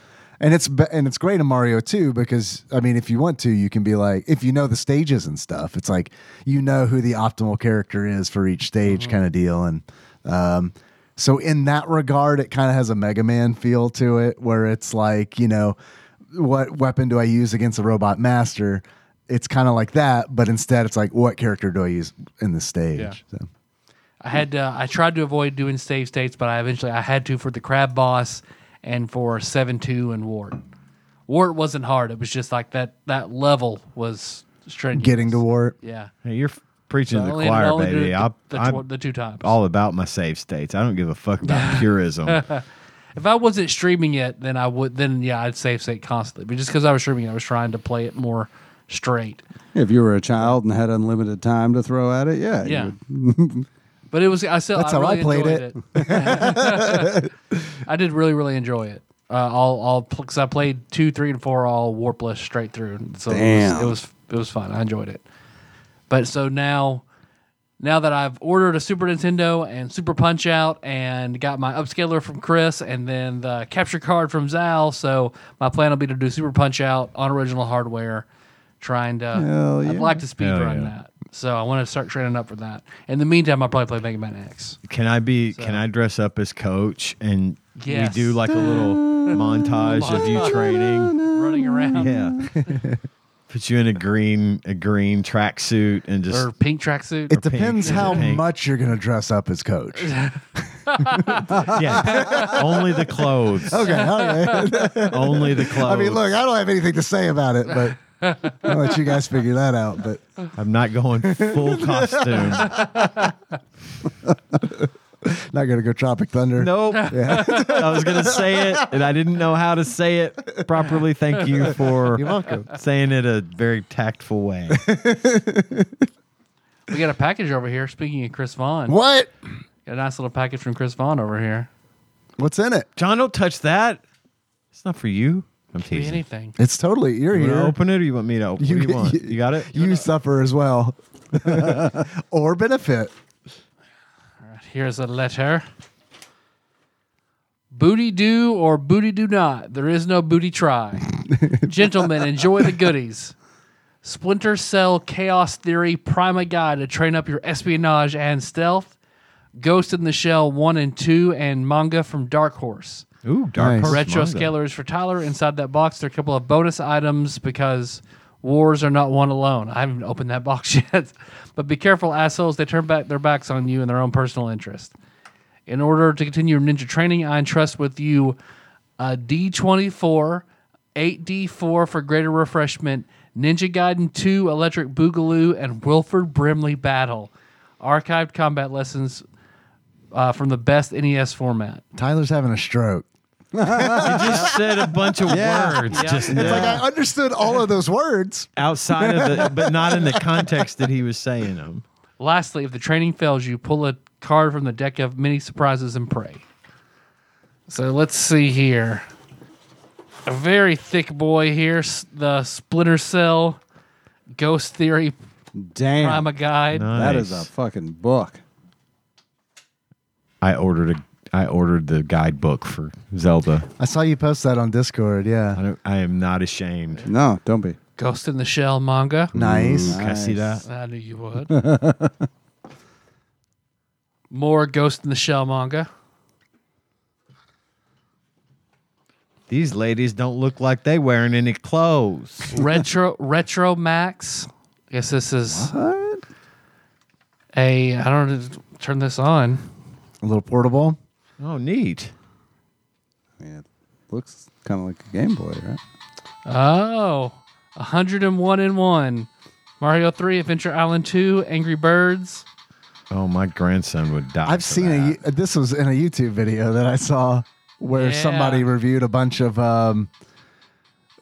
Speaker 3: And it's be- and it's great in Mario too because I mean if you want to you can be like if you know the stages and stuff it's like you know who the optimal character is for each stage kind of deal and um so in that regard it kind of has a Mega Man feel to it where it's like you know what weapon do I use against a robot master it's kind of like that but instead it's like what character do I use in this stage
Speaker 1: Yeah.
Speaker 3: so,
Speaker 1: I had uh, I tried to avoid doing save states, but I eventually I had to for the crab boss and for seven two and Wart. Wart wasn't hard. It was just like that that level was strenuous. <laughs>
Speaker 3: getting to war
Speaker 1: yeah.
Speaker 4: Hey, you're f- preaching to the
Speaker 1: Only-
Speaker 4: choir,
Speaker 1: only did
Speaker 4: baby.
Speaker 1: it
Speaker 4: I,
Speaker 1: the,
Speaker 4: I'm
Speaker 1: tw- the two times.
Speaker 4: all about my safe states. I don't give a fuck about purism.
Speaker 1: <laughs> If I wasn't streaming it, then I would. Then yeah, I'd save state constantly. But just because I was streaming, it, I was trying to play it more straight.
Speaker 2: If you were a child and had unlimited time to throw at it, yeah, you
Speaker 1: Yeah.
Speaker 2: would- <laughs>
Speaker 1: but it was. I still.
Speaker 3: That's
Speaker 1: I
Speaker 3: how I
Speaker 1: really
Speaker 3: played
Speaker 1: enjoyed it. <laughs>
Speaker 3: <laughs>
Speaker 1: I did really, really enjoy it. Uh, all, all, because I played two, three, and four all warpless straight through. So It, was, it
Speaker 2: Damn.
Speaker 1: was, it was fun. I enjoyed it. But so now, now that I've ordered a Super Nintendo and Super Punch Out and got my upscaler from Chris and then the capture card from Zal, so my plan will be to do Super Punch Out on original hardware, trying to.
Speaker 2: Hell
Speaker 1: I'd
Speaker 2: yeah.
Speaker 1: like to speed
Speaker 4: Hell
Speaker 1: run
Speaker 4: yeah.
Speaker 1: that, so I want to start training up for that. In the meantime, I'll probably play Mega Man X.
Speaker 4: Can I be?
Speaker 1: So-
Speaker 4: Can I dress up as coach and
Speaker 1: Yes.
Speaker 4: we do like a little montage of you training?
Speaker 1: Running around
Speaker 4: Yeah. <laughs> Put you in a green a green tracksuit and just
Speaker 1: or pink tracksuit.
Speaker 3: it
Speaker 4: pink,
Speaker 3: depends
Speaker 4: is it
Speaker 3: how
Speaker 4: pink? <laughs>
Speaker 3: much you're gonna dress up as coach
Speaker 4: yeah. <laughs>
Speaker 3: <laughs>
Speaker 4: only the clothes.
Speaker 3: okay okay.
Speaker 4: Only the clothes.
Speaker 3: <laughs> I mean, look, I don't have anything to say about it, but I'll let you guys figure that out. But
Speaker 4: I'm not going
Speaker 3: <laughs>
Speaker 4: full costume.
Speaker 3: not gonna go Tropic
Speaker 4: <laughs>
Speaker 3: Thunder. <laughs>
Speaker 4: Nope. I was going to say it, and I didn't know how to say it properly. Thank you
Speaker 3: <laughs>
Speaker 4: for saying it a very tactful way.
Speaker 1: We got a package over here. Speaking of Chris Vaughn,
Speaker 3: What?
Speaker 1: got a nice little package from Chris Vaughn over here.
Speaker 3: What's in it?
Speaker 4: John, don't touch that. It's not for you. I'm
Speaker 1: Could be
Speaker 4: teasing.
Speaker 1: anything.
Speaker 3: It's totally you're
Speaker 4: You
Speaker 3: here.
Speaker 4: want to open it, or you want me to open? You, what do you want? You, got it.
Speaker 3: You suffer as well, <laughs> or benefit.
Speaker 1: All right, here's a letter. Booty do or booty do not. There is no booty try. Gentlemen, enjoy the goodies. Splinter Cell Chaos Theory Prima Guide to train up your espionage and stealth. Ghost in the Shell 1 and 2 and manga from Dark Horse.
Speaker 4: Ooh, dark
Speaker 3: Nice.
Speaker 4: horse
Speaker 1: retro
Speaker 4: manga.
Speaker 1: scalers for Tyler. Inside that box, there are a couple of bonus items because wars are not won alone. I haven't opened that <laughs> box yet, but be careful, assholes. They turn back their backs on you and their own personal interest. In order to continue your ninja training, I entrust with you a D24, 8D4 for greater refreshment, Ninja Gaiden 2, Electric Boogaloo, and Wilford Brimley Battle. Archived combat lessons uh, from the best NES format.
Speaker 3: <laughs> Tyler's having a stroke. <laughs>
Speaker 4: You just said a bunch of words just now,
Speaker 3: Like I understood all of those words.
Speaker 4: <laughs> outside of the, but not in the context that he was saying them.
Speaker 1: Lastly, if the training fails you, pull a card from the deck of many surprises and pray. So let's see here. A very thick boy here, s- the Splinter Cell, Ghost Theory,
Speaker 2: Damn.
Speaker 1: I'm a Guide.
Speaker 2: that is a fucking book.
Speaker 4: I ordered a. I ordered the guidebook for Zelda.
Speaker 3: I saw you post that on Discord.
Speaker 4: I
Speaker 3: Yeah,
Speaker 4: don't. I am not ashamed.
Speaker 2: No, don't be.
Speaker 1: Ghost in the Shell manga.
Speaker 3: nice.
Speaker 4: Can I see that?
Speaker 1: I knew you would. <laughs>
Speaker 2: <laughs>
Speaker 1: More Ghost in the Shell manga.
Speaker 4: These ladies don't look like they wearing any clothes.
Speaker 1: Retro Retro Max. I guess this is a. I don't know. Turn this on.
Speaker 3: A little portable.
Speaker 4: Oh, neat.
Speaker 2: I mean, it looks kind of like a Game Boy, right?
Speaker 1: Oh, 101 and 1. Mario 3, Adventure Island 2, Angry Birds.
Speaker 4: Oh, my grandson would die.
Speaker 3: I've
Speaker 4: for
Speaker 3: seen
Speaker 4: that.
Speaker 3: a. Yo- This was in a YouTube video that I saw where
Speaker 1: Yeah.
Speaker 3: somebody reviewed a bunch of um,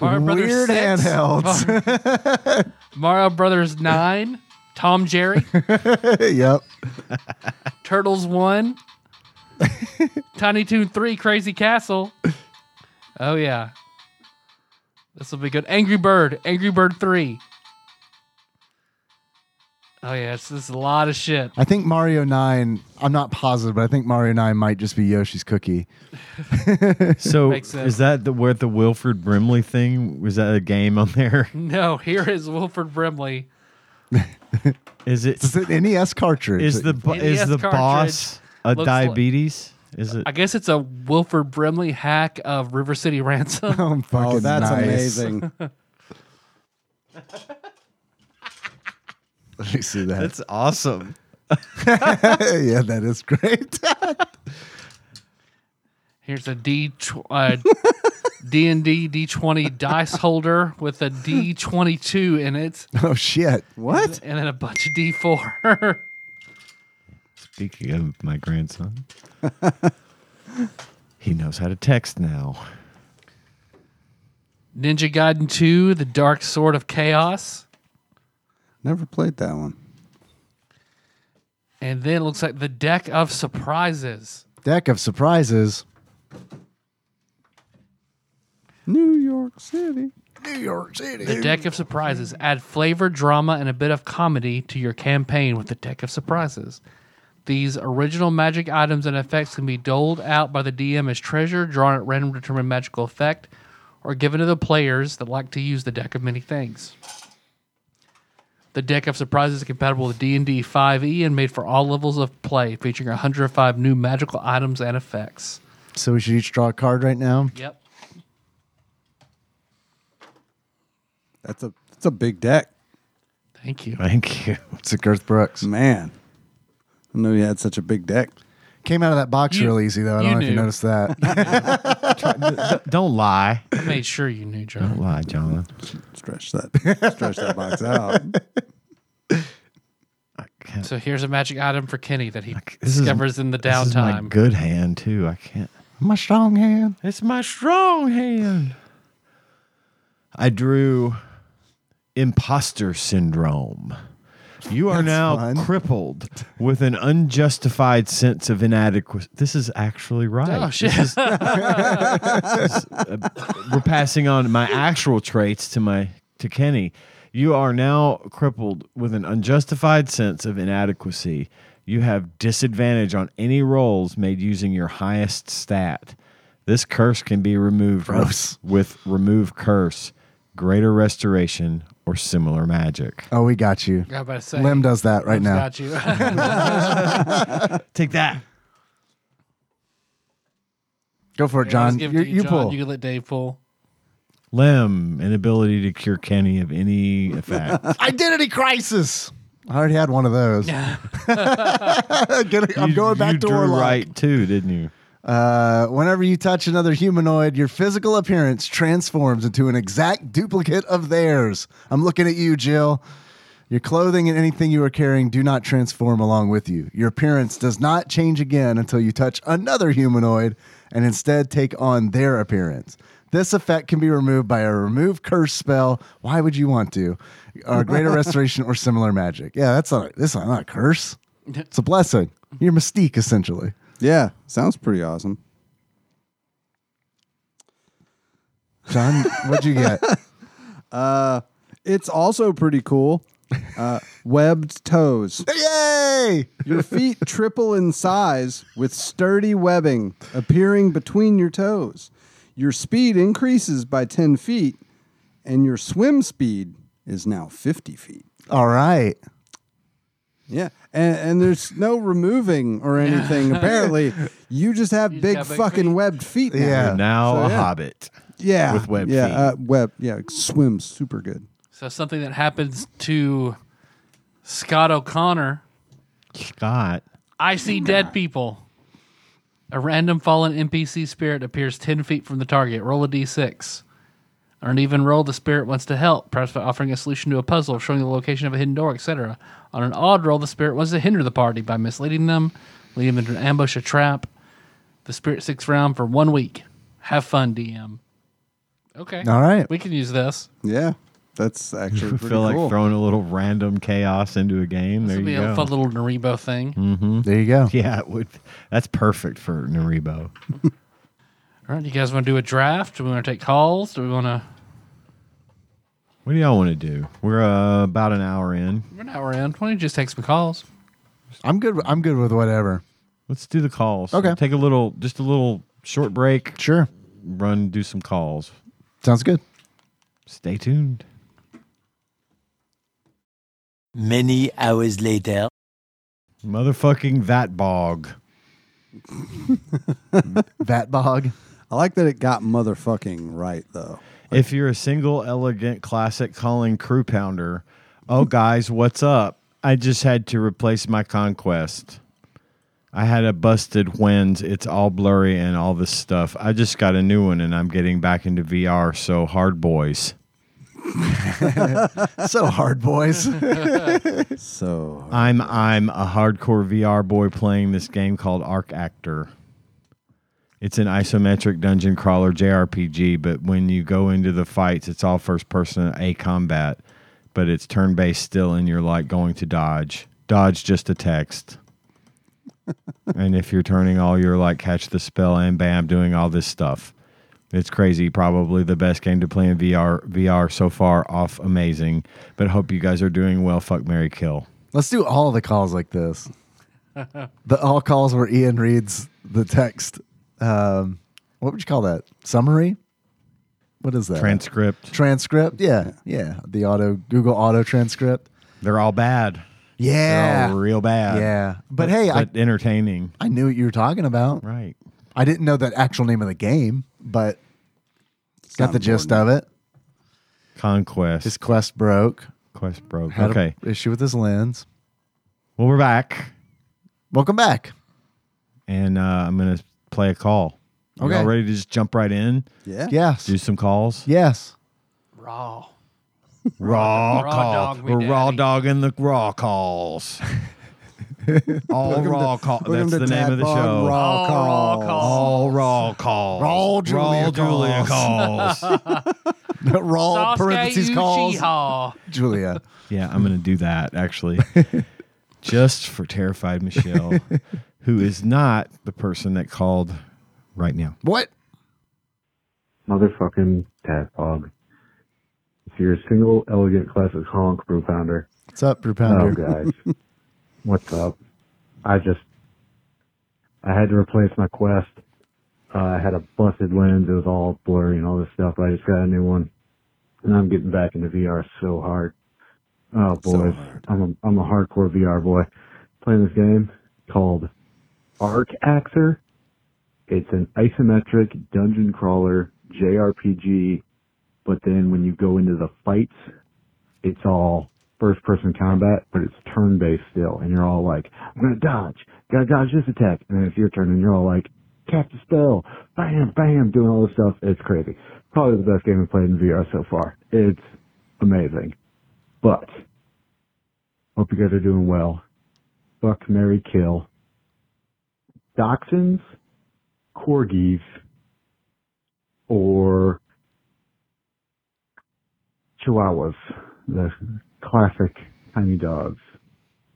Speaker 1: Mario
Speaker 3: weird
Speaker 1: Brothers 6,
Speaker 3: handhelds.
Speaker 1: Mario Brothers 9, Tom
Speaker 3: <laughs>
Speaker 1: Jerry,
Speaker 3: yep.
Speaker 1: Turtles
Speaker 3: <laughs>
Speaker 1: 1, Tiny Toon 3, Crazy Castle. Oh, yeah. This will be good. Angry Bird, Angry Bird 3. Oh, yeah, it's, this is a lot of shit.
Speaker 3: I think Mario Nine. I'm not positive, but I think Mario Nine might just be Yoshi's Cookie.
Speaker 4: <laughs> So
Speaker 1: Makes sense.
Speaker 4: is that the where the Wilford Brimley thing was that a game on there?
Speaker 1: No, here is Wilford Brimley.
Speaker 4: Is it
Speaker 3: It's an NES E cartridge.
Speaker 4: is the bo- is
Speaker 1: NES
Speaker 4: the boss a
Speaker 1: looks like-
Speaker 4: diabetes? is it
Speaker 1: I guess it's a Wilford Brimley hack of River City Ransom.
Speaker 3: <laughs> oh, fucking
Speaker 2: Oh, that's
Speaker 3: nice.
Speaker 2: amazing.
Speaker 3: Let me see that.
Speaker 4: That's awesome.
Speaker 3: <laughs> yeah, that is great.
Speaker 1: <laughs>
Speaker 3: <laughs>
Speaker 1: Here's a D uh,
Speaker 2: <laughs>
Speaker 1: D and D D twenty dice holder with a D twenty two in it,
Speaker 3: <laughs> oh shit.
Speaker 2: what?
Speaker 1: and then a bunch of D four. <laughs>
Speaker 4: Speaking of my grandson, he knows how to text now.
Speaker 1: Ninja Gaiden two, the Dark Sword of Chaos,
Speaker 2: Never played that one.
Speaker 1: and then it looks like the deck of surprises.
Speaker 3: Deck of surprises.
Speaker 2: New York City.
Speaker 3: New York City.
Speaker 1: The deck of surprises add flavor, drama, and a bit of comedy to your campaign with the deck of surprises. These original magic items and effects can be doled out by the DM as treasure, drawn at random to determine magical effect, or given to the players that like to use the deck of many things. The deck of surprises is compatible with D&D 5e E and made for all levels of play, featuring 105 new magical items and effects.
Speaker 3: So we should each draw a card right now.
Speaker 1: Yep.
Speaker 2: That's a that's a big deck,
Speaker 1: Thank you.
Speaker 4: Thank you.
Speaker 3: It's a Girth Brooks.
Speaker 2: man. I know you had such a big deck.
Speaker 3: Came out of that box
Speaker 1: You-
Speaker 3: real easy though. I
Speaker 1: you
Speaker 3: don't know if you
Speaker 1: knew.
Speaker 3: noticed that.
Speaker 4: <laughs> Don't lie.
Speaker 1: I made sure you knew, John.
Speaker 4: Don't lie, John.
Speaker 2: Stretch that stretch that box out.
Speaker 4: I can't.
Speaker 1: So here's a magic item for Kenny that he
Speaker 4: this is-
Speaker 1: discovers in the
Speaker 4: this is my
Speaker 1: downtime.
Speaker 4: good hand too. I can't.
Speaker 3: My strong hand.
Speaker 4: It's my strong
Speaker 3: <laughs>
Speaker 4: hand. I drew imposter syndrome. You are
Speaker 3: That's
Speaker 4: now
Speaker 3: fun.
Speaker 4: crippled with an unjustified sense of inadequacy. This is actually right.
Speaker 1: Oh shit!
Speaker 4: uh, We're passing on my actual traits to my to Kenny. You are now crippled with an unjustified sense of inadequacy. You have disadvantage on any rolls made using your highest stat. This curse can be removed with,
Speaker 3: Gross.
Speaker 4: with remove curse, greater restoration, or similar magic.
Speaker 3: Oh, we got you.
Speaker 1: I was about to say,
Speaker 3: Lim does that right
Speaker 1: Lim's
Speaker 3: now.
Speaker 1: Got you.
Speaker 4: <laughs> Take that.
Speaker 3: Go for it,
Speaker 1: Let's
Speaker 3: John.
Speaker 1: give it
Speaker 3: You,
Speaker 1: to
Speaker 3: you
Speaker 1: John.
Speaker 3: pull.
Speaker 1: You can let Dave pull.
Speaker 4: <laughs> Lim, inability to cure Kenny of any effect.
Speaker 3: <laughs> Identity crisis. I already had one of those. Gonna- I'm
Speaker 4: You-
Speaker 3: going back
Speaker 4: you
Speaker 3: to
Speaker 4: drew
Speaker 3: Warlock.
Speaker 4: right too, didn't you?
Speaker 3: Uh, whenever you touch another humanoid, your physical appearance transforms into an exact duplicate of theirs. I'm looking at you, Jill. Your clothing and anything you are carrying do not transform along with you. Your appearance does not change again until you touch another humanoid and instead take on their appearance. This effect can be removed by a remove curse spell. Why would you want to? Or greater restoration or similar magic. Yeah, that's not, that's not a curse. It's a blessing. You're mystique, essentially.
Speaker 2: Yeah, sounds pretty awesome. <laughs>
Speaker 3: John, what'd you
Speaker 2: <laughs>
Speaker 3: get?
Speaker 2: Uh, It's also pretty cool. Uh, webbed toes.
Speaker 3: Yay!
Speaker 2: Your feet triple in size with sturdy webbing appearing between your toes. Your speed increases by 10 feet, and your swim speed is now 50 feet.
Speaker 3: All right.
Speaker 2: Yeah. And, and there's no removing or anything, apparently. You just have
Speaker 1: just
Speaker 2: big
Speaker 1: got big
Speaker 2: fucking
Speaker 1: feet.
Speaker 2: webbed feet now.
Speaker 3: Yeah.
Speaker 4: You're now
Speaker 2: So,
Speaker 4: a
Speaker 2: yeah.
Speaker 4: hobbit.
Speaker 2: Yeah.
Speaker 4: With webbed
Speaker 2: yeah,
Speaker 4: feet.
Speaker 2: Uh, web. Yeah. Swims super good.
Speaker 1: <laughs> So something that happens to Scott O'Connor.
Speaker 4: Scott.
Speaker 1: I see dead people. A random fallen NPC spirit appears 10 feet from the target. Roll a d6. Or an even roll the spirit wants to help, perhaps by offering a solution to a puzzle, showing the location of a hidden door, etc. On an odd roll, the spirit wants to hinder the party by misleading them, leading them to an ambush, a trap. The spirit sticks around for one week. Have fun, DM. Okay.
Speaker 3: All right.
Speaker 1: We can use this.
Speaker 2: Yeah. That's actually
Speaker 4: I
Speaker 2: pretty
Speaker 4: feel like
Speaker 2: cool.
Speaker 4: throwing a little random chaos into a game.
Speaker 1: This
Speaker 4: There
Speaker 1: will be
Speaker 4: you
Speaker 1: a
Speaker 4: go. Hmm. Mm-hmm.
Speaker 1: fun little Naribo thing.
Speaker 3: There you go.
Speaker 4: <laughs> Yeah, it would. That's perfect for Naribo.
Speaker 1: All right, you guys want to do a draft? Do we want to take calls? Do we want <laughs> to?
Speaker 4: What do y'all want to do? We're uh, about an hour in.
Speaker 1: We're an hour in. Why don't you just take some calls?
Speaker 3: I'm good. I'm good with whatever.
Speaker 4: Let's do the calls.
Speaker 3: Okay.
Speaker 4: Take a little, just a little short break.
Speaker 3: Sure.
Speaker 4: Run, do some calls.
Speaker 3: Sounds good.
Speaker 4: Stay tuned.
Speaker 6: Many hours later.
Speaker 4: Motherfucking that bog.
Speaker 3: Vat bog.
Speaker 2: I like that it got motherfucking right, though.
Speaker 4: If you're a single, elegant, classic calling crew pounder, oh, guys, what's up? I just had to replace my conquest. I had a busted wins. It's all blurry and all this stuff. I just got a new one and I'm getting back into VR. So hard, boys.
Speaker 3: <laughs> So
Speaker 2: <laughs>
Speaker 3: hard, boys.
Speaker 2: So,
Speaker 4: <laughs> I'm I'm a hardcore VR boy playing this game called Arc Actor. It's an isometric dungeon crawler JRPG, but when you go into the fights, it's all first person A combat, but it's turn based still, and you're like going to dodge. Dodge just a text. and if you're turning all your like catch the spell and bam, doing all this stuff. It's crazy. Probably the best game to play in VR VR so far off amazing. But hope you guys are doing well. Fuck Mary Kill.
Speaker 3: Let's do all the calls like this. The all calls where Ian reads the text. Um, what would you call that? Summary. What is that?
Speaker 4: transcript.
Speaker 3: transcript. Yeah, yeah. The auto Google auto transcript.
Speaker 4: They're all bad. They're all
Speaker 3: Yeah,
Speaker 4: real bad.
Speaker 3: yeah. But, hey, I,
Speaker 4: but entertaining.
Speaker 3: I knew what you were talking about.
Speaker 4: Right.
Speaker 3: I didn't know that actual name of the game, but got
Speaker 2: not
Speaker 3: the gist of it.
Speaker 4: Conquest.
Speaker 3: His quest broke.
Speaker 4: Quest broke.
Speaker 3: Had
Speaker 4: okay.
Speaker 3: a issue with his lens.
Speaker 4: well, we're back,
Speaker 3: Welcome back.
Speaker 4: and uh, I'm gonna play a call.
Speaker 3: Okay.
Speaker 4: Y'all ready to just jump right in?
Speaker 2: yeah.
Speaker 3: Yes.
Speaker 4: Do some calls.
Speaker 3: Yes.
Speaker 1: Raw.
Speaker 4: Raw,
Speaker 1: Raw
Speaker 4: call.
Speaker 1: dog me
Speaker 4: we're raw
Speaker 1: daddy.
Speaker 4: dogging the raw calls. all raw calls. That's
Speaker 2: Welcome to
Speaker 4: the name of the
Speaker 2: Tadpog
Speaker 4: show.
Speaker 2: Raw
Speaker 1: Raw
Speaker 2: Calls.
Speaker 1: Calls.
Speaker 4: All raw calls.
Speaker 3: Raw Julia
Speaker 4: Julia
Speaker 2: <laughs>
Speaker 4: calls. <laughs>
Speaker 3: Raw parentheses calls.
Speaker 1: Uchiha.
Speaker 3: Julia.
Speaker 4: Yeah, I'm going to do that actually. <laughs> Just for terrified Michelle, who is not the person that called right now.
Speaker 3: What?
Speaker 5: motherfucking tadpog. If you're a single, elegant, classic honk brew pounder,
Speaker 3: What's up, Brew
Speaker 5: oh
Speaker 3: Pounder?
Speaker 5: guys, what's up? I just, I had to replace my Quest. Uh, I had a busted lens; it was all blurry and all this stuff. But I just got a new one, and I'm getting back into VR so hard. Oh boys, I'm a, I'm a hardcore VR boy. Playing this game called Arc Axer. It's an isometric dungeon crawler JRPG, but then when you go into the fights, it's all first person combat, but it's turn based still, and you're all like, I'm gonna dodge, gotta dodge this attack, and then it's your turn, and you're all like, cast a spell, bam, bam, doing all this stuff. It's crazy. Probably the best game we've played in VR so far. It's amazing. But hope you guys are doing well. Fuck, Mary, kill. Dachshunds, corgis, or chihuahuas, the classic tiny dogs.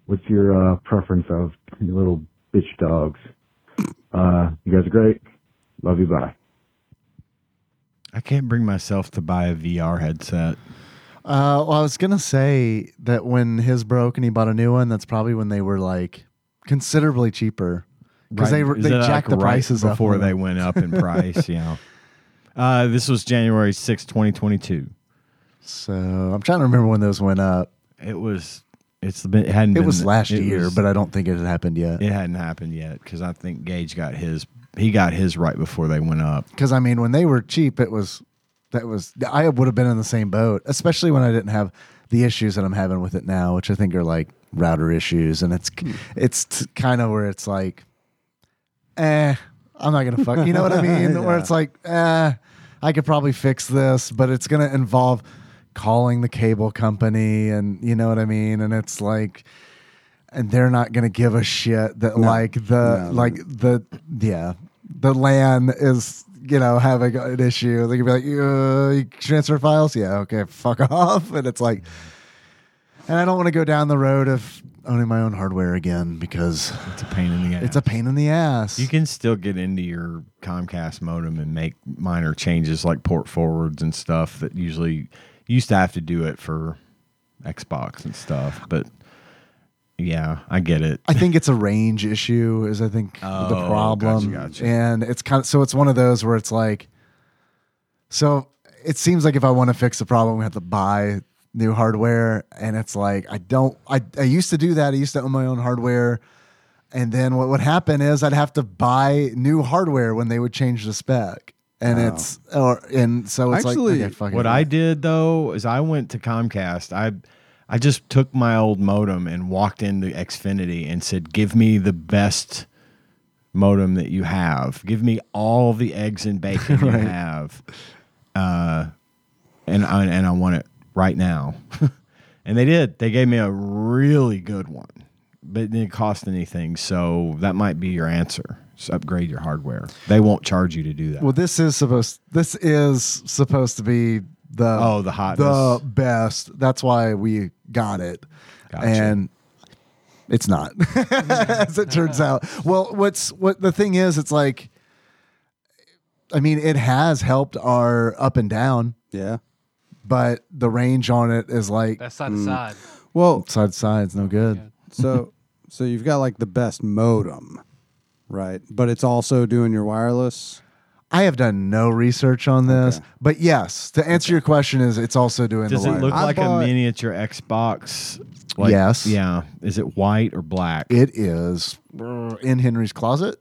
Speaker 5: What's your uh, preference of your little bitch dogs? Uh, you guys are great. Love you. Bye.
Speaker 4: I can't bring myself to buy a VR headset.
Speaker 3: <laughs> Uh, well, I was gonna say that when his broke and he bought a new one, that's probably when they were like considerably cheaper because they were
Speaker 4: Is
Speaker 3: they
Speaker 4: it, like,
Speaker 3: jacked the
Speaker 4: right
Speaker 3: prices up
Speaker 4: before
Speaker 3: on
Speaker 4: they
Speaker 3: them.
Speaker 4: went
Speaker 3: <laughs>
Speaker 4: up in price. you know, uh, this was January sixth, twenty 2022.
Speaker 3: So I'm trying to remember when those went up.
Speaker 4: It was. It's been. It hadn't.
Speaker 3: It
Speaker 4: been,
Speaker 3: was last
Speaker 4: it
Speaker 3: year,
Speaker 4: was-
Speaker 3: but I don't think it had happened yet.
Speaker 4: it hadn't happened yet because I think Gage got his. He got his right before they went up.
Speaker 3: Because I mean, when they were cheap, it was that was I would have been in the same boat, especially when I didn't have the issues that I'm having with it now, which I think are like router issues, and it's
Speaker 2: Hmm.
Speaker 3: it's t- kind of where it's like, eh, I'm not gonna fuck. You know what
Speaker 2: <laughs>
Speaker 3: I mean? Where it's like, eh, I could probably fix this, but it's gonna involve calling the cable company, and you know what I mean? And it's like. And they're not gonna give a shit that like the
Speaker 2: No.
Speaker 3: like the yeah the LAN is you know having an issue. They could be like, uh, you transfer files, yeah, okay, fuck <laughs> off, and it's like, and I don't want to go down the road of owning my own hardware again because
Speaker 4: It's a pain in the ass.
Speaker 3: <laughs> it's a pain in the ass.
Speaker 4: You can still get into your Comcast modem and make minor changes like port forwards and stuff that usually you used to have to do it for Xbox and stuff. But yeah, I get it.
Speaker 3: I think it's a range issue is I think
Speaker 4: Oh,
Speaker 3: the problem.
Speaker 4: gotcha, gotcha.
Speaker 3: And it's kind of so it's one of those where it's like so it seems like if I want to fix the problem we have to buy new hardware and it's like I don't I I used to do that. I used to own my own hardware and then what would happen is I'd have to buy new hardware when they would change the spec. And
Speaker 4: Oh.
Speaker 3: it's or and so it's
Speaker 2: Actually,
Speaker 3: like okay, fuck it.
Speaker 4: What I did though is I went to Comcast. I I just took my old modem and walked into Xfinity and said, "Give me the best modem that you have. Give me all the eggs
Speaker 3: <laughs>
Speaker 4: and bacon you have, uh, and I, and I want it right now." <laughs> and they did. They gave me a really good one, but it didn't cost anything. So that might be your answer. Just upgrade your hardware. They won't charge you to do that.
Speaker 3: Well, this is supposed this is supposed to be the
Speaker 4: Oh, the hotness.
Speaker 3: the best. That's why we got it,
Speaker 4: Gotcha.
Speaker 3: and it's not <laughs> as it turns out. Well, what's what the thing is? It's like, I mean, it has helped our up and down,
Speaker 2: Yeah.
Speaker 3: but the range on it is like
Speaker 1: That's side to side.
Speaker 2: Well,
Speaker 3: Mm. side to side's no good.
Speaker 2: so so you've got like the best modem, right? But it's also doing your wireless.
Speaker 3: I have done no research on this, but yes, to answer your question is it's also doing
Speaker 4: Does
Speaker 3: the
Speaker 4: it
Speaker 3: wire.
Speaker 4: look
Speaker 2: I
Speaker 4: like
Speaker 2: bought-
Speaker 4: a miniature Xbox?
Speaker 3: Yes.
Speaker 4: Yeah. Is it white or black?
Speaker 3: It is in Henry's closet.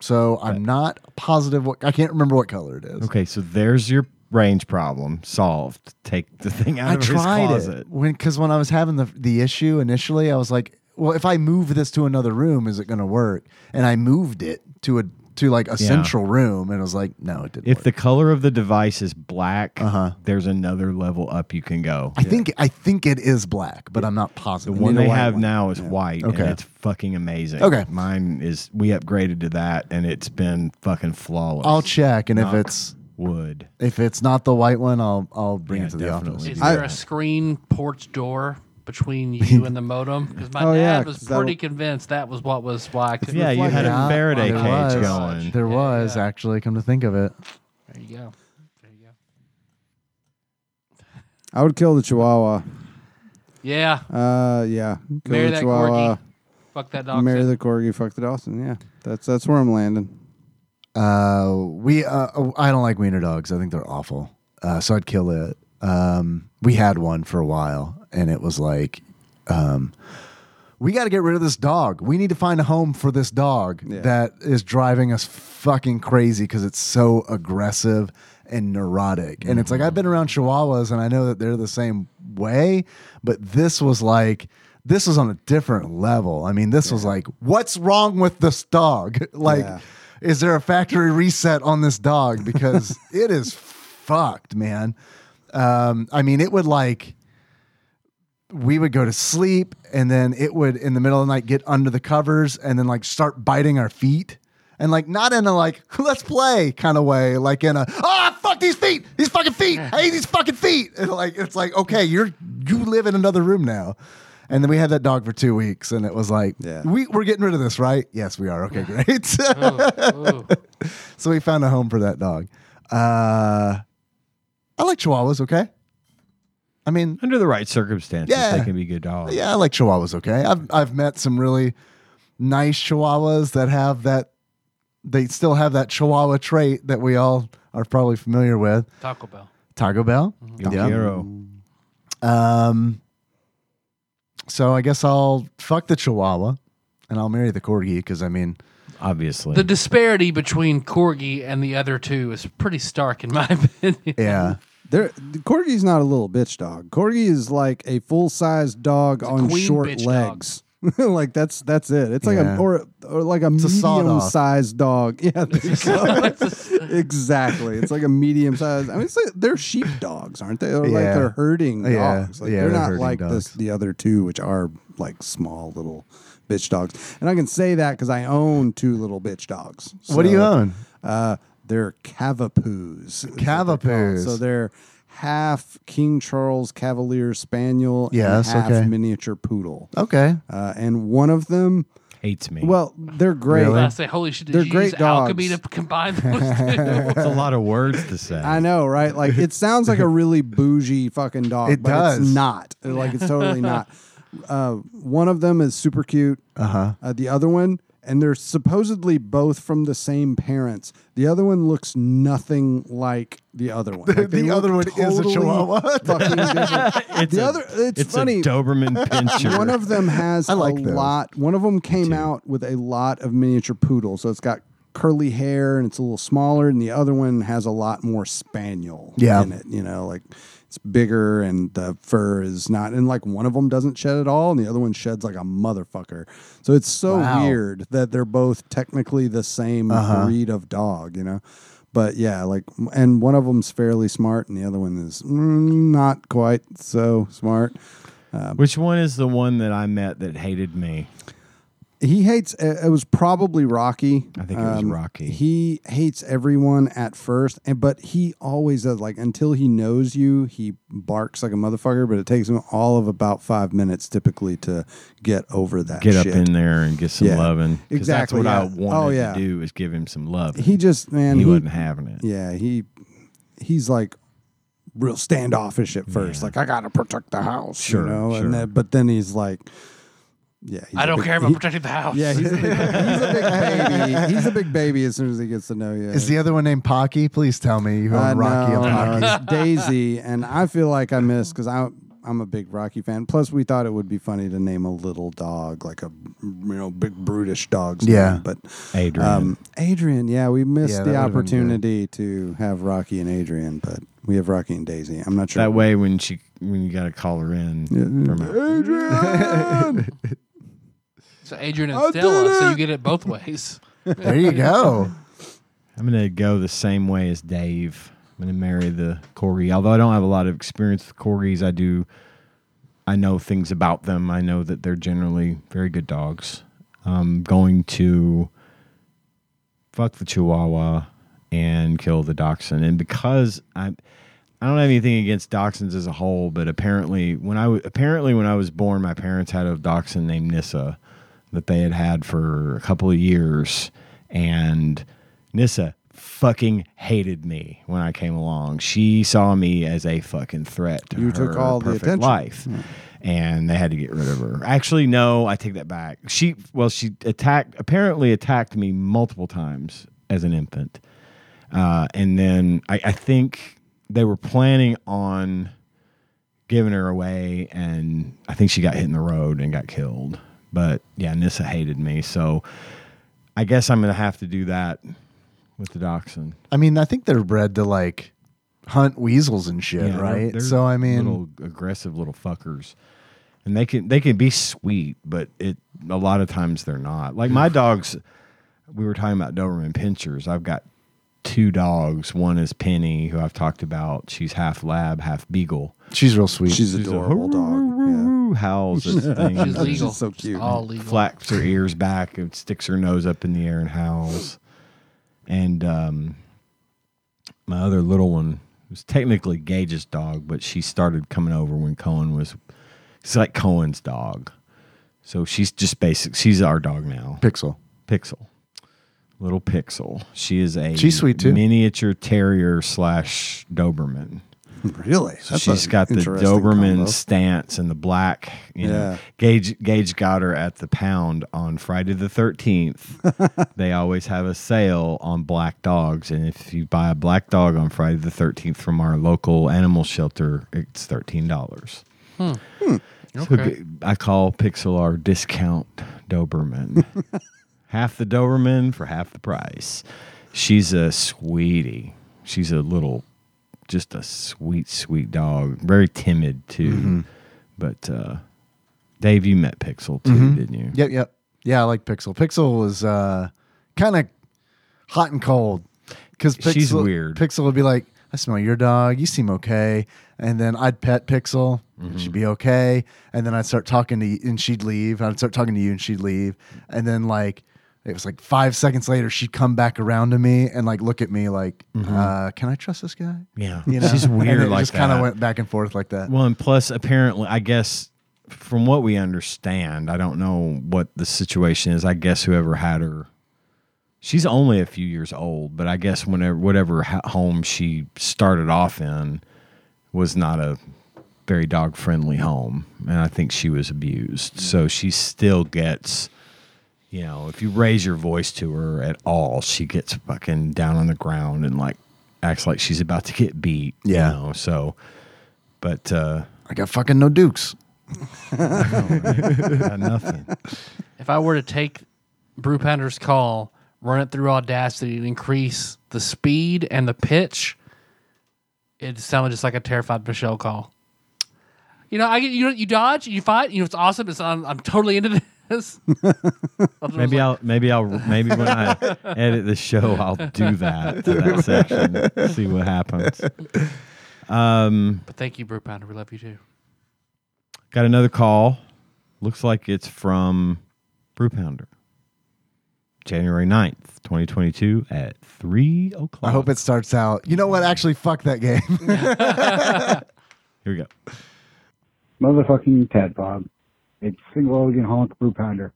Speaker 3: So I'm not positive what I can't remember what color it is.
Speaker 4: okay, so there's your range problem solved. Take the thing out
Speaker 3: I
Speaker 4: of
Speaker 3: tried
Speaker 4: his
Speaker 3: it
Speaker 4: closet.
Speaker 3: when because when I was having the the issue initially, I was like, well, if I move this to another room, is it going to work? And I moved it to a to like a
Speaker 4: Yeah.
Speaker 3: central room, and I was like, no, it didn't.
Speaker 4: If
Speaker 3: work.
Speaker 4: the color of the device is black,
Speaker 3: Uh-huh.
Speaker 4: there's another level up you can go.
Speaker 3: I think I think it is black, but I'm not
Speaker 4: The
Speaker 3: positive.
Speaker 4: one
Speaker 3: Either
Speaker 4: they
Speaker 3: way,
Speaker 4: have
Speaker 3: one.
Speaker 4: now is white.
Speaker 3: Okay.
Speaker 4: And it's fucking amazing.
Speaker 3: Okay.
Speaker 4: Mine is, we upgraded to that and it's been fucking flawless.
Speaker 3: I'll check, and if
Speaker 4: Knock
Speaker 3: it's
Speaker 4: Wood.
Speaker 3: if it's not the white one, I'll I'll bring
Speaker 4: Yeah,
Speaker 3: it to the
Speaker 4: definitely.
Speaker 3: office.
Speaker 1: Is
Speaker 4: I-
Speaker 1: there a screen port door between
Speaker 2: <laughs>
Speaker 1: you and the modem? Because my
Speaker 2: Oh,
Speaker 1: dad
Speaker 2: yeah,
Speaker 1: was
Speaker 2: 'cause that'll-
Speaker 1: pretty convinced that was what was why I couldn't.
Speaker 4: Yeah, you
Speaker 2: like
Speaker 4: had
Speaker 2: that.
Speaker 4: a Faraday
Speaker 3: there
Speaker 4: cage
Speaker 3: was.
Speaker 4: going.
Speaker 3: There was actually, come to think of it,
Speaker 1: There you go. There you go.
Speaker 2: I would kill the Chihuahua.
Speaker 1: Yeah.
Speaker 2: Uh, yeah. Kill
Speaker 1: Marry
Speaker 2: the
Speaker 1: that
Speaker 2: Chihuahua.
Speaker 1: corgi. Fuck that dog.
Speaker 2: Marry
Speaker 1: shit.
Speaker 2: the corgi. Fuck the Dawson. Yeah. That's that's where I'm landing.
Speaker 3: Uh, we uh, oh, I don't like wiener dogs. I think they're awful. Uh, so I'd kill it. Um, we had one for a while, and it was like, um, we got to get rid of this dog. We need to find a home for this dog
Speaker 2: Yeah.
Speaker 3: that is driving us fucking crazy because it's so aggressive and neurotic. And it's like I've been around Chihuahuas and I know that they're the same way, but this was like this was on a different level. I mean, this was like, what's wrong with this dog? <laughs> like,
Speaker 2: Yeah.
Speaker 3: is there a factory reset on this
Speaker 2: <laughs>
Speaker 3: dog? Because it is fucked, man. Um, I mean, it would like we would go to sleep and then it would in the middle of the night get under the covers and then like start biting our feet and like not in a like <laughs> let's play kind of way like in a ah fuck these feet these fucking feet i hate these fucking feet and like it's like okay you're you live in another room now and then we had that dog for two weeks and it was like
Speaker 2: Yeah.
Speaker 3: we, we're getting rid of this right yes we are okay great
Speaker 4: <laughs>
Speaker 1: Oh, oh.
Speaker 3: so we found a home for that dog uh i like chihuahuas okay i mean
Speaker 4: Under the right circumstances,
Speaker 3: Yeah.
Speaker 4: they can be good dogs.
Speaker 3: yeah, I like Chihuahuas. Okay, I've I've met some really nice Chihuahuas that have that. They still have that Chihuahua trait that we all are probably familiar with.
Speaker 1: Taco Bell.
Speaker 3: Taco Bell.
Speaker 4: Vaquero.
Speaker 3: Um. So I guess I'll fuck the Chihuahua, and I'll marry the corgi because I mean,
Speaker 4: obviously.
Speaker 1: The disparity between Corgi and the other two is pretty stark, in my <laughs> opinion.
Speaker 3: yeah,
Speaker 2: There, Corgi's not a little bitch dog. Corgi is like a full sized dog on
Speaker 1: queen
Speaker 2: short
Speaker 1: bitch
Speaker 2: legs. <laughs> like that's that's it. It's like
Speaker 3: Yeah.
Speaker 2: a or or like a
Speaker 3: a sawed-off.
Speaker 2: medium sized dog. <laughs> Yeah, there you
Speaker 1: <laughs>
Speaker 2: go. exactly. It's like a medium sized. I mean, it's like, they're sheep dogs, aren't they? Or like
Speaker 3: Yeah.
Speaker 2: they're herding
Speaker 3: Yeah.
Speaker 2: dogs. Like
Speaker 3: Yeah,
Speaker 2: they're,
Speaker 3: they're
Speaker 2: not
Speaker 3: herding
Speaker 2: like
Speaker 3: dogs.
Speaker 2: this, the other two, which are like small little bitch dogs. And I can say that because I own two little bitch dogs.
Speaker 3: What do you
Speaker 2: So,
Speaker 3: own?
Speaker 2: Uh, they're cavapoos. is what they're called.
Speaker 3: Cavapoos.
Speaker 2: So they're half King Charles Cavalier Spaniel
Speaker 3: Yes,
Speaker 2: and half
Speaker 3: okay.
Speaker 2: miniature poodle.
Speaker 3: okay.
Speaker 2: Uh, and one of them,
Speaker 4: Hates me.
Speaker 2: well, they're great.
Speaker 1: I say, holy shit, did
Speaker 2: They're
Speaker 1: you
Speaker 2: great
Speaker 1: use alchemy to
Speaker 2: dogs. <laughs>
Speaker 1: combine those two?
Speaker 4: that's a lot of words to say.
Speaker 2: I know, right? Like it sounds
Speaker 3: <laughs>
Speaker 2: like a really bougie fucking dog,
Speaker 3: It
Speaker 2: but it's
Speaker 3: does.
Speaker 2: not. Like it's
Speaker 3: <laughs>
Speaker 2: totally not. Uh, one of them is super cute. Uh-huh. The other one, and they're supposedly both from the same parents. The other one looks nothing like the other one. Like, they
Speaker 3: The
Speaker 2: look
Speaker 3: other one is
Speaker 2: <laughs>
Speaker 3: a Chihuahua.
Speaker 2: fucking different.
Speaker 4: It's
Speaker 2: the
Speaker 4: a-
Speaker 2: other, it's,
Speaker 4: it's
Speaker 2: funny.
Speaker 4: a Doberman
Speaker 2: <laughs>
Speaker 4: pincher.
Speaker 2: One of them has
Speaker 3: I like
Speaker 2: a
Speaker 3: those.
Speaker 2: lot. One of them came out with a lot of miniature poodles, so it's got curly hair and it's a little smaller, and the other one has a lot more spaniel
Speaker 3: Yeah.
Speaker 2: in it. You know, like it's bigger and the fur is not. And like one of them doesn't shed at all, and the other one sheds like a motherfucker. So it's so
Speaker 3: Wow.
Speaker 2: weird that they're both technically the same
Speaker 4: Uh-huh.
Speaker 2: breed of dog. You know. But yeah, like, and one of them's fairly smart, and the other one is mm, not quite so smart. Um,
Speaker 4: Which one is the one that I met that hated me?
Speaker 2: he hates uh, it was probably rocky Um,
Speaker 4: I think it was Rocky.
Speaker 2: he hates everyone at first and but he always does like until he knows you he barks like a motherfucker but it takes him all of about five minutes typically to get over that
Speaker 4: Get up
Speaker 2: shit.
Speaker 4: in there and get some
Speaker 2: Yeah.
Speaker 4: loving. 'Cause
Speaker 2: Exactly,
Speaker 4: That's what I
Speaker 2: yeah.
Speaker 4: wanted
Speaker 2: Oh, yeah.
Speaker 4: to do is give him some love.
Speaker 2: he just man he,
Speaker 4: wasn't having it.
Speaker 2: yeah he he's like real standoffish at first like i gotta protect the house
Speaker 4: Sure,
Speaker 2: you know
Speaker 4: sure.
Speaker 2: and then, but then he's like yeah he's
Speaker 1: I
Speaker 2: a
Speaker 1: don't
Speaker 2: big-
Speaker 1: care about
Speaker 2: he-
Speaker 1: protecting the house.
Speaker 2: yeah, he's
Speaker 1: <laughs>
Speaker 2: a, big, he's a big baby. He's a big baby as soon as he gets to know you.
Speaker 3: Is the other one named Pocky? Please tell me you own
Speaker 2: Uh,
Speaker 3: Rocky
Speaker 2: no,
Speaker 3: and
Speaker 2: no,
Speaker 3: Pocky.
Speaker 2: it's Daisy, and I feel like I missed because I. I'm a big Rocky fan. Plus, we thought it would be funny to name a little dog like a you know big brutish dog's
Speaker 3: Yeah.
Speaker 2: name. But
Speaker 4: Adrian.
Speaker 2: um, Adrian, yeah, we missed
Speaker 3: Yeah, that
Speaker 2: the
Speaker 3: would've been good.
Speaker 2: opportunity to have Rocky and Adrian, but we have Rocky and Daisy. I'm not sure. mm,
Speaker 4: that way when she when you gotta call her in from a- <laughs>
Speaker 2: Adrian,
Speaker 1: <laughs> So Adrian and
Speaker 2: I did
Speaker 1: Stella, so
Speaker 2: it!
Speaker 1: you get it both ways.
Speaker 3: There you go.
Speaker 4: I'm gonna go the same way as Dave. I'm gonna marry the corgi. Although I don't have a lot of experience with corgis, I do. I know things about them. I know that they're generally very good dogs. I'm going to fuck the Chihuahua and kill the Dachshund. And because I, I don't have anything against Dachshunds as a whole, but apparently when I wa- apparently when I was born, my parents had a Dachshund named Nissa that they had had for a couple of years, and Nissa fucking hated me when I came along. She saw me as a fucking threat to
Speaker 2: <laughs> You
Speaker 4: her
Speaker 2: took all the
Speaker 4: perfect
Speaker 2: attention.
Speaker 4: life. And they had to get rid of her. Actually, no, I take that back. She, well, she attacked, apparently attacked me multiple times as an infant. Uh, and then I, I think they were planning on giving her away, and I think she got hit in the road and got killed. But yeah, Nissa hated me, so I guess I'm gonna have to do that with the dachshund.
Speaker 3: I mean, I think they're bred to like hunt weasels and shit,
Speaker 4: Yeah, they're-
Speaker 3: right?
Speaker 4: they're
Speaker 3: so I mean,
Speaker 4: little aggressive little fuckers, and they can they can be sweet, but it a lot of times they're not. Like my dogs, we were talking about Doberman pinchers. I've got two dogs. One is Penny, who I've talked about. She's half lab, half beagle.
Speaker 3: she's real sweet.
Speaker 2: She's
Speaker 4: She's a
Speaker 2: adorable dog.
Speaker 4: "Hoo-roo-roo-roo-roo," howls at
Speaker 1: She's
Speaker 4: things. and
Speaker 1: legal.
Speaker 2: so cute.
Speaker 1: It's all legal.
Speaker 4: flaps her ears back and sticks her nose up in the air and howls. And um, my other little one was technically Gage's dog, but she started coming over when Cohen was. It's like Cohen's dog, so she's just basic. She's our dog now,
Speaker 3: Pixel.
Speaker 4: Pixel, little Pixel. She is a
Speaker 3: She's sweet, too.
Speaker 4: miniature terrier slash Doberman.
Speaker 2: Yeah. Really?
Speaker 4: So she's got the Doberman stance and the black. You
Speaker 2: Yeah.
Speaker 4: know, Gage Gage got her at the pound on Friday the thirteenth. they always have a sale on black dogs, and if you buy a black dog on Friday the thirteenth from our local animal shelter, it's thirteen dollars.
Speaker 1: Hmm.
Speaker 2: Hmm.
Speaker 1: Okay.
Speaker 4: I call Pixel our discount Doberman. half the Doberman for half the price. She's a sweetie. She's a little, just a sweet, sweet dog. Very timid too. But uh, Dave, you met Pixel too, didn't you?
Speaker 3: Mm-hmm. Yep, yep. Yeah, I like Pixel. Pixel was uh, kind of hot and cold because
Speaker 4: She's weird.
Speaker 3: Pixel would be like, "I smell your dog. You seem okay," and then I'd pet Pixel.
Speaker 4: Mm-hmm.
Speaker 3: And she'd be okay, and then I'd start talking to you, and she'd leave. I'd start talking to you, and she'd leave, and then like. It was like five seconds later, she'd come back around to me and like look at me like, uh, "Can I trust this guy?"
Speaker 4: Mm-hmm. Yeah.
Speaker 3: you know.
Speaker 4: She's
Speaker 3: And
Speaker 4: weird
Speaker 3: it
Speaker 4: like
Speaker 3: just kind of
Speaker 4: that.
Speaker 3: went back and forth like that.
Speaker 4: Well, and plus, apparently, I guess from what we understand, I don't know what the situation is. I guess whoever had her, she's only a few years old, but I guess whenever whatever ha- home she started off in was not a very dog friendly home, and I think she was abused.
Speaker 3: Mm-hmm.
Speaker 4: So she still gets. You know, if you raise your voice to her at all, she gets fucking down on the ground and like acts like she's about to get beat.
Speaker 3: Yeah.
Speaker 4: You know, so, but uh,
Speaker 3: I got fucking no dukes.
Speaker 2: <laughs>
Speaker 4: Got nothing.
Speaker 1: If I were to take Brew Pounder's call, run it through Audacity, and increase the speed and the pitch, it sounded just like a terrified Michelle call. You know, I get you. You dodge, you fight. You know, it's awesome. It's I'm, I'm totally into
Speaker 2: <laughs>
Speaker 1: this.
Speaker 4: Maybe I'll maybe I'll maybe when
Speaker 3: <laughs>
Speaker 4: I edit the show I'll do that to that section. See what happens. Um,
Speaker 1: But thank you, Brew Pounder. We love you
Speaker 3: <laughs>
Speaker 1: too.
Speaker 4: got another call. Looks like it's from Brew Pounder. January 9th, 2022 at 3 o'clock.
Speaker 3: I hope it starts out. You know what? Actually, fuck that game.
Speaker 4: <laughs> Here we go.
Speaker 5: motherfucking Ted Bob. It's single Oregon honk brew pounder.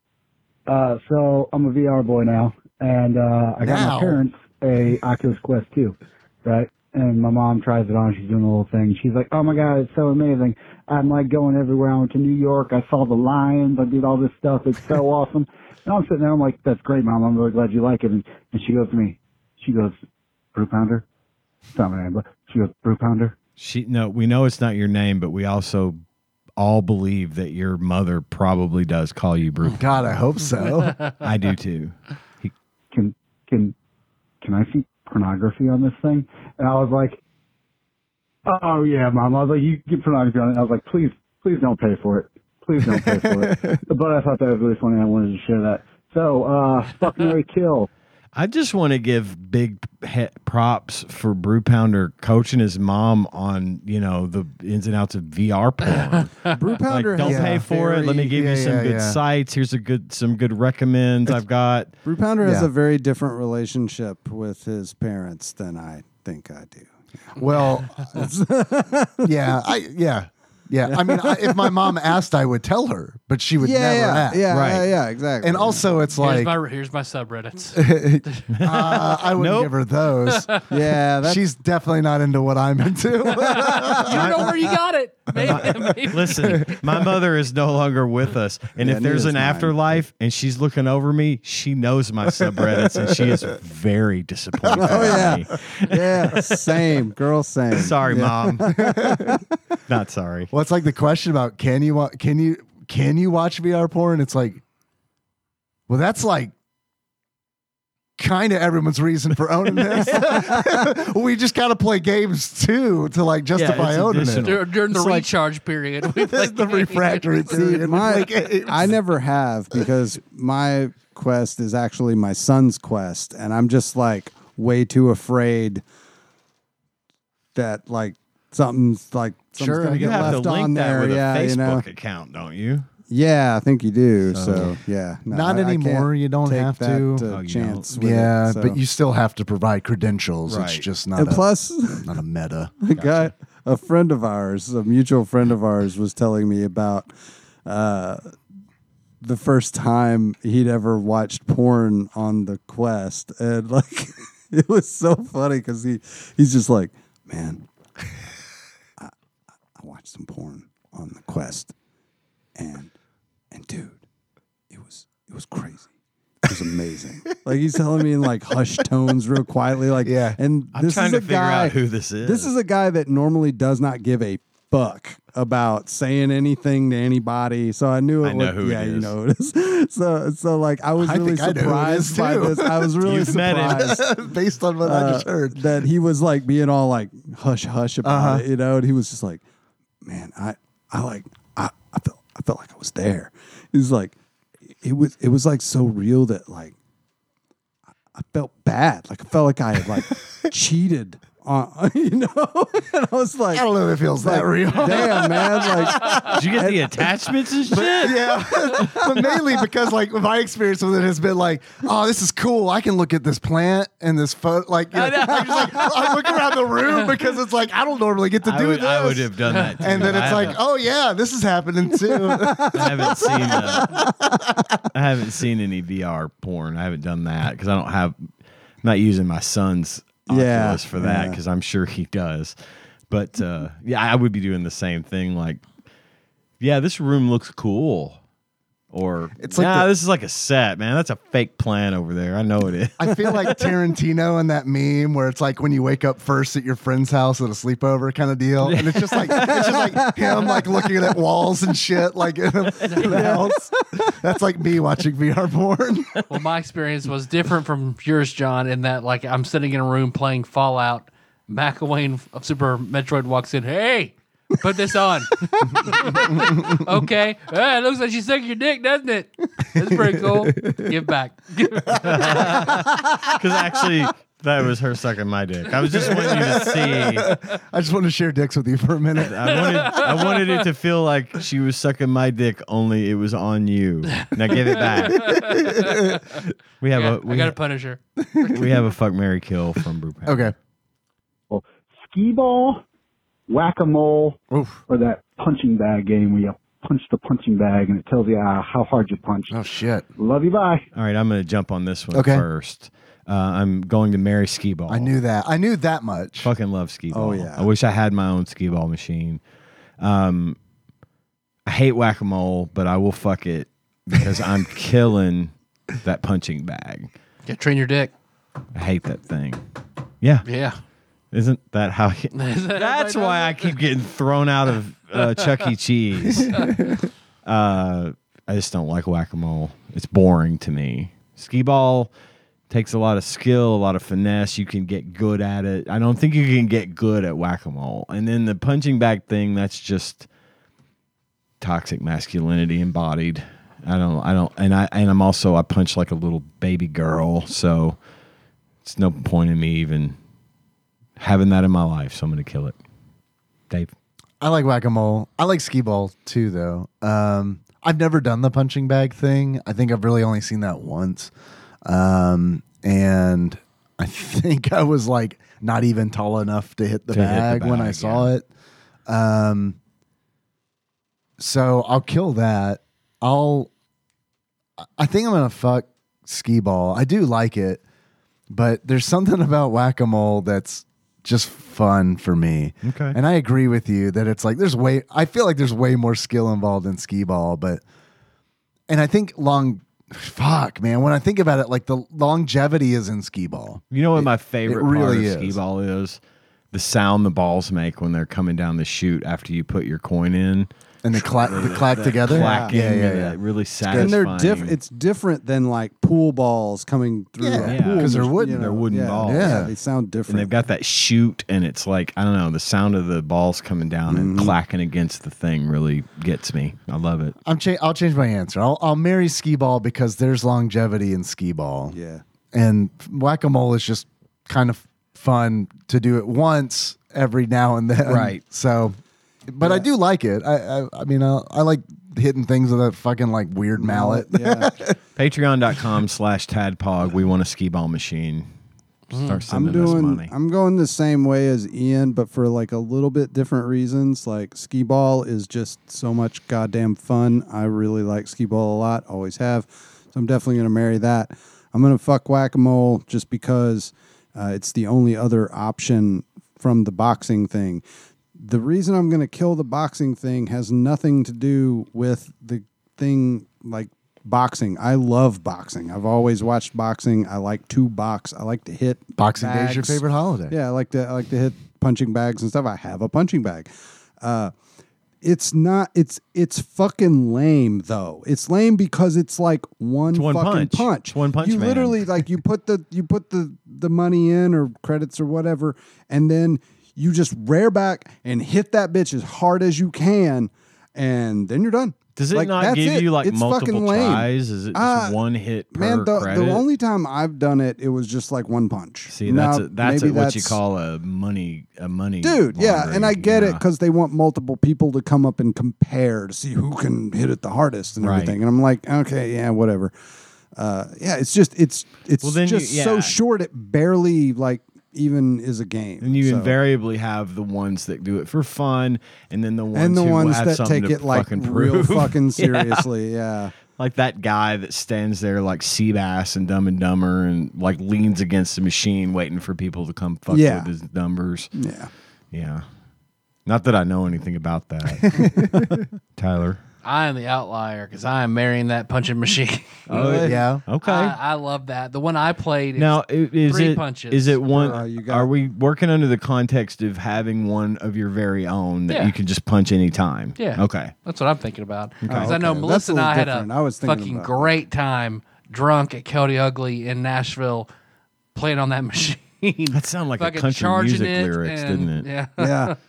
Speaker 5: Uh, so I'm a VR boy now, and uh, I got
Speaker 3: Now?
Speaker 5: my parents a Oculus Quest 2, right? And my mom tries it on. She's doing a little thing. She's like, "Oh my god, it's so amazing! I'm like going everywhere. I went to New York. I saw the lions. I did all this stuff. It's so awesome." And I'm sitting there. I'm like, "That's great, mom. I'm really glad you like it." And, and she goes to me. She goes, "Brew pounder." It's not my name, but she goes, "Brew pounder."
Speaker 4: She no, we know it's not your name, but we also all believe that your mother probably does call you Brew.
Speaker 3: <laughs> God, I hope so.
Speaker 4: I do too. He,
Speaker 5: can can can I see pornography on this thing? And I was like, Oh yeah, mom. I was like, you get pornography on it. I was like, please, please don't pay for it. Please don't pay for
Speaker 3: <laughs>
Speaker 5: it. But I thought that was really funny. I wanted to share that. So, uh, fuck Mary Kill.
Speaker 4: I just want to give big he- props for Brew Pounder coaching his mom on you know the ins and outs of VR
Speaker 3: <laughs>
Speaker 4: porn.
Speaker 3: Brew
Speaker 4: like, don't
Speaker 3: has
Speaker 4: pay for it. Let me
Speaker 3: very-
Speaker 4: give
Speaker 3: yeah,
Speaker 4: you some
Speaker 3: yeah,
Speaker 4: good
Speaker 3: yeah.
Speaker 4: sites. Here's a good some good recommends I've got.
Speaker 2: Brew Pounder has
Speaker 3: Yeah.
Speaker 2: a very different relationship with his parents than I think I do. <laughs>
Speaker 3: Well, yeah, I yeah, yeah. I mean, I, if
Speaker 2: <laughs>
Speaker 3: my mom asked, I would tell her, but she would never
Speaker 2: yeah,
Speaker 3: ask.
Speaker 2: yeah,
Speaker 4: Right.
Speaker 2: yeah, yeah, exactly.
Speaker 3: And also, it's
Speaker 1: Here's
Speaker 3: like <laughs>
Speaker 1: my here's my subreddits.
Speaker 3: uh, I wouldn't
Speaker 4: Nope.
Speaker 3: give her those.
Speaker 2: <laughs> yeah, that's
Speaker 3: She's definitely not into what
Speaker 2: <laughs>
Speaker 3: I'm into.
Speaker 1: you don't know where you got it. <laughs> Maybe- maybe-
Speaker 3: <laughs>
Speaker 4: Listen, my mother is no longer with us, and
Speaker 2: Yeah,
Speaker 4: if there's
Speaker 2: neither's
Speaker 4: an
Speaker 2: mine.
Speaker 4: afterlife and she's looking over me, she knows my subreddits, and she is very disappointed.
Speaker 2: Oh
Speaker 4: in
Speaker 2: yeah,
Speaker 4: me.
Speaker 2: yeah. Same girl, same.
Speaker 4: sorry,
Speaker 2: Yeah.
Speaker 4: mom.
Speaker 2: <laughs>
Speaker 4: Not sorry.
Speaker 3: well, it's like the question about can you wa- can you can you watch VR porn? It's like, well, that's like kind of everyone's reason for
Speaker 2: <laughs>
Speaker 3: owning this. we just got to play games too to like justify
Speaker 4: it's
Speaker 3: owning
Speaker 4: additional.
Speaker 3: it.
Speaker 1: Dur- during the
Speaker 3: It's like-
Speaker 1: recharge
Speaker 3: <laughs>
Speaker 1: period. We
Speaker 3: This is the
Speaker 1: play-
Speaker 2: <laughs>
Speaker 3: refractory
Speaker 2: See,
Speaker 3: period. <laughs> We
Speaker 2: my,
Speaker 1: <laughs>
Speaker 3: play games.
Speaker 2: I never have because my quest is actually my son's quest, and I'm just like way too afraid that like something's like something's
Speaker 1: Sure,
Speaker 2: gonna
Speaker 4: You
Speaker 2: get
Speaker 4: have
Speaker 2: left
Speaker 4: to link
Speaker 2: on
Speaker 4: that
Speaker 2: there.
Speaker 4: with
Speaker 2: yeah,
Speaker 4: a Facebook
Speaker 2: you know.
Speaker 4: account, don't you?
Speaker 2: Yeah, I think you do. So, yeah, No,
Speaker 3: Not
Speaker 2: I- I can't
Speaker 3: anymore, you don't
Speaker 2: take
Speaker 3: have
Speaker 2: that,
Speaker 3: to.
Speaker 2: uh,
Speaker 4: Oh, you
Speaker 2: chance. with it,
Speaker 3: yeah,
Speaker 2: so.
Speaker 3: but you still have to provide credentials. It's
Speaker 4: Right.
Speaker 3: just not
Speaker 2: And
Speaker 3: a,
Speaker 2: plus,
Speaker 3: not a meta.
Speaker 2: a guy, a friend of ours, a mutual friend of ours, was telling me about uh, the first time he'd ever watched porn on the Quest, and like <laughs> it was so funny because he he's just like, man, I, I watched some porn on the Quest, and and dude, it was it was crazy. It was amazing. like he's telling me in like hushed tones, real quietly. Like
Speaker 3: Yeah.
Speaker 2: and
Speaker 4: I'm
Speaker 2: this
Speaker 4: trying
Speaker 2: is
Speaker 4: to
Speaker 2: a
Speaker 4: figure
Speaker 2: guy,
Speaker 4: out who this is.
Speaker 2: This is a guy that normally does not give a fuck about saying anything to anybody. So I knew it.
Speaker 4: I know
Speaker 2: would-
Speaker 4: who it
Speaker 2: yeah, you
Speaker 4: is.
Speaker 2: know <laughs> it is. So so like I was
Speaker 3: I
Speaker 2: really
Speaker 3: think I know who it is,
Speaker 2: surprised by
Speaker 3: too.
Speaker 2: this. I was really
Speaker 4: <laughs> You've met him.
Speaker 2: surprised
Speaker 3: <laughs> Based on what I just
Speaker 2: uh,
Speaker 3: heard. Uh-huh.
Speaker 2: that he was like being all like hush hush about it, you know, and he was just like, man, I I like I I felt I felt like I was there. He's like, it was it was like so real that like I- I felt bad, like I felt like I had
Speaker 3: <laughs>
Speaker 2: like cheated on, <laughs> you know, and I was like.
Speaker 3: I don't know if it feels that <laughs> real.
Speaker 2: Damn man, like
Speaker 4: Did you get the attachments and shit?
Speaker 3: yeah, <laughs> but mainly because like my experience with it has been like, oh, this is cool. I can look at this plant and this photo. Like, you know, I'm just like, I look around <laughs> the room because it's like I don't normally get to
Speaker 4: I
Speaker 3: do
Speaker 4: would,
Speaker 3: this.
Speaker 4: I would have done <laughs> that. Too.
Speaker 3: And then
Speaker 4: I
Speaker 3: it's like,
Speaker 4: haven't-
Speaker 3: oh yeah, this is happening too.
Speaker 4: <laughs> I haven't seen.
Speaker 3: <laughs>
Speaker 4: Uh, I haven't seen any VR porn. I haven't done that because I don't have. I'm not using my son's
Speaker 2: Yeah,
Speaker 4: Oculus for that
Speaker 2: yeah.
Speaker 4: because I'm sure he does. But uh, yeah, I would be doing the same thing. Like, yeah, this room looks cool. Or
Speaker 3: It's
Speaker 4: it's
Speaker 3: like
Speaker 4: like nah,
Speaker 3: the-
Speaker 4: this is like a set, man. That's a fake plan over there. I know it is.
Speaker 3: I
Speaker 4: <laughs>
Speaker 3: feel like Tarantino in that meme where it's like when you wake up first at your friend's house at a sleepover kind of deal, and it's just like it's
Speaker 4: <laughs>
Speaker 3: just like him like looking at walls and shit like in a, in a <laughs> house. That's like me watching VR porn.
Speaker 1: Well, my experience was different from yours, John, in that like I'm sitting in a room playing Fallout. McElwain of Super Metroid walks in. Hey, put this on. <laughs> okay. Hey, it looks like she's sucking your dick, doesn't it? That's pretty cool. Give
Speaker 3: <laughs>
Speaker 1: back. <laughs>
Speaker 4: Because actually, that was her sucking my dick. I was just wanting you to see
Speaker 3: <laughs> I just want to share dicks with you for a minute.
Speaker 4: I wanted I wanted it to feel like she was sucking my dick, only it was on you. Now give it
Speaker 1: <laughs>
Speaker 4: back.
Speaker 3: <laughs>
Speaker 4: we have
Speaker 1: Yeah,
Speaker 4: a
Speaker 1: I
Speaker 4: we,
Speaker 1: got to punish her.
Speaker 4: we have a fuck Mary Kill from Brew Pack.
Speaker 3: Okay.
Speaker 5: Skee ball, whack a mole,
Speaker 3: Oof.
Speaker 5: or that punching bag game where you punch the punching bag and it tells you uh, how hard you punched.
Speaker 3: Oh shit.
Speaker 5: Love you, bye.
Speaker 4: All right, I'm gonna jump on this one first.
Speaker 3: Okay.
Speaker 4: Uh, I'm going to Mary Skee Ball.
Speaker 3: I knew that. I knew that much.
Speaker 4: Fucking love skee ball.
Speaker 2: Oh, yeah.
Speaker 4: I wish I had my own skee ball machine. Um, I hate whack a mole, but I will fuck it because I'm
Speaker 3: <laughs>
Speaker 4: killing that punching bag.
Speaker 1: Yeah, train your dick.
Speaker 4: I hate that thing. Yeah.
Speaker 1: Yeah.
Speaker 4: Isn't that how? He, <laughs> that's why I keep getting thrown out of uh, Chuck E. <laughs> Cheese. uh, I just don't like whack a mole. It's boring
Speaker 1: <laughs>
Speaker 4: to me. Skee ball takes a lot of skill, a lot of finesse. You can get good at it. I don't think you can get good at whack a mole. And then the punching bag thing. That's just toxic masculinity embodied. I don't. I don't. And I. And I'm also. I punch like a little baby girl. So it's no point in me even having that in my life, so I'm going to kill it. Dave.
Speaker 3: I like whack a mole. I like skee ball too, though. Um, I've never done the punching bag thing. I think I've really only seen that once. Um, and I think I was like not even tall enough to hit the,
Speaker 4: To hit the
Speaker 3: bag, when I
Speaker 4: bag,
Speaker 3: saw
Speaker 4: yeah.
Speaker 3: it. Um, so I'll kill that. I'll. I think I'm gonna fuck skee ball. I do like it, but there's something <laughs> about whack a mole that's just fun for me.
Speaker 4: Okay.
Speaker 3: And I agree with you that it's like there's way I feel like there's way more skill involved in skee ball, but and I think long fuck, man, when I think about it, like the longevity is in skee ball.
Speaker 4: You know what my favorite part of
Speaker 3: really
Speaker 4: skee
Speaker 3: is.
Speaker 4: ball is? The sound the balls make when they're coming down the chute after you put your coin in.
Speaker 3: and they clack, they clack together.
Speaker 4: clacking
Speaker 3: yeah, yeah,
Speaker 4: and
Speaker 3: yeah.
Speaker 4: that really satisfying.
Speaker 2: and they're diff. It's different than like pool balls coming through.
Speaker 3: Yeah.
Speaker 2: a
Speaker 4: Yeah.
Speaker 2: pool
Speaker 4: 'Cause
Speaker 3: they're
Speaker 2: mach-
Speaker 3: wooden.
Speaker 4: They're wooden
Speaker 2: yeah,
Speaker 4: balls.
Speaker 2: Yeah,
Speaker 3: Yeah.
Speaker 2: they sound different.
Speaker 4: and they've got that shoot, and it's like I don't know, the sound of the balls coming down and clacking against the thing really gets me. I love it.
Speaker 3: I'm cha- I'll change my answer. I'll, I'll marry skee ball because there's longevity in skee ball.
Speaker 2: yeah.
Speaker 3: and whack a mole is just kind of fun to do it once every now and then.
Speaker 4: Right.
Speaker 3: So, but I do like it. I I, I mean, I, I like hitting things with that fucking like weird mallet.
Speaker 2: Yeah.
Speaker 4: Patreon.com slash tadpog. We want a skee ball machine. Start
Speaker 2: Mm. I'm
Speaker 4: sending us
Speaker 2: doing.
Speaker 4: money.
Speaker 2: I'm going the same way as Ian, but for like a little bit different reasons. Like skee ball is just so much goddamn fun. I really like skee ball a lot. Always have. So I'm definitely gonna marry that. I'm gonna fuck whack a mole just because uh, it's the only other option from the boxing thing. The reason I'm gonna kill the boxing thing has nothing to do with the thing like boxing. I love boxing. I've always watched boxing. I like to box. I like to hit
Speaker 3: Boxing Day is your
Speaker 2: bags.
Speaker 3: favorite holiday.
Speaker 2: Yeah, I like to I like to hit punching bags and stuff. I have a punching bag. Uh, it's not. It's it's fucking lame though. It's lame because it's like one,
Speaker 4: It's one
Speaker 2: fucking punch.
Speaker 4: punch. It's one punch
Speaker 2: You
Speaker 4: man.
Speaker 2: literally like you put the you put the the money in or credits or whatever, and then you just rear back and hit that bitch as hard as you can, and then you're done.
Speaker 4: Does it
Speaker 2: Like,
Speaker 4: not
Speaker 2: that's
Speaker 4: give
Speaker 2: it.
Speaker 4: you like
Speaker 2: It's fucking
Speaker 4: multiple
Speaker 2: lame.
Speaker 4: tries? Is it just
Speaker 2: Uh,
Speaker 4: one hit per
Speaker 2: Man, the,
Speaker 4: credit?
Speaker 2: the only time I've done it, it was just like one punch.
Speaker 4: See, that's
Speaker 2: Now,
Speaker 4: a, that's, a,
Speaker 2: maybe
Speaker 4: what you
Speaker 2: that's-
Speaker 4: call a money a money
Speaker 2: dude yeah and
Speaker 4: laundering,
Speaker 2: i get it
Speaker 4: yeah.
Speaker 2: because they want multiple people to come up and compare to see who can hit it the hardest and
Speaker 4: Right.
Speaker 2: everything and i'm like okay yeah whatever uh, yeah it's just it's it's
Speaker 4: Well, then you-
Speaker 2: just so
Speaker 4: yeah.
Speaker 2: short it barely like even is a game
Speaker 4: And you
Speaker 2: So-
Speaker 4: invariably have the ones that do it for fun, and then the ones
Speaker 2: and the
Speaker 4: who
Speaker 2: ones
Speaker 4: have
Speaker 2: that
Speaker 4: something
Speaker 2: take
Speaker 4: to
Speaker 2: it like
Speaker 4: fucking
Speaker 2: real
Speaker 4: prove. <laughs>
Speaker 2: fucking
Speaker 4: Yeah.
Speaker 2: seriously yeah.
Speaker 4: Like that guy that stands there like Seabass and Dumb and Dumber, and like leans against the machine waiting for people to come fuck
Speaker 2: Yeah.
Speaker 4: with his numbers.
Speaker 2: yeah
Speaker 4: Yeah, not that I know anything about that,
Speaker 2: <laughs>
Speaker 4: Tyler.
Speaker 1: I am the outlier because I am marrying that punching
Speaker 2: <laughs>
Speaker 1: machine. Uh,
Speaker 3: yeah.
Speaker 4: Oh, Okay.
Speaker 1: I, I love that. The one I played.
Speaker 4: now
Speaker 1: is-
Speaker 4: i- is
Speaker 1: three
Speaker 4: it
Speaker 1: punches
Speaker 4: is it one?
Speaker 2: Uh, you got-
Speaker 4: are we working under the context of having one of your very own that
Speaker 1: Yeah.
Speaker 4: you can just punch anytime?
Speaker 1: Yeah.
Speaker 4: Okay.
Speaker 1: That's what I'm thinking about. Because
Speaker 2: Oh,
Speaker 1: I know
Speaker 2: okay. That's
Speaker 1: Melissa
Speaker 2: a
Speaker 1: and
Speaker 2: little
Speaker 1: I had a
Speaker 2: different. I was thinking
Speaker 1: fucking
Speaker 2: about-
Speaker 1: great time drunk at Cody Ugly in Nashville playing on that <laughs> machine.
Speaker 4: That sounded like a
Speaker 1: Fucking
Speaker 4: country
Speaker 1: charging
Speaker 4: music
Speaker 1: it
Speaker 4: lyrics,
Speaker 1: and-
Speaker 4: didn't it?
Speaker 1: Yeah.
Speaker 2: yeah
Speaker 1: <laughs>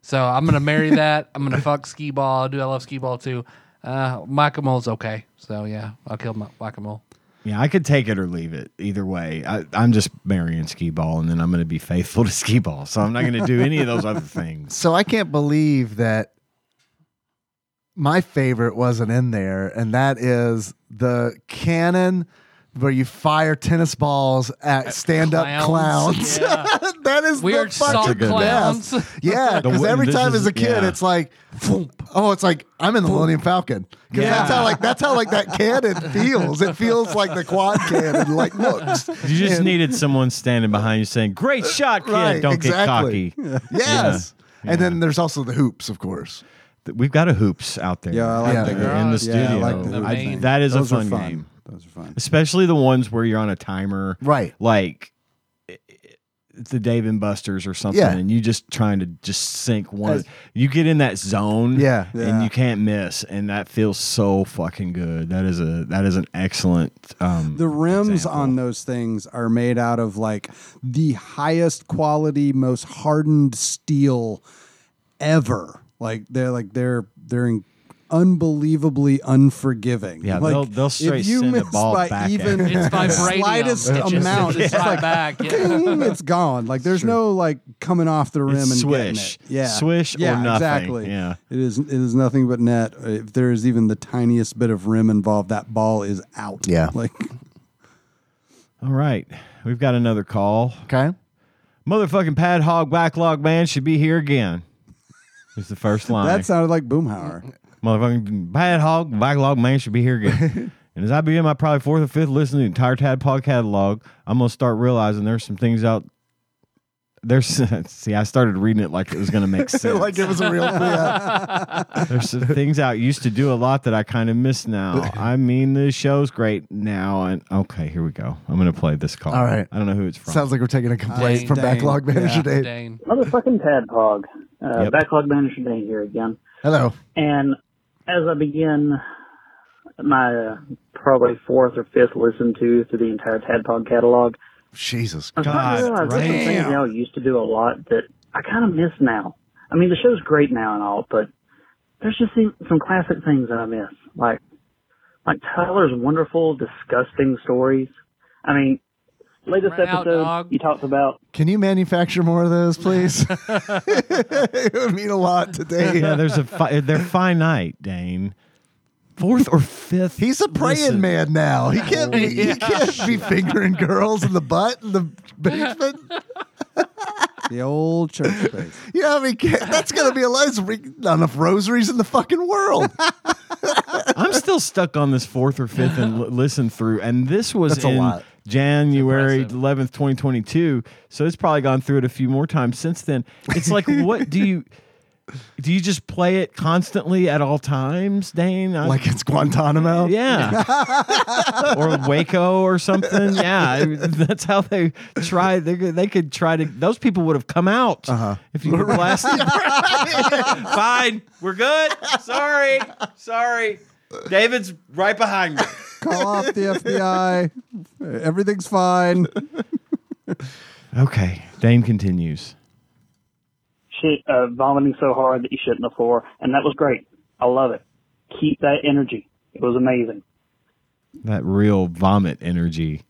Speaker 1: So I'm gonna marry that. I'm gonna fuck skee ball. I do I love skee ball too. Uh, Whack-a-mole's okay. So yeah, I'll kill my whack-a-mole.
Speaker 4: Yeah, I could take it or leave it. Either way, I, I'm just marrying skee ball, and then I'm going to be faithful to <laughs> skee ball. So I'm not going to do any of those
Speaker 3: <laughs>
Speaker 4: other things.
Speaker 3: So I can't believe that my favorite wasn't in there, and that is the cannon where you fire tennis balls at stand-up
Speaker 1: clowns.
Speaker 3: clowns. <laughs>
Speaker 1: Yeah.
Speaker 3: that is
Speaker 1: Weird
Speaker 3: the fucking
Speaker 1: salt
Speaker 4: good one.
Speaker 1: clowns. <laughs>
Speaker 3: best. Yeah,
Speaker 4: The
Speaker 3: because
Speaker 4: one-
Speaker 3: every
Speaker 4: this
Speaker 3: time
Speaker 4: is-
Speaker 3: as a kid,
Speaker 4: yeah.
Speaker 3: it's like, oh, it's like I'm in the Millennium Falcon. 'Cause
Speaker 4: Yeah.
Speaker 3: that's how like that's how like that cannon feels. It feels like the quad cannon like looks.
Speaker 4: You just needed someone standing behind you saying, "Great shot, kid!
Speaker 3: Uh, Right,
Speaker 4: Don't
Speaker 3: exactly. <laughs>
Speaker 4: get cocky."
Speaker 3: Yes. And then there's also the hoops, of course.
Speaker 4: Th- We've got a hoops out there.
Speaker 2: Yeah, I like
Speaker 3: Yeah.
Speaker 2: the
Speaker 4: They're in the
Speaker 2: yeah, I
Speaker 4: studio.
Speaker 2: like the
Speaker 4: I-
Speaker 1: thing.
Speaker 4: that is
Speaker 2: Those
Speaker 4: a
Speaker 2: are
Speaker 4: fun, game,
Speaker 2: Those are fun.
Speaker 4: especially the ones where you're on a timer,
Speaker 3: Right.
Speaker 4: like i- i- the Dave and Buster's or something,
Speaker 3: Yeah.
Speaker 4: and you just trying to just sink one.
Speaker 3: That's-
Speaker 4: You get in that zone,
Speaker 3: Yeah.
Speaker 2: Yeah.
Speaker 4: and you can't miss, and that feels so fucking good. That is a that is an excellent. Um,
Speaker 2: The rims
Speaker 4: example.
Speaker 2: on those things are made out of like the highest quality, most hardened steel ever. Like they're like they're they're in unbelievably unforgiving.
Speaker 4: Yeah,
Speaker 2: like,
Speaker 4: they'll- they'll
Speaker 2: if
Speaker 4: straight
Speaker 2: you
Speaker 4: send the
Speaker 2: miss
Speaker 4: ball
Speaker 2: by
Speaker 4: back at
Speaker 2: even
Speaker 4: you. <laughs>
Speaker 1: It's vibranium.
Speaker 2: slightest
Speaker 1: It just-
Speaker 2: amount.
Speaker 1: It's
Speaker 2: It's just
Speaker 1: right
Speaker 2: like
Speaker 1: back.
Speaker 2: <laughs>
Speaker 1: Yeah.
Speaker 2: "Ping," it's gone. Like there's no like coming off the rim
Speaker 4: It's
Speaker 2: and getting
Speaker 4: swish.
Speaker 2: it. Yeah,
Speaker 4: Swish or
Speaker 2: yeah,
Speaker 4: nothing.
Speaker 2: Exactly.
Speaker 4: Yeah.
Speaker 2: it is. It is nothing but net. If there is even the tiniest bit of rim involved, that ball is out.
Speaker 3: Yeah.
Speaker 2: like <laughs>
Speaker 4: All right, we've got another call.
Speaker 3: Okay.
Speaker 4: Motherfucking pad hog backlog man should be here again. Is the
Speaker 2: <laughs>
Speaker 4: first line.
Speaker 2: that sounded like Boomhauer.
Speaker 4: Motherfucking bad hog, backlog man should be here
Speaker 3: <laughs>
Speaker 4: again. and as I begin my probably fourth or fifth listen to the entire Tad Pod catalog, I'm gonna start realizing there's some things out. There's <laughs> see, I started reading it like it was gonna
Speaker 3: <laughs>
Speaker 4: make sense.
Speaker 3: Like it was a real yeah.
Speaker 1: <laughs>
Speaker 4: There's some things out used to do a lot that I kind of miss now. I mean, the show's great now, and okay, here we go. I'm gonna play this call.
Speaker 3: All right.
Speaker 4: I don't know who it's from.
Speaker 3: Sounds like we're taking a
Speaker 4: <laughs>
Speaker 3: complaint
Speaker 1: Dang,
Speaker 3: from
Speaker 2: dang.
Speaker 3: Backlog Manager Dave.
Speaker 1: Dane.
Speaker 7: Motherfucking Tadpog. Uh,
Speaker 4: Yep.
Speaker 7: Backlog Manager Day here again.
Speaker 3: Hello.
Speaker 7: And as I begin my uh, probably fourth or fifth listen to through the entire Tadpog catalog,
Speaker 3: Jesus.
Speaker 7: I'm starting to
Speaker 4: God,
Speaker 7: realize there's some things
Speaker 4: damn.
Speaker 7: y'all used to do a lot that I kind of miss now. I mean, the show's great now and all, but there's just some, some classic things that I miss, like like Tyler's wonderful, disgusting stories. I mean, latest
Speaker 1: Right out,
Speaker 7: episode
Speaker 1: dog.
Speaker 7: you
Speaker 4: <laughs>
Speaker 7: talked about
Speaker 3: Can you manufacture more of those,
Speaker 1: <laughs>
Speaker 3: please? it would mean a <laughs> lot today.
Speaker 4: Yeah, there's a fi- they're finite, Dane. Fourth or fifth.
Speaker 3: He's a praying
Speaker 4: listen.
Speaker 3: man now. He can't be, he can't
Speaker 1: <laughs>
Speaker 3: be fingering girls in the butt in the basement.
Speaker 2: The old
Speaker 4: <laughs>
Speaker 2: church space.
Speaker 3: You know how many kids? That's gonna be a lot. There's re- Not enough rosaries in the fucking
Speaker 1: <laughs>
Speaker 3: world.
Speaker 4: I'm still stuck on this fourth or fifth and l- listen through, and this was
Speaker 3: That's a
Speaker 4: in
Speaker 3: lot.
Speaker 4: January
Speaker 1: It's impressive.
Speaker 4: 11th, 2022. So it's probably gone through it a few more times since then. It's like, what do you do? You just play it constantly at all times, Dane? I-
Speaker 3: Like it's Guantanamo.
Speaker 4: yeah, <laughs> or Waco or something. Yeah, I- that's how they try. They, could- they could try to. Those people would have come out if <laughs> you were
Speaker 2: <laughs>
Speaker 4: blasted. Fine, we're good. Sorry, sorry. David's right behind me.
Speaker 2: Call off the FBI. Everything's fine.
Speaker 4: Okay, Dane continues.
Speaker 7: shit uh, vomiting so hard that you shit on the floor, and that was great. I love it. Keep that energy. It was amazing.
Speaker 4: That real vomit energy.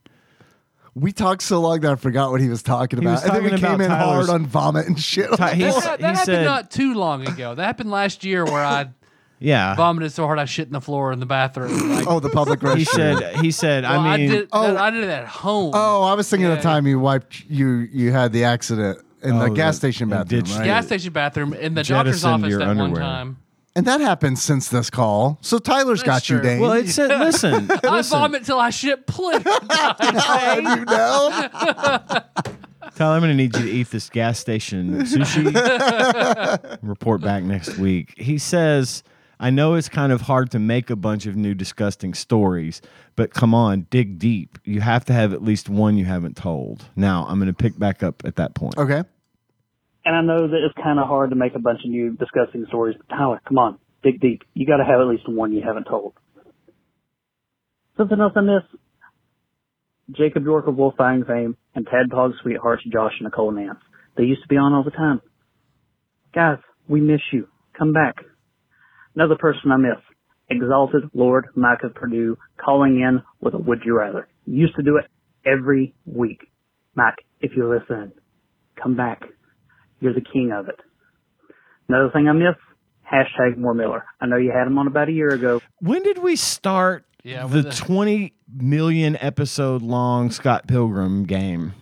Speaker 3: We talked so long that <laughs> I forgot what he was talking
Speaker 4: He
Speaker 3: about,
Speaker 4: was
Speaker 3: and then we
Speaker 4: talking
Speaker 3: came
Speaker 4: about
Speaker 3: in
Speaker 4: Tyler's-
Speaker 3: hard on vomit and shit.
Speaker 4: Ty- he
Speaker 1: Well,
Speaker 4: s-
Speaker 1: that,
Speaker 4: he
Speaker 1: that happened
Speaker 4: said,
Speaker 1: not too long ago. That happened last year where I
Speaker 4: "Yeah."
Speaker 1: vomited so hard I shit in the floor in the
Speaker 3: <laughs>
Speaker 1: bathroom. Like,
Speaker 3: oh, the public restroom.
Speaker 4: He said, "He said,
Speaker 1: well,
Speaker 4: I mean,
Speaker 1: did,
Speaker 3: oh.
Speaker 1: that, I did it at home.
Speaker 3: Oh, I was thinking of
Speaker 1: Yeah.
Speaker 3: the time you wiped you you had the accident in the
Speaker 4: Oh,
Speaker 3: gas
Speaker 4: the-
Speaker 3: station
Speaker 4: the
Speaker 3: bathroom,
Speaker 4: ditch.
Speaker 3: right?
Speaker 1: gas station bathroom in the doctor's
Speaker 4: Jettisoned
Speaker 1: office
Speaker 4: your
Speaker 1: that one
Speaker 4: underwear.
Speaker 1: time.
Speaker 3: And that happened since this call. So Tyler's
Speaker 1: That's
Speaker 3: got you,
Speaker 1: true.
Speaker 3: Dane.
Speaker 4: well,
Speaker 1: <laughs>
Speaker 4: it said, listen,
Speaker 1: I
Speaker 4: listen,
Speaker 1: vomit till I shit plenty.
Speaker 3: <laughs> you know,
Speaker 1: <laughs>
Speaker 4: Tyler, I'm going to need you to eat this gas station sushi.
Speaker 3: <laughs>
Speaker 4: Report back next week. He says, I know it's kind of hard to make a bunch of new disgusting stories, but come on, dig deep. You have to have at least one you haven't told. Now, I'm going to pick back up at that point.
Speaker 3: okay.
Speaker 7: And I know that it's kind of hard to make a bunch of new disgusting stories, but Tyler, come on, dig deep. You got to have at least one you haven't told. Something else I miss: Jacob York of Wolfgang fame and Tadpog sweethearts Josh and Nicole Nance. They used to be on all the time. Guys, we miss you. Come back. Another person I miss: Exalted Lord Micah Purdue calling in with a Would You Rather. Used to do it every week. Mike, if you listen, come back. You're the king of it. Another thing I miss, hashtag more Miller. I know you had him on about a year ago.
Speaker 4: When did we start
Speaker 1: Yeah,
Speaker 4: the
Speaker 1: when the-
Speaker 4: 20 million episode long Scott Pilgrim game?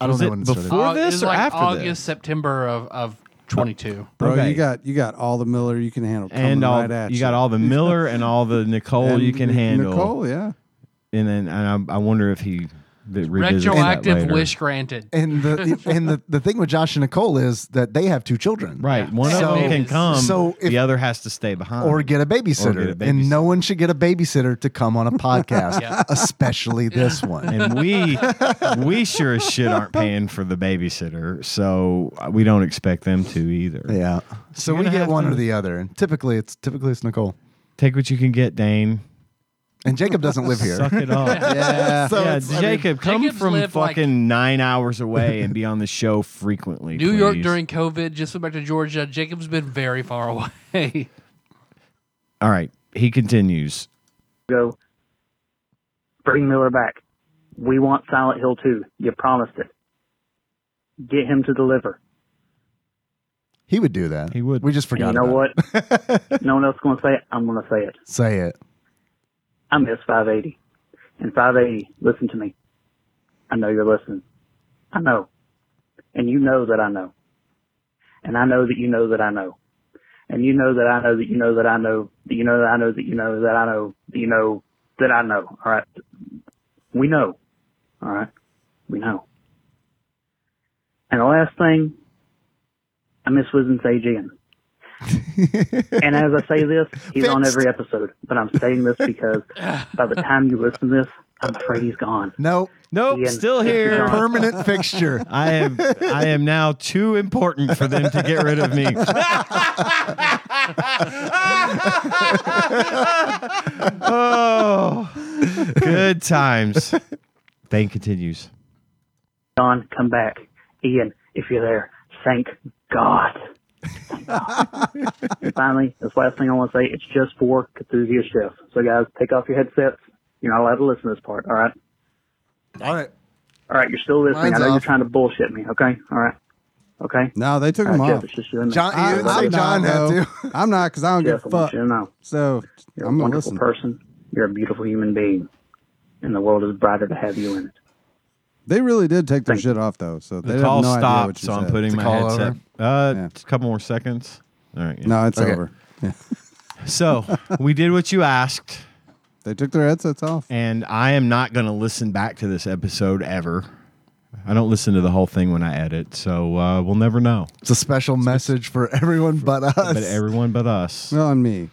Speaker 3: I don't
Speaker 4: Was
Speaker 3: know
Speaker 4: it
Speaker 3: when it started.
Speaker 4: before
Speaker 1: Au- Oh, it
Speaker 4: this
Speaker 1: was
Speaker 4: or
Speaker 1: like
Speaker 4: after
Speaker 1: August,
Speaker 4: this?
Speaker 1: September of, of 22.
Speaker 2: Bro,
Speaker 4: Okay.
Speaker 2: you got you got all the Miller you can handle coming
Speaker 4: And all,
Speaker 2: right at you.
Speaker 4: you got
Speaker 3: <laughs>
Speaker 4: all the Miller and all the Nicole
Speaker 2: And
Speaker 4: you can
Speaker 2: Nic-
Speaker 4: handle.
Speaker 2: Nicole, yeah.
Speaker 4: and then and I, I wonder if he that revisits that
Speaker 1: Retroactive
Speaker 4: later.
Speaker 1: wish granted.
Speaker 3: And the and the, the thing with Josh and Nicole is that they have two children,
Speaker 4: Right, one
Speaker 3: So-
Speaker 4: of them can come, Uh-huh.
Speaker 3: so if-
Speaker 4: the other has to stay behind.
Speaker 3: Or get a babysitter.
Speaker 4: babysitter.
Speaker 3: and no one should get a babysitter to
Speaker 4: <laughs>
Speaker 3: come on a podcast,
Speaker 1: Yeah.
Speaker 3: especially this one.
Speaker 4: and
Speaker 3: <laughs>
Speaker 4: we we sure as shit aren't paying for the babysitter, so we don't expect them to either.
Speaker 3: Yeah. So
Speaker 4: You're
Speaker 3: we
Speaker 4: gonna
Speaker 3: get
Speaker 4: have
Speaker 3: one
Speaker 4: to-
Speaker 3: or the other, and typically it's typically it's Nicole.
Speaker 4: Take what you can get, Dane.
Speaker 3: And Jacob doesn't live here.
Speaker 4: Suck
Speaker 3: <laughs>
Speaker 4: it up.
Speaker 2: Yeah.
Speaker 3: So
Speaker 4: yeah,
Speaker 3: it's- I mean,
Speaker 4: Jacob, come
Speaker 1: Jacob's
Speaker 4: from
Speaker 1: lived, like-
Speaker 4: fucking nine hours away and be on the show frequently.
Speaker 1: New York
Speaker 4: please.
Speaker 1: during COVID, just went back to Georgia. Jacob's been very far <laughs> away.
Speaker 4: All right, he continues.
Speaker 7: Go, bring Miller back. We want Silent Hill 2. You promised it. Get him to deliver.
Speaker 3: He would do that.
Speaker 4: He would.
Speaker 3: We just
Speaker 7: And
Speaker 3: forgot.
Speaker 7: you know
Speaker 3: about
Speaker 7: what?
Speaker 3: it.
Speaker 7: no one else going to say it. I'm going to say it.
Speaker 3: Say
Speaker 7: <laughs>
Speaker 3: it.
Speaker 7: I miss 580. And 580, listen to me. I know you're listening. I know. And you know that I know. And I know that you know that I know. And you know that I know that you know that I know that you know that I know that you know that I know that you know that I know. All right. We know. All right. We know. And the last thing, I miss Wisdom
Speaker 3: <laughs>
Speaker 7: Sajian. and as I say this, he's on
Speaker 3: Fixed.
Speaker 7: every episode, but I'm saying this because by the time you listen to this, I'm afraid he's gone.
Speaker 3: No,
Speaker 4: Nope,
Speaker 7: Ian,
Speaker 4: still
Speaker 7: if you're
Speaker 4: here.
Speaker 7: on- <laughs>
Speaker 3: permanent fixture.
Speaker 4: I am I am now too important for them to get rid of
Speaker 3: <laughs>
Speaker 4: me. oh, good times. Thane continues.
Speaker 7: John, come back. Ian, if you're there, thank
Speaker 2: <laughs>
Speaker 7: God. Thank God. Finally, this last thing I want to say, it's just for Cthulhu's Chef. So guys, take off your headsets. You're not allowed to listen to this part, all right?
Speaker 3: All right.
Speaker 7: All right, you're still listening.
Speaker 3: Mine's
Speaker 7: I know you're
Speaker 3: off.
Speaker 7: trying to bullshit me, okay? All right. Okay?
Speaker 2: No, they took
Speaker 7: All
Speaker 2: him
Speaker 7: right,
Speaker 2: off.
Speaker 7: Jeff, it's just you and me.
Speaker 3: John,
Speaker 2: I-
Speaker 3: you didn't say
Speaker 2: I'm
Speaker 3: John had
Speaker 2: not,
Speaker 3: to.
Speaker 2: though. <laughs> I'm not because I don't
Speaker 7: Jeff,
Speaker 2: give
Speaker 7: I
Speaker 2: a
Speaker 7: want
Speaker 2: fuck.
Speaker 7: you to know.
Speaker 2: So
Speaker 7: You're
Speaker 2: I'm
Speaker 7: a
Speaker 2: gonna
Speaker 7: wonderful
Speaker 2: listen.
Speaker 7: person. You're a beautiful human being. And the world is brighter to have you in it.
Speaker 2: They really did take their
Speaker 7: Thank
Speaker 2: shit off though, so they
Speaker 4: The
Speaker 2: have no
Speaker 4: call
Speaker 2: idea what
Speaker 4: stopped,
Speaker 2: you
Speaker 4: so I'm
Speaker 2: said.
Speaker 4: putting
Speaker 3: The
Speaker 4: my
Speaker 3: call
Speaker 4: headset. Uh,
Speaker 2: Yeah.
Speaker 4: just a couple more seconds. All right. yeah.
Speaker 2: No, it's
Speaker 3: Okay.
Speaker 2: over. Yeah.
Speaker 4: <laughs> So we did what you asked,
Speaker 2: They took their headsets off.
Speaker 4: and I am not going to listen back to this episode ever. I don't listen to the whole thing when I edit, so uh, we'll never know.
Speaker 3: It's a special message for everyone but us.
Speaker 4: But everyone but us.
Speaker 2: Well, on me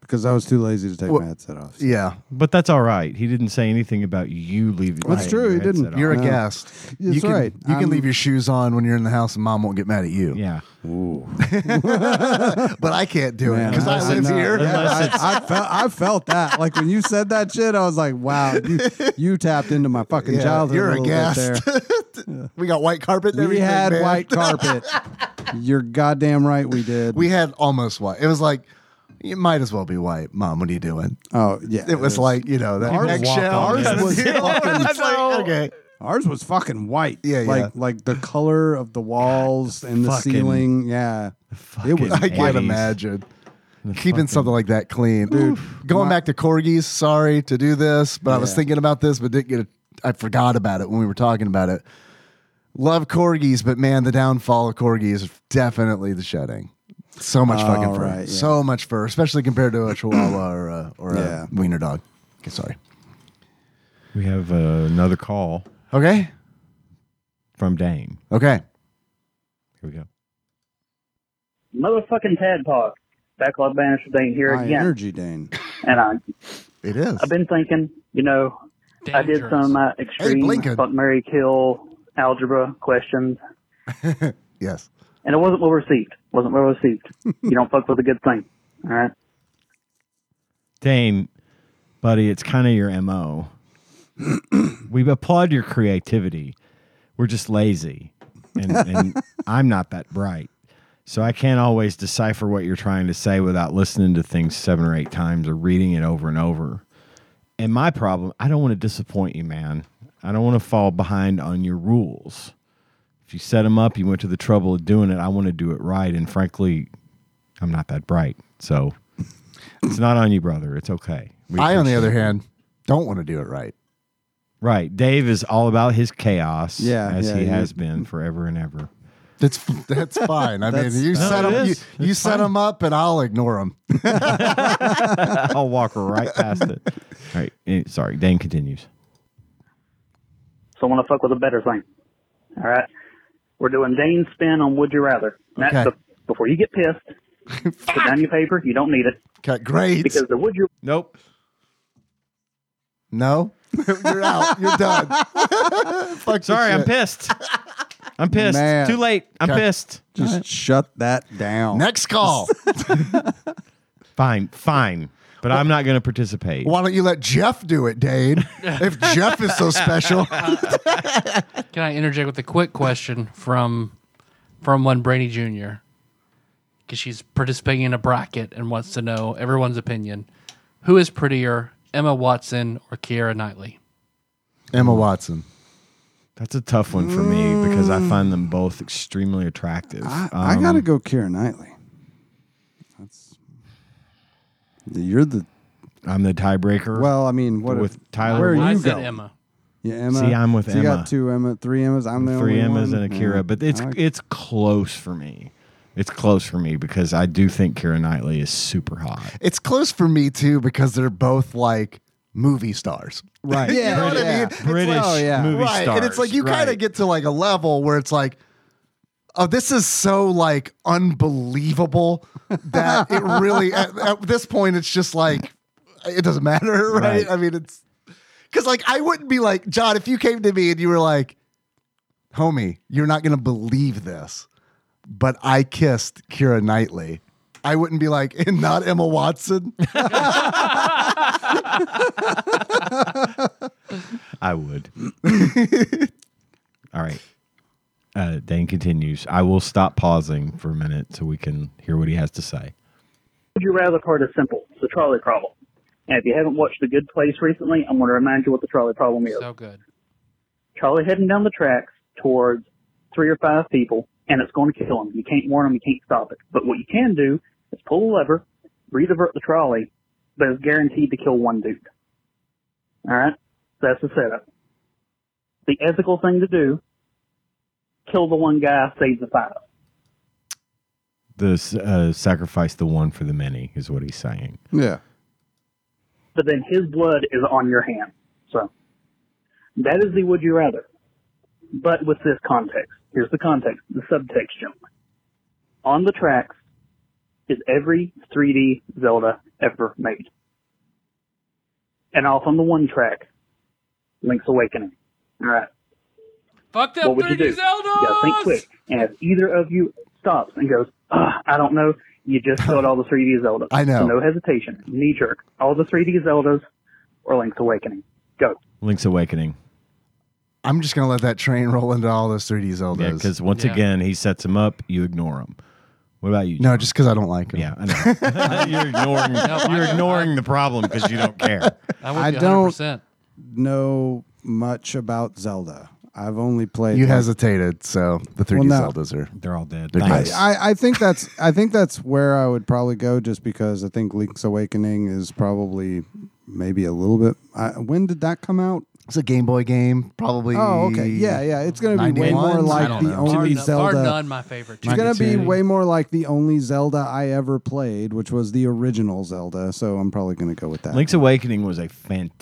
Speaker 2: because I was too lazy to take
Speaker 3: Well,
Speaker 2: my headset off.
Speaker 3: yeah,
Speaker 4: But that's all right. He didn't say anything about you leaving.
Speaker 2: That's
Speaker 4: your
Speaker 2: true, he
Speaker 4: headset
Speaker 2: didn't.
Speaker 4: on.
Speaker 3: you're a
Speaker 2: No.
Speaker 3: guest.
Speaker 2: That's
Speaker 3: you can,
Speaker 2: right.
Speaker 3: You
Speaker 2: I'm-
Speaker 3: can leave your shoes on when you're in the house, and mom won't get mad at you.
Speaker 4: yeah.
Speaker 3: <laughs> But I can't do it
Speaker 2: Man,
Speaker 3: because I
Speaker 4: Unless
Speaker 3: live
Speaker 4: it's-
Speaker 3: here.
Speaker 4: unless
Speaker 2: I, I, felt, I felt that. Like when you said that shit, I was like, wow, you, you tapped into my fucking
Speaker 3: <laughs> Yeah,
Speaker 2: childhood.
Speaker 3: you're
Speaker 2: a,
Speaker 3: a
Speaker 2: little
Speaker 3: guest.
Speaker 2: Bit
Speaker 3: <laughs> we got white carpet. and
Speaker 2: there. we
Speaker 3: everything,
Speaker 2: had
Speaker 3: man.
Speaker 2: white carpet. you're goddamn right, we did.
Speaker 3: We had almost white. It was like you might as well be white, mom. What are you doing?
Speaker 2: oh yeah,
Speaker 3: It was like you know that
Speaker 4: Ours-
Speaker 3: eggshell.
Speaker 4: ours
Speaker 3: kind of
Speaker 2: was
Speaker 3: deal.
Speaker 2: fucking-
Speaker 3: It's like, okay.
Speaker 2: ours was fucking white.
Speaker 3: Yeah,
Speaker 2: like
Speaker 3: yeah.
Speaker 2: like the color of the walls and the
Speaker 4: fucking-
Speaker 2: ceiling. Yeah, it was.
Speaker 4: fucking-
Speaker 3: I can't
Speaker 4: Whiteies.
Speaker 3: imagine. Keeping something like that clean. Dude, going back to corgis, sorry to do this, but I was
Speaker 2: Yeah.
Speaker 3: thinking about this, but didn't get a, I forgot about it when we were talking about it. Love corgis, but man, the downfall of corgis is definitely the shedding. So much fucking
Speaker 2: Oh,
Speaker 3: fur.
Speaker 2: right, yeah.
Speaker 3: So much fur, especially compared to a chihuahua or a, or
Speaker 2: Yeah.
Speaker 3: a wiener dog. Okay, sorry.
Speaker 4: We have uh, another call
Speaker 3: Okay.
Speaker 4: from Dane.
Speaker 3: Okay.
Speaker 4: Here we go.
Speaker 7: Motherfucking Tadpog. Backlog Banister Dane here
Speaker 2: High
Speaker 7: again.
Speaker 2: energy, Dane.
Speaker 7: And I,
Speaker 3: It is.
Speaker 7: I've been thinking, you know, I did some of my extreme
Speaker 3: Blinken.
Speaker 7: fuck Mary Kill algebra questions,
Speaker 3: <laughs> yes.
Speaker 7: and it wasn't well received. wasn't well received.
Speaker 3: <laughs>
Speaker 7: you don't fuck with a good thing. All right.
Speaker 4: Dane, buddy, it's kind of your <clears throat> MO. we applaud your creativity. We're just lazy. And, and
Speaker 5: <laughs>
Speaker 4: I'm not that bright. So I can't always decipher what you're trying to say without listening to things seven or eight times or reading it over and over. And my problem, I don't want to disappoint you, man. I don't want to fall behind on your rules. If you set them up, you went to the trouble of doing it. I want to do it right. And frankly, I'm not that bright. So it's not on you, brother. It's okay. We
Speaker 3: I, on the
Speaker 4: appreciate
Speaker 3: other
Speaker 4: it.
Speaker 3: hand, don't want to do it right.
Speaker 4: Right. Dave is all about his chaos,
Speaker 2: Yeah,
Speaker 4: as
Speaker 2: yeah,
Speaker 4: he
Speaker 2: he-
Speaker 4: has been forever and ever.
Speaker 3: That's
Speaker 4: <laughs>
Speaker 3: that's fine. I mean,
Speaker 2: That's-
Speaker 3: you
Speaker 4: No,
Speaker 3: set
Speaker 4: it
Speaker 3: them you,
Speaker 4: is.
Speaker 3: you
Speaker 4: It's
Speaker 3: set
Speaker 4: fine.
Speaker 3: them up, and I'll ignore them.
Speaker 4: <laughs> I'll walk right past it.
Speaker 3: <laughs>
Speaker 4: All right. eh, Sorry. Dane continues.
Speaker 7: So I want to fuck with a better thing. All right. We're doing Dane spin on Would You Rather. And That's
Speaker 3: Okay.
Speaker 7: the, before you get pissed, put down your paper. You don't need it
Speaker 3: Cut grades.
Speaker 7: because the Would You
Speaker 4: Nope.
Speaker 3: no, <laughs> you're out.
Speaker 7: <laughs>
Speaker 3: You're done. <laughs> Fuck this
Speaker 4: Sorry. I'm
Speaker 3: shit.
Speaker 4: pissed. I'm pissed.
Speaker 2: Man.
Speaker 4: Too late. I'm
Speaker 3: Okay.
Speaker 4: pissed.
Speaker 2: Just shut that down.
Speaker 3: Next call.
Speaker 4: <laughs> Fine. Fine. But I'm not going to participate.
Speaker 3: Why don't you let Jeff do it, Dane? If Jeff is so
Speaker 1: <laughs>
Speaker 3: special,
Speaker 1: Can I interject with a quick question from from one Brainy Jr. Because she's participating in a bracket and wants to know everyone's opinion. Who is prettier, Emma Watson or Kiera Knightley?
Speaker 3: Emma Watson.
Speaker 4: That's a tough one for me because I find them both extremely attractive.
Speaker 2: Mm. I, I
Speaker 4: Um,
Speaker 2: gotta go, Kira Knightley. That's you're the
Speaker 4: I'm the tiebreaker.
Speaker 2: well. I mean, what
Speaker 4: With
Speaker 2: if,
Speaker 4: Tyler
Speaker 2: Where
Speaker 1: I
Speaker 2: are you
Speaker 1: said
Speaker 2: go?
Speaker 1: Emma.
Speaker 2: Yeah, Emma.
Speaker 4: See, I'm with
Speaker 2: so You
Speaker 4: Emma.
Speaker 2: got two Emma, three Emmas. I'm the
Speaker 4: three
Speaker 2: only
Speaker 4: Emmas
Speaker 2: one.
Speaker 4: and
Speaker 2: Yeah.
Speaker 4: Akira, but it's
Speaker 2: I <laughs> like-
Speaker 4: it's close for me. It's close for me because I do think Kira Knightley is super hot.
Speaker 2: <laughs>
Speaker 3: It's close for me too because they're both like movie stars.
Speaker 4: Right.
Speaker 2: Yeah,
Speaker 3: <laughs> You know what I
Speaker 2: yeah.
Speaker 3: mean? It's
Speaker 4: British
Speaker 3: like-
Speaker 2: Oh, yeah.
Speaker 4: movie
Speaker 3: right.
Speaker 4: stars.
Speaker 3: And it's like you kind of
Speaker 4: right.
Speaker 3: get to like a level where it's like, oh, this is so like unbelievable that it really at, at this point it's just like it doesn't matter, <laughs> right?
Speaker 4: Right.
Speaker 3: I mean, it's Because like I wouldn't be like John if you came to me and you were like, "Homie, you're not gonna believe this, but I kissed Kira Knightley." I wouldn't be like, <laughs> and not
Speaker 4: <laughs>
Speaker 3: Emma Watson.
Speaker 4: I would. All right. Uh, Dane continues. I will stop pausing for a minute so we can hear what he has to say.
Speaker 7: Would you rather part is simple. It's the trolley problem. And if you haven't watched The Good Place recently, I'm going to remind you what the trolley problem is.
Speaker 1: So good.
Speaker 7: Charlie heading down the tracks towards three or five people, and it's going to kill him. You can't warn him. You can't stop it. But what you can do is pull the lever, redivert the trolley, but it's guaranteed to kill one dude. All right, so that's the setup. The ethical thing to do: kill the one guy, save the five.
Speaker 4: The s- uh, sacrifice the one for the many is what he's saying.
Speaker 2: Yeah.
Speaker 7: But then his blood is on your hand. So that is the would you rather. But with this context, here's the context, the subtext, gentlemen. On the tracks is every 3D Zelda ever made. And off on the one track, Link's Awakening. All right
Speaker 1: Fuck them
Speaker 7: what would you
Speaker 1: 3D
Speaker 7: do? You gotta think
Speaker 1: Zeldas!
Speaker 7: quick. And if either of you stops and goes, "Ugh, I don't know, you just killed
Speaker 3: <laughs>
Speaker 7: all the 3D Zeldas.
Speaker 3: I know.
Speaker 7: So no hesitation. Knee jerk. All the 3D Zeldas or Link's Awakening. Go.
Speaker 4: Link's Awakening.
Speaker 3: I'm just gonna let that train roll into all those 3D Zeldas.
Speaker 4: Yeah, because once
Speaker 1: Yeah.
Speaker 4: again, he sets him up, you ignore him. What about you?
Speaker 3: no, just because I don't like them.
Speaker 4: Yeah, I know. you're <laughs> ignoring, you're ignoring the problem because you don't care.
Speaker 1: I, would
Speaker 2: I
Speaker 1: be
Speaker 2: don't-
Speaker 1: 100%.
Speaker 2: Know much about Zelda. I've only played.
Speaker 3: <laughs> You
Speaker 2: like,
Speaker 3: hesitated, so the 3D
Speaker 2: Well, no.
Speaker 3: Zeldas are.
Speaker 4: They're all dead.
Speaker 3: They're
Speaker 4: Thanks.
Speaker 3: dead.
Speaker 2: I, I think that's I think that's where I would probably go just because I think Link's Awakening is probably maybe a little bit. I, when did that come out?
Speaker 3: It's a Game Boy game, probably.
Speaker 2: Oh, okay, yeah, yeah. It's gonna be way
Speaker 3: 91?
Speaker 2: more
Speaker 3: I
Speaker 2: like
Speaker 3: don't
Speaker 2: the
Speaker 3: know.
Speaker 1: Bar
Speaker 2: only
Speaker 1: none- bar
Speaker 2: Zelda.
Speaker 1: none my favorite.
Speaker 2: It's gonna be
Speaker 3: 92.
Speaker 2: way more like the only Zelda I ever played, which was the original Zelda. So I'm probably gonna go with that.
Speaker 4: Link's Awakening was a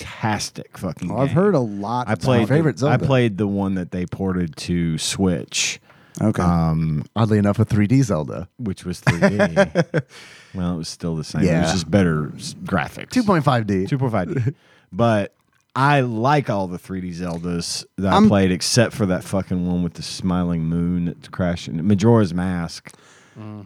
Speaker 4: fantastic fucking.
Speaker 2: I've
Speaker 4: game.
Speaker 2: heard a lot.
Speaker 4: I played.
Speaker 2: about it.
Speaker 3: favorite Zelda.
Speaker 4: I played the one that they ported to
Speaker 2: <laughs>
Speaker 4: Switch,
Speaker 2: Okay.
Speaker 4: um,
Speaker 3: Oddly enough, a 3D Zelda.
Speaker 4: which was 3D. well, it was still the same. It
Speaker 3: Yeah.
Speaker 4: was just better s- graphics.
Speaker 3: 2.5D.
Speaker 4: 2.5D. <laughs> but I like all the 3D Zeldas that i
Speaker 2: I'm-
Speaker 4: played, except for that fucking one with the smiling moon that's crashing. Majora's Mask.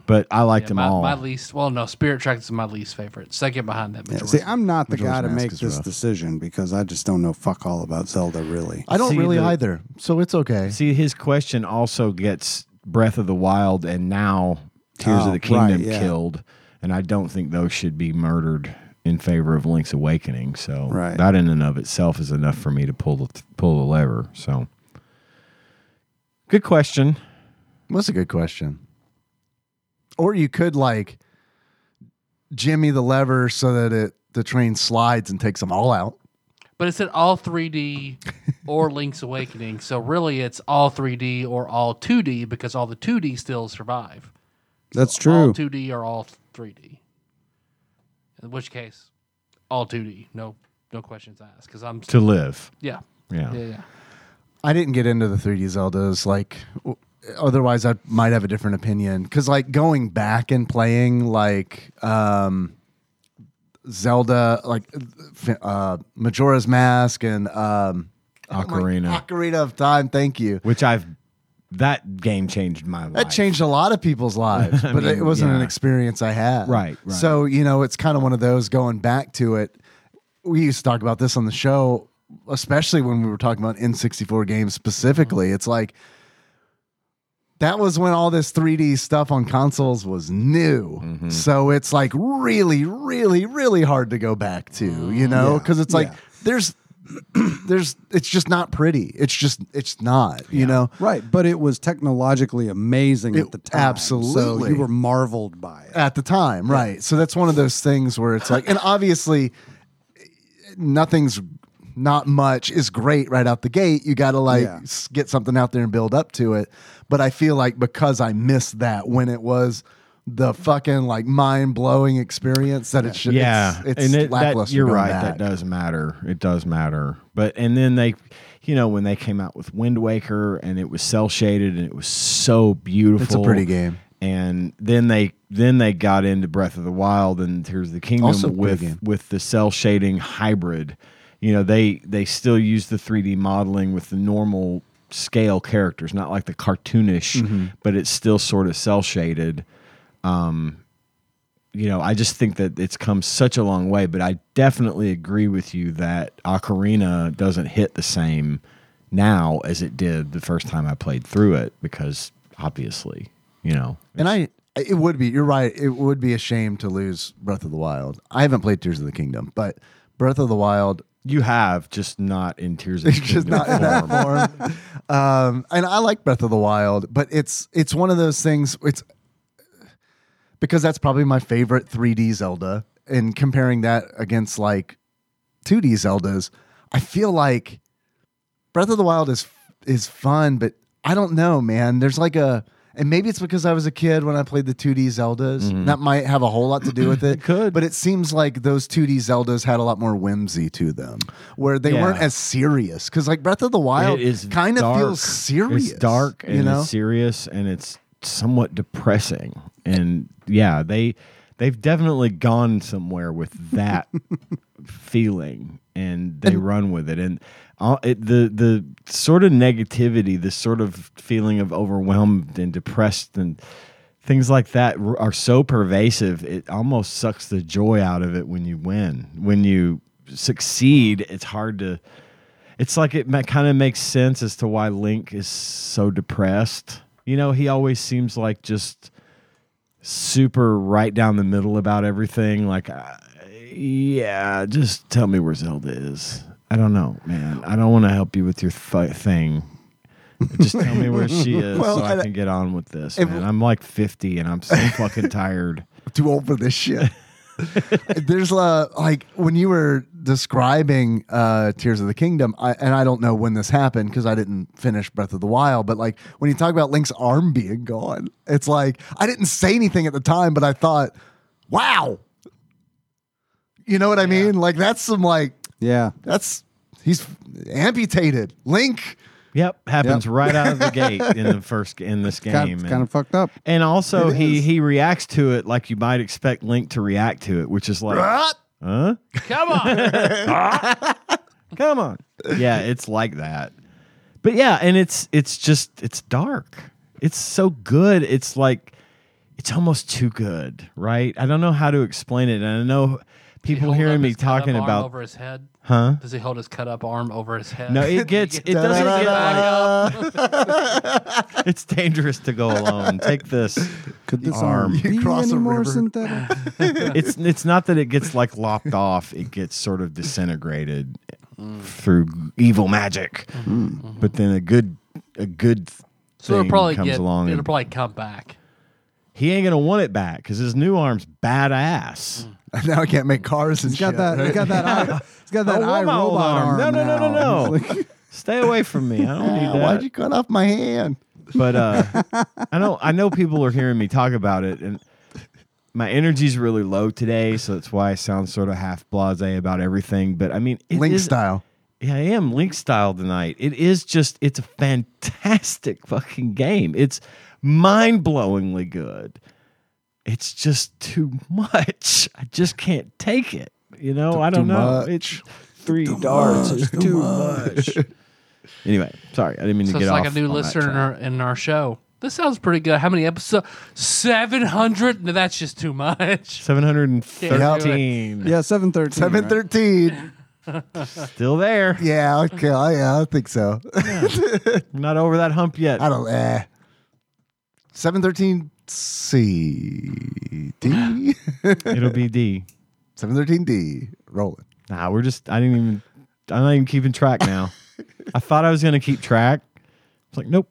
Speaker 4: But I
Speaker 1: Mm.
Speaker 4: liked
Speaker 1: Yeah,
Speaker 4: them
Speaker 1: my,
Speaker 4: all.
Speaker 1: my least, well, no, Spirit Tracks is my least favorite. Second behind that.
Speaker 2: Yeah,
Speaker 1: Majora's
Speaker 2: see, I'm not the
Speaker 3: Majora's
Speaker 2: guy to
Speaker 3: Mask
Speaker 2: make
Speaker 3: is
Speaker 2: this
Speaker 3: rough.
Speaker 2: decision because I just don't know fuck all about Zelda really.
Speaker 3: I don't
Speaker 4: See,
Speaker 3: really
Speaker 4: the-
Speaker 3: either, so it's okay.
Speaker 4: See, his question also gets Breath of the Wild and now Tears
Speaker 2: Oh,
Speaker 4: of the Kingdom
Speaker 2: right, yeah.
Speaker 4: killed, and I don't think those should be murdered in favor of Link's Awakening. So
Speaker 2: Right.
Speaker 4: that in and of itself is enough for me to pull the pull the lever. So good question.
Speaker 3: That's a good question. Or you could like jimmy the lever so that it the train slides and takes them all out.
Speaker 1: But it said all 3D or Link's Awakening. So really, it's all 3D or all 2D because all the 2D still survive.
Speaker 2: That's
Speaker 1: All
Speaker 3: <clears throat>
Speaker 2: true.
Speaker 1: 2D or all 3D. In which case, all 2D. No, no questions asked. Because I'm
Speaker 4: To live.
Speaker 1: yeah,
Speaker 4: Yeah.
Speaker 1: yeah, yeah.
Speaker 3: I didn't get into the 3D Zeldas like w- otherwise I might have a different opinion cuz like going back and playing like um Zelda like uh Majora's Mask and um
Speaker 4: Ocarina.
Speaker 3: Ocarina of Time, thank you.
Speaker 4: Which I've that game changed my life.
Speaker 3: That changed a lot of
Speaker 4: <laughs>
Speaker 3: people's lives, but
Speaker 4: mean,
Speaker 3: it wasn't an
Speaker 4: yeah.
Speaker 3: experience I had.
Speaker 4: Right, right.
Speaker 3: So, you know, it's kind of one of those going back to it. We used to talk about this on the show, especially when we were talking about N64 games specifically. It's like that was when all this 3D stuff on consoles was new.
Speaker 4: Mm-hmm.
Speaker 3: So it's like really, really, really hard to go back to, you know,
Speaker 4: Mm-hmm.
Speaker 2: Yeah,
Speaker 3: because it's like
Speaker 2: yeah.
Speaker 3: there's. there's it's just not pretty it's just it's not you know
Speaker 2: Right, but it was technologically amazing at
Speaker 3: It-
Speaker 2: the time. So
Speaker 3: absolutely.
Speaker 2: you were marveled by it.
Speaker 3: at the time, right? So that's one of those things where it's like, and obviously, nothing's not much is great right out the gate. You got to like
Speaker 2: Yeah.
Speaker 3: s- get something out there and build up to it. But I feel like because I missed that when it was the fucking like mind blowing experience that it should,
Speaker 4: yeah,
Speaker 3: it's, it's
Speaker 4: it- that,
Speaker 3: lackluster.
Speaker 4: you're
Speaker 3: going
Speaker 4: right.
Speaker 3: back.
Speaker 4: That does matter. It does matter. But and then they, you know, when they came out with Wind Waker and it was cell shaded and it was so beautiful.
Speaker 3: It's a pretty game.
Speaker 4: And then they then they got into Breath of the Wild and Tears of the Kingdom
Speaker 3: Also a pretty
Speaker 4: with
Speaker 3: game.
Speaker 4: with the cell shading hybrid. you know they they still use the 3D modeling with the normal scale characters, not like the cartoonish,
Speaker 3: Mm-hmm.
Speaker 4: but it's still sort of cell shaded. Um, you know, I just think that it's come such a long way, but I definitely agree with you that Ocarina doesn't hit the same now as it did the first time I played through it because obviously, you know,
Speaker 3: And I, it would be. You're right. It would be a shame to lose Breath of the Wild. I haven't played Tears of the Kingdom, but Breath of the Wild
Speaker 4: you have just not in Tears of the
Speaker 3: It's <laughs> just
Speaker 4: Kingdom
Speaker 3: not in that
Speaker 4: form.
Speaker 3: form. um, and I like Breath of the Wild, but it's it's one of those things. It's because that's probably my favorite 3D Zelda, and comparing that against like 2D Zeldas, I feel like Breath of the Wild is is fun, but I don't know, man. There's like a and maybe it's because I was a kid when I played the 2D Zeldas. That might have a whole lot to do
Speaker 4: <clears throat>
Speaker 3: with it.
Speaker 4: Mm-hmm. could.
Speaker 3: But it seems like those 2D Zeldas had a lot more whimsy to them, where they
Speaker 4: Yeah.
Speaker 3: weren't as serious. Because like Breath of the Wild
Speaker 4: It is
Speaker 3: kind of
Speaker 4: dark.
Speaker 3: feels serious.
Speaker 4: It's dark and
Speaker 3: you know?
Speaker 4: it's serious and it's somewhat depressing. And yeah, they they've definitely gone somewhere with
Speaker 3: <laughs>
Speaker 4: that feeling and they run with it. And all, it, the the sort of negativity, the sort of feeling of overwhelmed and depressed and things like that r- are so pervasive. It almost sucks the joy out of it when you win. When you succeed, it's hard to it's like it kind of makes sense as to why Link is so depressed. You know, he always seems like just super right down the middle about everything. Like, uh, yeah, just tell me where Zelda is. I don't know, man. I don't want to help you with your th- thing. Just tell me where she is
Speaker 3: <laughs> Well,
Speaker 4: so I
Speaker 3: and-
Speaker 4: can get on with this,
Speaker 3: if-
Speaker 4: man. I'm like 50 and
Speaker 3: <laughs>
Speaker 4: I'm so fucking tired.
Speaker 3: too old for this shit. There's uh, like when you were describing uh, Tears of the Kingdom, I, and I don't know when this happened because I didn't finish Breath of the Wild, but like when you talk about Link's arm being gone, it's like I didn't say anything at the time, but I thought, wow. You know what I mean? Like that's some like
Speaker 2: Yeah.
Speaker 3: that's he's amputated. Link,
Speaker 4: Yep, happens right out of
Speaker 2: <laughs>
Speaker 3: <laughs>
Speaker 4: the gate in the first in this game.
Speaker 2: Got,
Speaker 4: and-
Speaker 2: kind of fucked up.
Speaker 4: And also,
Speaker 3: It
Speaker 4: he
Speaker 3: is.
Speaker 4: he reacts to it like you might expect Link to react to it, which is like,
Speaker 3: ah,
Speaker 4: huh?
Speaker 1: Come on.
Speaker 4: <laughs> Come on, yeah, it's like that. But yeah, and it's it's just it's dark. It's so good. It's like it's almost too good, right? I don't know how to explain it, and I know people
Speaker 1: Hold up
Speaker 4: hearing me
Speaker 1: his cut-up
Speaker 4: talking
Speaker 1: arm
Speaker 4: about,
Speaker 1: over his head.
Speaker 4: huh?
Speaker 1: Does he hold his cut up arm over his head?
Speaker 4: <laughs>
Speaker 1: <laughs>
Speaker 4: No, it gets it doesn't get like, <laughs> it's dangerous to go alone. Take this.
Speaker 2: Could this
Speaker 4: arm.
Speaker 2: arm
Speaker 4: You
Speaker 2: be
Speaker 3: cross
Speaker 2: any
Speaker 3: a
Speaker 2: more
Speaker 3: <laughs> river.
Speaker 2: synthetic?
Speaker 3: <laughs>
Speaker 4: it's it's not that it gets like lopped off; it gets sort of disintegrated through evil magic.
Speaker 2: Mm-hmm.
Speaker 4: But then a good a good
Speaker 1: so it'll
Speaker 4: thing
Speaker 1: probably
Speaker 4: comes
Speaker 1: get.
Speaker 4: along.
Speaker 1: it'll
Speaker 4: and
Speaker 1: probably come back.
Speaker 4: he ain't gonna want it back because his new arm's badass.
Speaker 3: <laughs> now I can't make cars and
Speaker 2: He's got
Speaker 3: shit,
Speaker 2: that. He's
Speaker 3: right?
Speaker 2: got
Speaker 3: <laughs>
Speaker 2: that. Eye, he's got that
Speaker 4: I want
Speaker 2: eye
Speaker 4: Oh, my old
Speaker 2: robot
Speaker 4: arm.
Speaker 2: arm.
Speaker 4: No, no, no, no,
Speaker 2: now.
Speaker 4: no.
Speaker 2: It's <laughs> like-
Speaker 4: Stay away from me. I don't need
Speaker 3: Ah,
Speaker 4: that.
Speaker 3: why'd you cut off my hand?
Speaker 4: but uh, I know I know people are hearing me talk about it, and my energy's really low today, so that's why I sound sort of half blasé about everything. But I mean, it
Speaker 3: Link
Speaker 4: is-
Speaker 3: style.
Speaker 4: Yeah, I am Link style tonight. It is just, it's a fantastic <laughs> fucking game. It's mind blowingly good. It's just too much. I just can't take it. You know, I don't
Speaker 3: too
Speaker 4: know.
Speaker 3: much.
Speaker 4: It's three darts is too much. <laughs> anyway, sorry, I didn't mean
Speaker 1: So
Speaker 4: to get
Speaker 1: it's like a
Speaker 4: off
Speaker 1: new
Speaker 4: on that
Speaker 1: listener in
Speaker 4: track.
Speaker 1: our, in our show. This sounds pretty good. How many episodes? Seven hundred. No, that's just too much.
Speaker 4: 713.
Speaker 2: Yeah, seven thirteen.
Speaker 3: Seven thirteen.
Speaker 1: <laughs>
Speaker 4: Still there.
Speaker 3: Yeah, okay, I, yeah, I think so.
Speaker 4: I'm not over that hump yet.
Speaker 3: I don't. Eh. Seven thirteen C
Speaker 4: <laughs>
Speaker 3: D.
Speaker 4: It'll be D.
Speaker 3: <laughs> Seven thirteen D. Rolling.
Speaker 4: Nah, we're just. I didn't even. I'm not even keeping track
Speaker 3: <laughs>
Speaker 4: now. I thought I was gonna keep track. It's like, nope.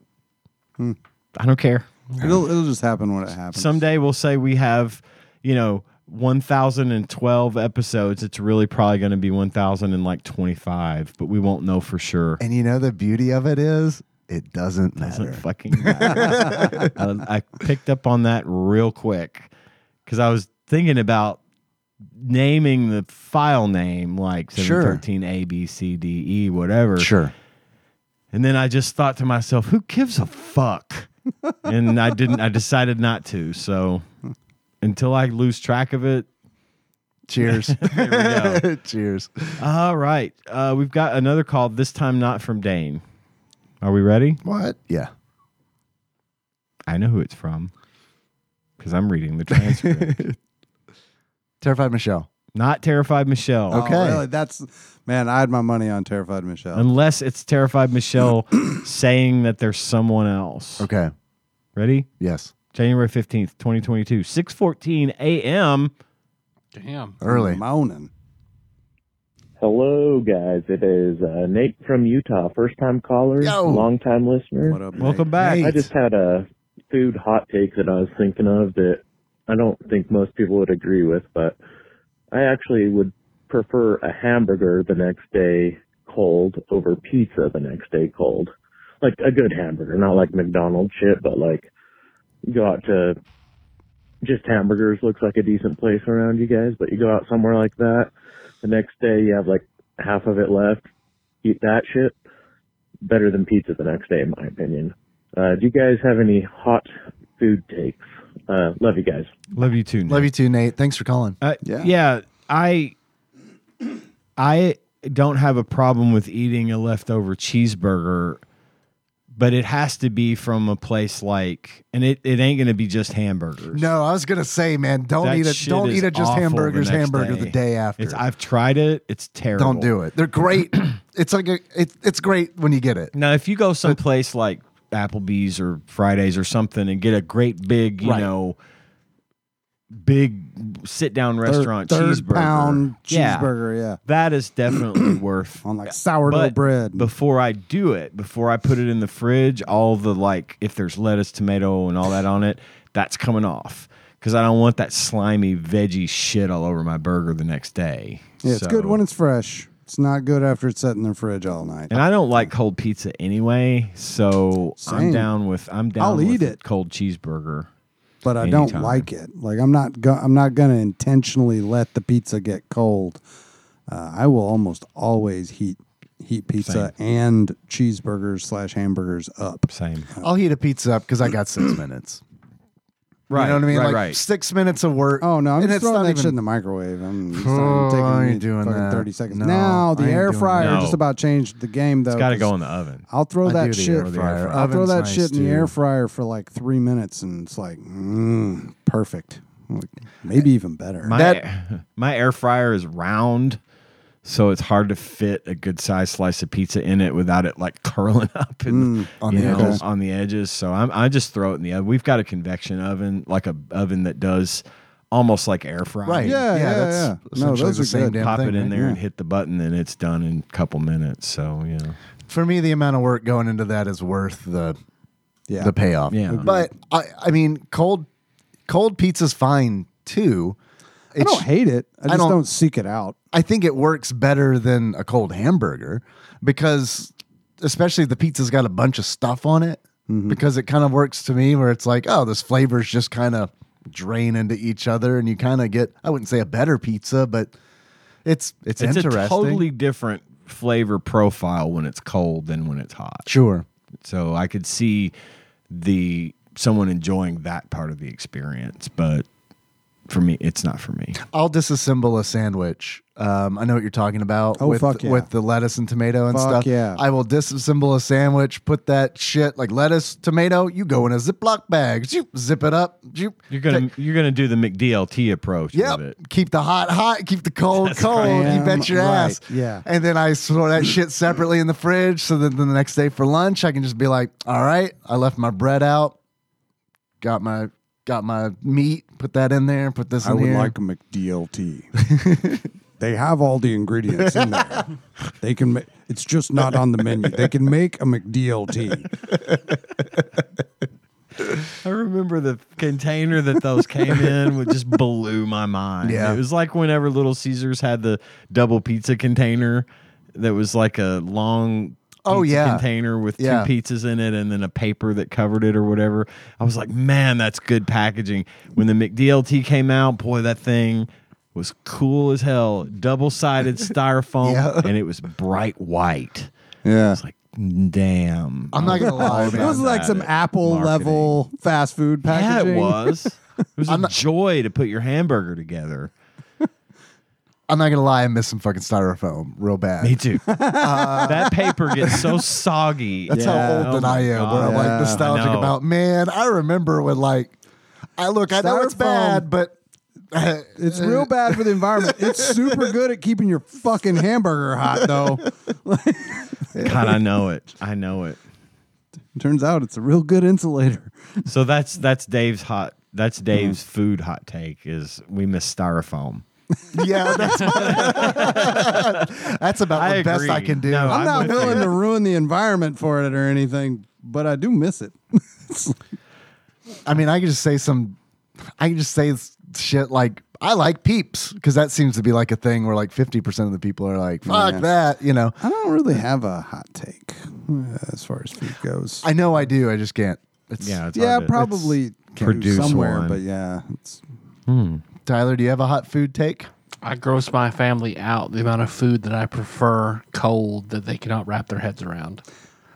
Speaker 3: Hmm.
Speaker 4: I don't care.
Speaker 2: It'll it'll just happen when it happens.
Speaker 4: Someday we'll say we have, you know, 1,012 episodes. It's really probably gonna be 1,025, but we won't know for sure.
Speaker 3: And you know the beauty of it is it doesn't matter.
Speaker 4: Doesn't fucking
Speaker 3: <laughs>
Speaker 4: matter. I, I picked up on that real quick because I was thinking about naming the file name like
Speaker 3: Sure.
Speaker 4: 713 A, B, C, D, E, whatever.
Speaker 3: Sure.
Speaker 4: And then I just thought to myself, who gives a
Speaker 3: <laughs>
Speaker 4: fuck? and I didn't, I decided not to. So until I lose track of it,
Speaker 3: Cheers.
Speaker 4: <laughs> There we go.
Speaker 3: <laughs> Cheers.
Speaker 4: All right. Uh, we've got another call, this time not from Dane. Are we ready?
Speaker 3: What? Yeah.
Speaker 4: I know who it's from because I'm reading the transcript.
Speaker 3: <laughs> Terrified Michelle.
Speaker 4: not Terrified Michelle.
Speaker 3: Okay.
Speaker 2: Oh, really? That's man. I had my money on terrified Michelle.
Speaker 4: Unless it's Terrified
Speaker 3: <clears throat>
Speaker 4: Michelle saying that there's someone else.
Speaker 3: Okay.
Speaker 4: Ready?
Speaker 3: Yes.
Speaker 4: January 15th, 2022, 6:14 a.m.
Speaker 1: Damn.
Speaker 3: Early.
Speaker 2: moaning.
Speaker 8: Hello, guys. It is uh, Nate from Utah, first time caller,
Speaker 3: Yo.
Speaker 8: long time listener.
Speaker 2: What up? Nate?
Speaker 4: Welcome back.
Speaker 8: I just had a food hot take that I was thinking of that I don't think most people would agree with, but I actually would prefer a hamburger the next day cold over pizza the next day cold. <laughs> Like a good hamburger, not like McDonald's shit, but like you go out to just hamburgers looks like a decent place around you guys, but you go out somewhere like that, the next day you have like half of it left, eat that shit. Better than pizza the next day, in my opinion. Uh, do you guys have any hot food takes? Uh, love you guys.
Speaker 4: Love you too. Nate.
Speaker 3: Love you too, Nate. Thanks for calling.
Speaker 4: Uh, yeah.
Speaker 2: Yeah.
Speaker 4: I I don't have a problem with eating a leftover cheeseburger, but it has to be from a place like, and it, it ain't going to be just hamburgers.
Speaker 3: No, I was gonna say, man, don't
Speaker 4: That
Speaker 3: eat it.
Speaker 4: shit
Speaker 3: Don't
Speaker 4: is
Speaker 3: eat it. Just
Speaker 4: awful the
Speaker 3: hamburgers.
Speaker 4: next
Speaker 3: Hamburger the day after.
Speaker 4: It's, I've tried it. It's terrible.
Speaker 3: don't do it.
Speaker 4: <clears throat>
Speaker 3: They're great. it's like a, it, it's great when you get it.
Speaker 4: Now, if you go someplace like Applebee's or Fridays or something and get a great big, you
Speaker 3: Right.
Speaker 4: know, big sit down restaurant
Speaker 2: third
Speaker 4: cheeseburger,
Speaker 2: pound
Speaker 4: Yeah.
Speaker 2: cheeseburger. Yeah,
Speaker 4: that is
Speaker 2: <clears throat>
Speaker 4: definitely worth
Speaker 2: on like sourdough
Speaker 4: But
Speaker 2: bread.
Speaker 4: before I do it, before I put it in the fridge, all the like, if there's lettuce, tomato, and all that on it, that's coming off because I don't want that slimy veggie shit all over my burger the next day.
Speaker 2: yeah, it's
Speaker 4: So-
Speaker 2: good when it's fresh. It's not good after it's sitting in the fridge all night.
Speaker 4: And I don't like cold pizza anyway, so I'm
Speaker 2: Same.
Speaker 4: down with I'm down.
Speaker 2: I'll
Speaker 4: with
Speaker 2: eat it.
Speaker 4: Cold cheeseburger.
Speaker 2: but I don't
Speaker 4: Anytime.
Speaker 2: like it. Like I'm not go- I'm not gonna intentionally let the pizza get cold. Uh, I will almost always heat heat pizza and cheeseburgers slash hamburgers up.
Speaker 4: Same.
Speaker 3: <laughs> I'll heat a pizza up because I got six minutes. You know what I mean?
Speaker 4: Right.
Speaker 3: like
Speaker 4: right.
Speaker 3: six minutes of work.
Speaker 2: Oh no, I'm
Speaker 3: and
Speaker 2: just
Speaker 3: it's
Speaker 2: throwing
Speaker 3: not
Speaker 2: that
Speaker 3: even-
Speaker 2: shit in the microwave. I'm, just,
Speaker 3: Oh,
Speaker 2: I'm taking
Speaker 3: I ain't
Speaker 2: me
Speaker 3: doing
Speaker 2: fucking
Speaker 3: that.
Speaker 2: thirty seconds.
Speaker 3: No,
Speaker 2: now
Speaker 3: I
Speaker 2: the
Speaker 3: ain't
Speaker 2: air
Speaker 3: doing
Speaker 2: fryer
Speaker 4: that.
Speaker 2: just about changed the game though.
Speaker 4: It's got to
Speaker 2: 'cause
Speaker 4: go in the oven.
Speaker 2: I'll throw
Speaker 3: I do
Speaker 2: that
Speaker 3: the
Speaker 2: shit.
Speaker 3: air fryer.
Speaker 2: I'll throw
Speaker 3: Oven's
Speaker 2: that
Speaker 3: nice,
Speaker 2: shit in the air
Speaker 3: too.
Speaker 2: fryer for like three minutes, and it's like mm, perfect. Like, maybe even better.
Speaker 4: My
Speaker 3: That-
Speaker 4: air- my air fryer is round, so it's hard to fit a good sized slice of pizza in it without it like curling <laughs> up and
Speaker 2: Mm,
Speaker 4: on,
Speaker 3: on
Speaker 4: the
Speaker 3: the
Speaker 4: edges.
Speaker 3: edges.
Speaker 4: on the edges. So I'm, I just throw it in the oven. We've got a convection oven, like a oven that does almost like air fry.
Speaker 3: Right.
Speaker 2: Yeah, yeah,
Speaker 3: that's
Speaker 2: yeah. No,
Speaker 3: essentially
Speaker 2: those
Speaker 3: the
Speaker 2: are
Speaker 3: same
Speaker 2: good.
Speaker 3: damn
Speaker 4: Pop
Speaker 3: thing.
Speaker 4: it in
Speaker 3: right?
Speaker 4: there and hit the button, and it's done in a couple minutes. So you know,
Speaker 3: For me, the amount of work going into that is worth the
Speaker 2: yeah,
Speaker 3: the payoff.
Speaker 4: Yeah.
Speaker 3: But I, I mean, cold cold pizza's fine too.
Speaker 2: I don't
Speaker 3: It's-
Speaker 2: hate it. I just
Speaker 3: don't-
Speaker 2: don't seek it out.
Speaker 3: I think it works better than a cold hamburger because, especially if the pizza's got a bunch of stuff on it,
Speaker 2: Mm-hmm.
Speaker 3: because it kind of works to me where it's like, oh, this flavors just kind of drain into each other, and you kind of get, I wouldn't say a better pizza, but it's it's,
Speaker 4: it's
Speaker 3: interesting.
Speaker 4: a totally different flavor profile when it's cold than when it's hot.
Speaker 3: sure.
Speaker 4: So I could see the someone enjoying that part of the experience, but for me, it's not for me.
Speaker 3: I'll disassemble a sandwich. Um, I know what you're talking about
Speaker 2: Oh,
Speaker 3: with
Speaker 2: fuck yeah.
Speaker 3: with the lettuce and tomato and
Speaker 2: Fuck
Speaker 3: stuff.
Speaker 2: yeah.
Speaker 3: I will disassemble a sandwich, put that shit like lettuce, tomato, you go in a Ziploc bag, zoop, zip it up, zoop,
Speaker 4: You're gonna you're gonna do the McDLT approach with
Speaker 3: Yep.
Speaker 4: it.
Speaker 3: Keep the hot hot, keep the cold cold. You
Speaker 2: Damn
Speaker 3: bet your
Speaker 2: right.
Speaker 3: ass.
Speaker 2: Yeah.
Speaker 3: And then I throw that shit separately in the fridge so that the next day for lunch I can just be like, all right, I left my bread out, got my got my meat, put that in there, put this
Speaker 2: I
Speaker 3: in
Speaker 2: would
Speaker 3: here.
Speaker 2: like a McDLT. <laughs> they have all the ingredients in
Speaker 3: <laughs>
Speaker 2: there. They can. Ma- it's just not on the menu. They can make a McDLT.
Speaker 4: I remember the container that those came in would just blew my mind.
Speaker 3: Yeah.
Speaker 4: It was like whenever Little Caesars had the double pizza container that was like a long
Speaker 3: Oh,
Speaker 4: pizza
Speaker 3: yeah.
Speaker 4: container with
Speaker 3: Yeah.
Speaker 4: two pizzas in it and then a paper that covered it or whatever. I was like, man, that's good packaging. When the McDLT came out, boy, that thing was cool as hell. Double sided styrofoam
Speaker 3: <laughs> Yeah.
Speaker 4: and it was bright white.
Speaker 2: Yeah.
Speaker 4: It's like damn.
Speaker 3: I'm not gonna lie,
Speaker 4: all
Speaker 3: man.
Speaker 2: It was
Speaker 4: about
Speaker 2: like
Speaker 4: that
Speaker 2: some
Speaker 4: at
Speaker 2: Apple
Speaker 4: marketing.
Speaker 2: level fast food packaging.
Speaker 3: <laughs>
Speaker 4: Yeah, it was. It was a joy to put your hamburger together.
Speaker 3: I'm not gonna lie, I miss some fucking styrofoam real bad.
Speaker 4: Me
Speaker 3: <laughs>
Speaker 4: too. Uh, that paper gets so soggy.
Speaker 3: That's how old
Speaker 4: Oh
Speaker 3: that
Speaker 4: my
Speaker 3: I am. Where I'm
Speaker 4: God.
Speaker 2: Yeah, I
Speaker 3: like nostalgic
Speaker 4: know.
Speaker 3: about man. I remember when like I look. I know it's
Speaker 2: Styrofoam.
Speaker 3: bad, but
Speaker 2: It's real bad for the environment.
Speaker 3: <laughs>
Speaker 2: It's super good at keeping your fucking hamburger hot, though.
Speaker 4: <laughs> God, I know it. I know
Speaker 3: <laughs>
Speaker 4: it.
Speaker 2: <laughs> Turns out it's a real good insulator.
Speaker 4: So that's that's Dave's hot. That's Dave's food hot take is we miss styrofoam.
Speaker 3: yeah, <laughs> that's
Speaker 2: <laughs>
Speaker 3: that's about
Speaker 4: I
Speaker 3: the best I
Speaker 4: agree.
Speaker 3: can do.
Speaker 4: No,
Speaker 2: I'm,
Speaker 4: I'm
Speaker 2: not
Speaker 4: with
Speaker 2: willing
Speaker 4: you.
Speaker 2: to ruin the environment for it or anything, but I do miss it.
Speaker 3: <laughs> I mean, I can just say some. I can just say s- shit like I like peeps because that seems to be like a thing where like fifty percent of the people are like fuck
Speaker 2: Yeah.
Speaker 3: that. You know,
Speaker 2: I don't really have a hot take uh, as far as food goes.
Speaker 3: I know I do. I just can't. It's,
Speaker 4: Yeah, it's
Speaker 2: yeah,
Speaker 4: hard to-
Speaker 2: probably
Speaker 4: produce
Speaker 2: somewhere,
Speaker 4: one. Hmm.
Speaker 2: but yeah, it's
Speaker 3: Tyler, do you have a hot food take?
Speaker 1: I gross my family out the amount of food that I prefer cold that they cannot wrap their heads around.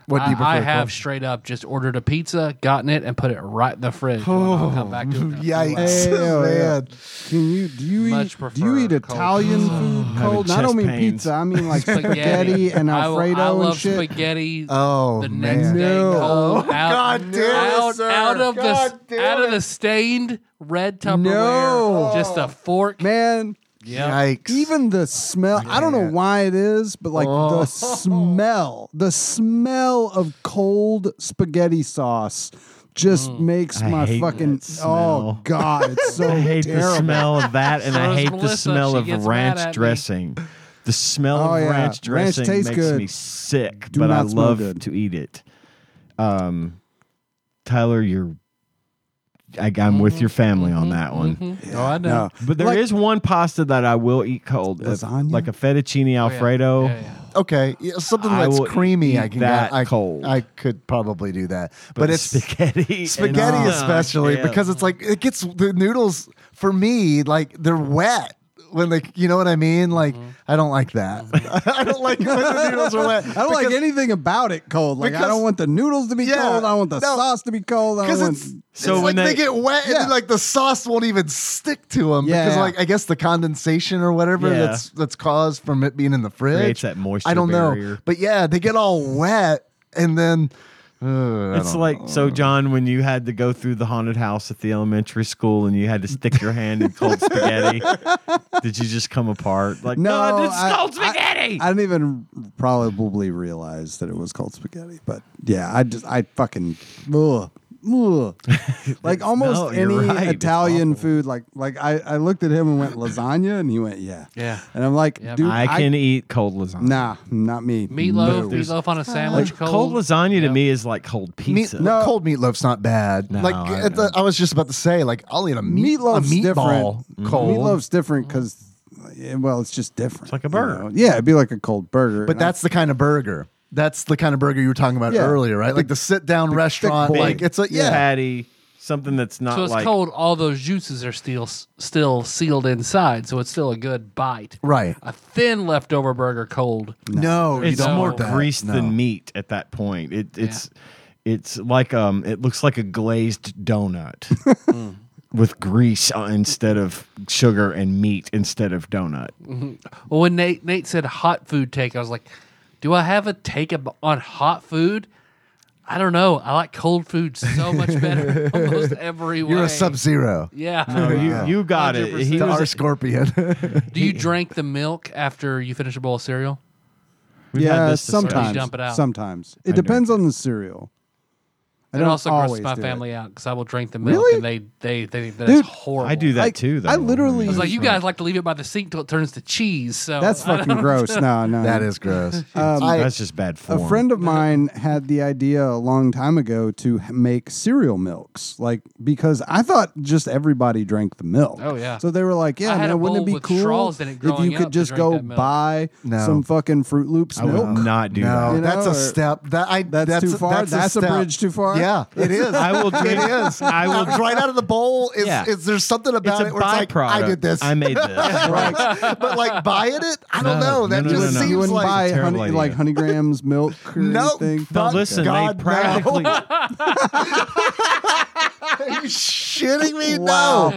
Speaker 3: What do you prefer?
Speaker 1: I, I have
Speaker 3: Cole?
Speaker 1: straight up just ordered a pizza, gotten it, and put it right in the fridge. Oh, come back to it.
Speaker 2: <laughs>
Speaker 3: Yikes,
Speaker 2: Wow.
Speaker 3: <laughs> man.
Speaker 2: Can you do you
Speaker 1: Much
Speaker 2: eat do you eat
Speaker 1: prefer cold Mm.
Speaker 2: Italian food cold? I don't
Speaker 4: chest
Speaker 2: mean
Speaker 4: pains.
Speaker 2: pizza. I mean like spaghetti and
Speaker 1: I-
Speaker 2: Alfredo
Speaker 1: I, love
Speaker 2: and shit.
Speaker 1: spaghetti.
Speaker 3: Oh
Speaker 1: the
Speaker 3: man.
Speaker 1: next day,
Speaker 2: No. <laughs>
Speaker 1: cold, out,
Speaker 3: Oh, God damn it,
Speaker 1: out,
Speaker 3: sir.
Speaker 1: out of
Speaker 3: God
Speaker 1: the
Speaker 3: damn
Speaker 1: out of
Speaker 3: it.
Speaker 1: the stained red Tupperware.
Speaker 2: No.
Speaker 1: just a fork.
Speaker 2: Man,
Speaker 1: Yeah,
Speaker 3: Yikes.
Speaker 2: even the smell. I don't know
Speaker 3: can't.
Speaker 2: why it is, but like
Speaker 4: Oh.
Speaker 2: the smell, the smell of cold spaghetti sauce just
Speaker 1: Mm.
Speaker 2: makes
Speaker 4: I
Speaker 2: my
Speaker 4: hate
Speaker 2: fucking
Speaker 4: that
Speaker 2: oh
Speaker 4: smell.
Speaker 2: god, it's so
Speaker 4: <laughs> I hate
Speaker 2: terrible.
Speaker 4: the smell of that, and
Speaker 1: So
Speaker 4: I
Speaker 1: does
Speaker 4: hate
Speaker 1: Melissa.
Speaker 4: the smell
Speaker 1: She
Speaker 4: of
Speaker 1: gets mad at me.
Speaker 4: ranch dressing. The smell
Speaker 2: Oh,
Speaker 4: of
Speaker 2: yeah.
Speaker 4: ranch
Speaker 2: Ranch
Speaker 4: dressing
Speaker 2: tastes
Speaker 4: makes
Speaker 2: good.
Speaker 4: me sick,
Speaker 2: Do
Speaker 4: but I
Speaker 2: not smell
Speaker 4: love
Speaker 2: good.
Speaker 4: to eat it. Um, Tyler, you're. I, I'm
Speaker 1: Mm-hmm.
Speaker 4: with your family on that one.
Speaker 1: Oh, I know.
Speaker 2: No.
Speaker 4: But there is
Speaker 2: Like-
Speaker 4: one pasta that I will eat cold, uh,
Speaker 2: Lasagna?
Speaker 4: like a fettuccine
Speaker 1: Oh, yeah.
Speaker 4: alfredo.
Speaker 1: Yeah, yeah.
Speaker 3: Okay, yeah, something
Speaker 4: I
Speaker 3: that's
Speaker 4: will
Speaker 3: creamy.
Speaker 4: eat
Speaker 3: I can
Speaker 4: that
Speaker 3: I,
Speaker 4: cold.
Speaker 3: I could probably do that, but,
Speaker 4: But
Speaker 3: it's
Speaker 4: spaghetti,
Speaker 3: spaghetti
Speaker 4: and-
Speaker 3: especially
Speaker 4: Yeah.
Speaker 3: because it's like it gets the noodles for me like they're wet when they you know what I mean. Like
Speaker 4: Mm-hmm.
Speaker 3: I don't like that. <laughs> I don't like when the noodles are wet.
Speaker 2: I don't like anything about it cold. Like I
Speaker 3: because-
Speaker 2: don't want the noodles to be
Speaker 3: Yeah,
Speaker 2: cold. I want the
Speaker 3: no.
Speaker 2: sauce to be cold. I
Speaker 3: because
Speaker 2: want
Speaker 3: it's.
Speaker 4: So when
Speaker 3: it's like they,
Speaker 4: they-
Speaker 3: get wet, and
Speaker 2: Yeah.
Speaker 3: then, like the sauce won't even stick to them
Speaker 2: Yeah,
Speaker 3: because,
Speaker 2: yeah.
Speaker 3: like, I guess the condensation or whatever
Speaker 4: Yeah.
Speaker 3: that's that's caused from it being in the fridge
Speaker 4: Creates that moisture
Speaker 3: I don't know,
Speaker 4: barrier.
Speaker 3: but yeah, they get all wet, and then uh, I
Speaker 4: It's
Speaker 3: don't
Speaker 4: like so, John, when you had to go through the haunted house at the elementary school and you had to stick your hand in cold
Speaker 2: <laughs>
Speaker 4: spaghetti. Did you just come apart? Like,
Speaker 2: No,
Speaker 4: no, it's
Speaker 2: I-
Speaker 4: cold spaghetti.
Speaker 2: I didn't even probably realize that it was called spaghetti, but yeah, I just I fucking ugh,
Speaker 4: <laughs>
Speaker 2: ugh. like almost
Speaker 4: No, you're
Speaker 2: any
Speaker 4: right. It's
Speaker 2: Italian
Speaker 4: awful.
Speaker 2: food. Like like I I looked at him and went lasagna, and he went yeah,
Speaker 1: Yeah.
Speaker 2: and I'm like
Speaker 1: Yep.
Speaker 2: dude,
Speaker 4: I, can eat cold lasagna.
Speaker 2: nah, not me.
Speaker 1: Meatloaf,
Speaker 2: No.
Speaker 1: meatloaf on a sandwich,
Speaker 4: Like, cold, lasagna to me is like cold
Speaker 3: meat,
Speaker 4: pizza.
Speaker 3: no, cold meatloaf's not bad.
Speaker 4: No,
Speaker 3: like
Speaker 4: I
Speaker 3: I, the, I was just about to say, like I'll eat a meat,
Speaker 2: meatloaf's
Speaker 3: a meatball
Speaker 2: different.
Speaker 3: cold.
Speaker 2: Meatloaf's different because well, it's just different. It's
Speaker 4: like a burger.
Speaker 2: Yeah, it'd be like a cold burger,
Speaker 3: but
Speaker 2: and I-
Speaker 3: that's the kind of burger. That's the kind of burger you were talking about
Speaker 2: Yeah.
Speaker 3: earlier, right? Like the sit down restaurant.
Speaker 2: boy.
Speaker 3: Like it's a yeah.
Speaker 4: patty, something that's not
Speaker 1: So it's
Speaker 4: like
Speaker 1: cold. All those juices are still still sealed inside, so it's still a good bite.
Speaker 3: Right.
Speaker 1: A thin leftover burger, cold.
Speaker 3: No, you
Speaker 4: It's
Speaker 3: don't
Speaker 4: more
Speaker 3: want that.
Speaker 4: grease
Speaker 3: No.
Speaker 4: than meat at that point. It, it's it's like um, it looks like a glazed
Speaker 2: <laughs>
Speaker 4: donut
Speaker 2: Mm.
Speaker 4: with grease uh, instead of sugar and meat instead of donut.
Speaker 1: <laughs> Well, when Nate Nate said hot food take, I was like, "Do I have a take ab- on hot food?" I don't know. I like cold food so
Speaker 4: <laughs>
Speaker 1: much better almost every way.
Speaker 3: You're a sub zero.
Speaker 1: Yeah.
Speaker 4: No,
Speaker 1: <laughs>
Speaker 4: you, you got it.
Speaker 1: 100%.
Speaker 4: He
Speaker 3: The
Speaker 4: was-
Speaker 3: R scorpion.
Speaker 1: <laughs> Do
Speaker 2: <laughs>
Speaker 1: you drink the milk after you finish a bowl of cereal?
Speaker 4: we've had
Speaker 2: yeah,
Speaker 4: this discussion.
Speaker 2: sometimes.
Speaker 1: Dump it out.
Speaker 2: Sometimes it depends on the cereal. I
Speaker 1: It
Speaker 2: don't
Speaker 1: also
Speaker 2: always
Speaker 1: grosses my
Speaker 2: do it.
Speaker 1: family out because I will drink the milk
Speaker 2: Really?
Speaker 1: and they they they think that's
Speaker 2: Dude,
Speaker 1: horrible.
Speaker 4: I do that
Speaker 2: I-
Speaker 4: too. Though
Speaker 2: I literally-
Speaker 1: I was like, you guys like to leave it by the sink till it turns to cheese. So
Speaker 2: That's fucking gross. No, no,
Speaker 3: that
Speaker 2: no.
Speaker 3: is gross.
Speaker 4: I mean, that's just bad
Speaker 2: Um, A
Speaker 4: form.
Speaker 2: friend of mine had the idea a long time ago to h- make cereal milks, like because I thought just everybody drank the milk.
Speaker 1: Oh, yeah.
Speaker 2: So they were like, "Yeah,
Speaker 1: I had
Speaker 2: man,
Speaker 1: a
Speaker 2: wouldn't
Speaker 1: bowl
Speaker 2: it be
Speaker 1: with
Speaker 2: cool
Speaker 1: straws
Speaker 2: if
Speaker 1: in it
Speaker 2: you
Speaker 1: growing
Speaker 2: could
Speaker 1: up to
Speaker 2: just
Speaker 1: drink
Speaker 2: go
Speaker 1: that milk."
Speaker 2: buy
Speaker 3: No.
Speaker 2: some fucking Fruit Loops
Speaker 4: I would
Speaker 2: milk?"
Speaker 4: not do
Speaker 3: no,
Speaker 4: that.
Speaker 2: You
Speaker 3: that's
Speaker 2: know,
Speaker 3: a
Speaker 2: or-
Speaker 3: step. That I
Speaker 2: That's too far? That's a
Speaker 3: step.
Speaker 2: bridge too far?
Speaker 3: Yeah,
Speaker 2: <laughs>
Speaker 3: it
Speaker 4: <laughs>
Speaker 3: is.
Speaker 4: I will
Speaker 3: It
Speaker 4: drink-
Speaker 3: is.
Speaker 4: I will-
Speaker 3: It's right out of the bowl. It's,
Speaker 4: Yeah.
Speaker 3: it's there's something
Speaker 4: It's
Speaker 3: about
Speaker 4: a
Speaker 3: it where it's like
Speaker 4: byproduct.
Speaker 3: I did this.
Speaker 4: I made
Speaker 3: <laughs>
Speaker 4: this.
Speaker 3: right. but like buying it, I don't
Speaker 4: No,
Speaker 3: know. That
Speaker 4: no, no,
Speaker 3: just
Speaker 4: no, no.
Speaker 3: seems
Speaker 2: You wouldn't
Speaker 3: like
Speaker 2: buy honey,
Speaker 4: Terrible idea.
Speaker 2: like Honey Grams milk or
Speaker 3: Nope.
Speaker 2: anything.
Speaker 4: No,
Speaker 3: Fuck <laughs>
Speaker 4: listen, they
Speaker 3: God, no.
Speaker 4: practically
Speaker 3: shitting me? No.
Speaker 2: Well,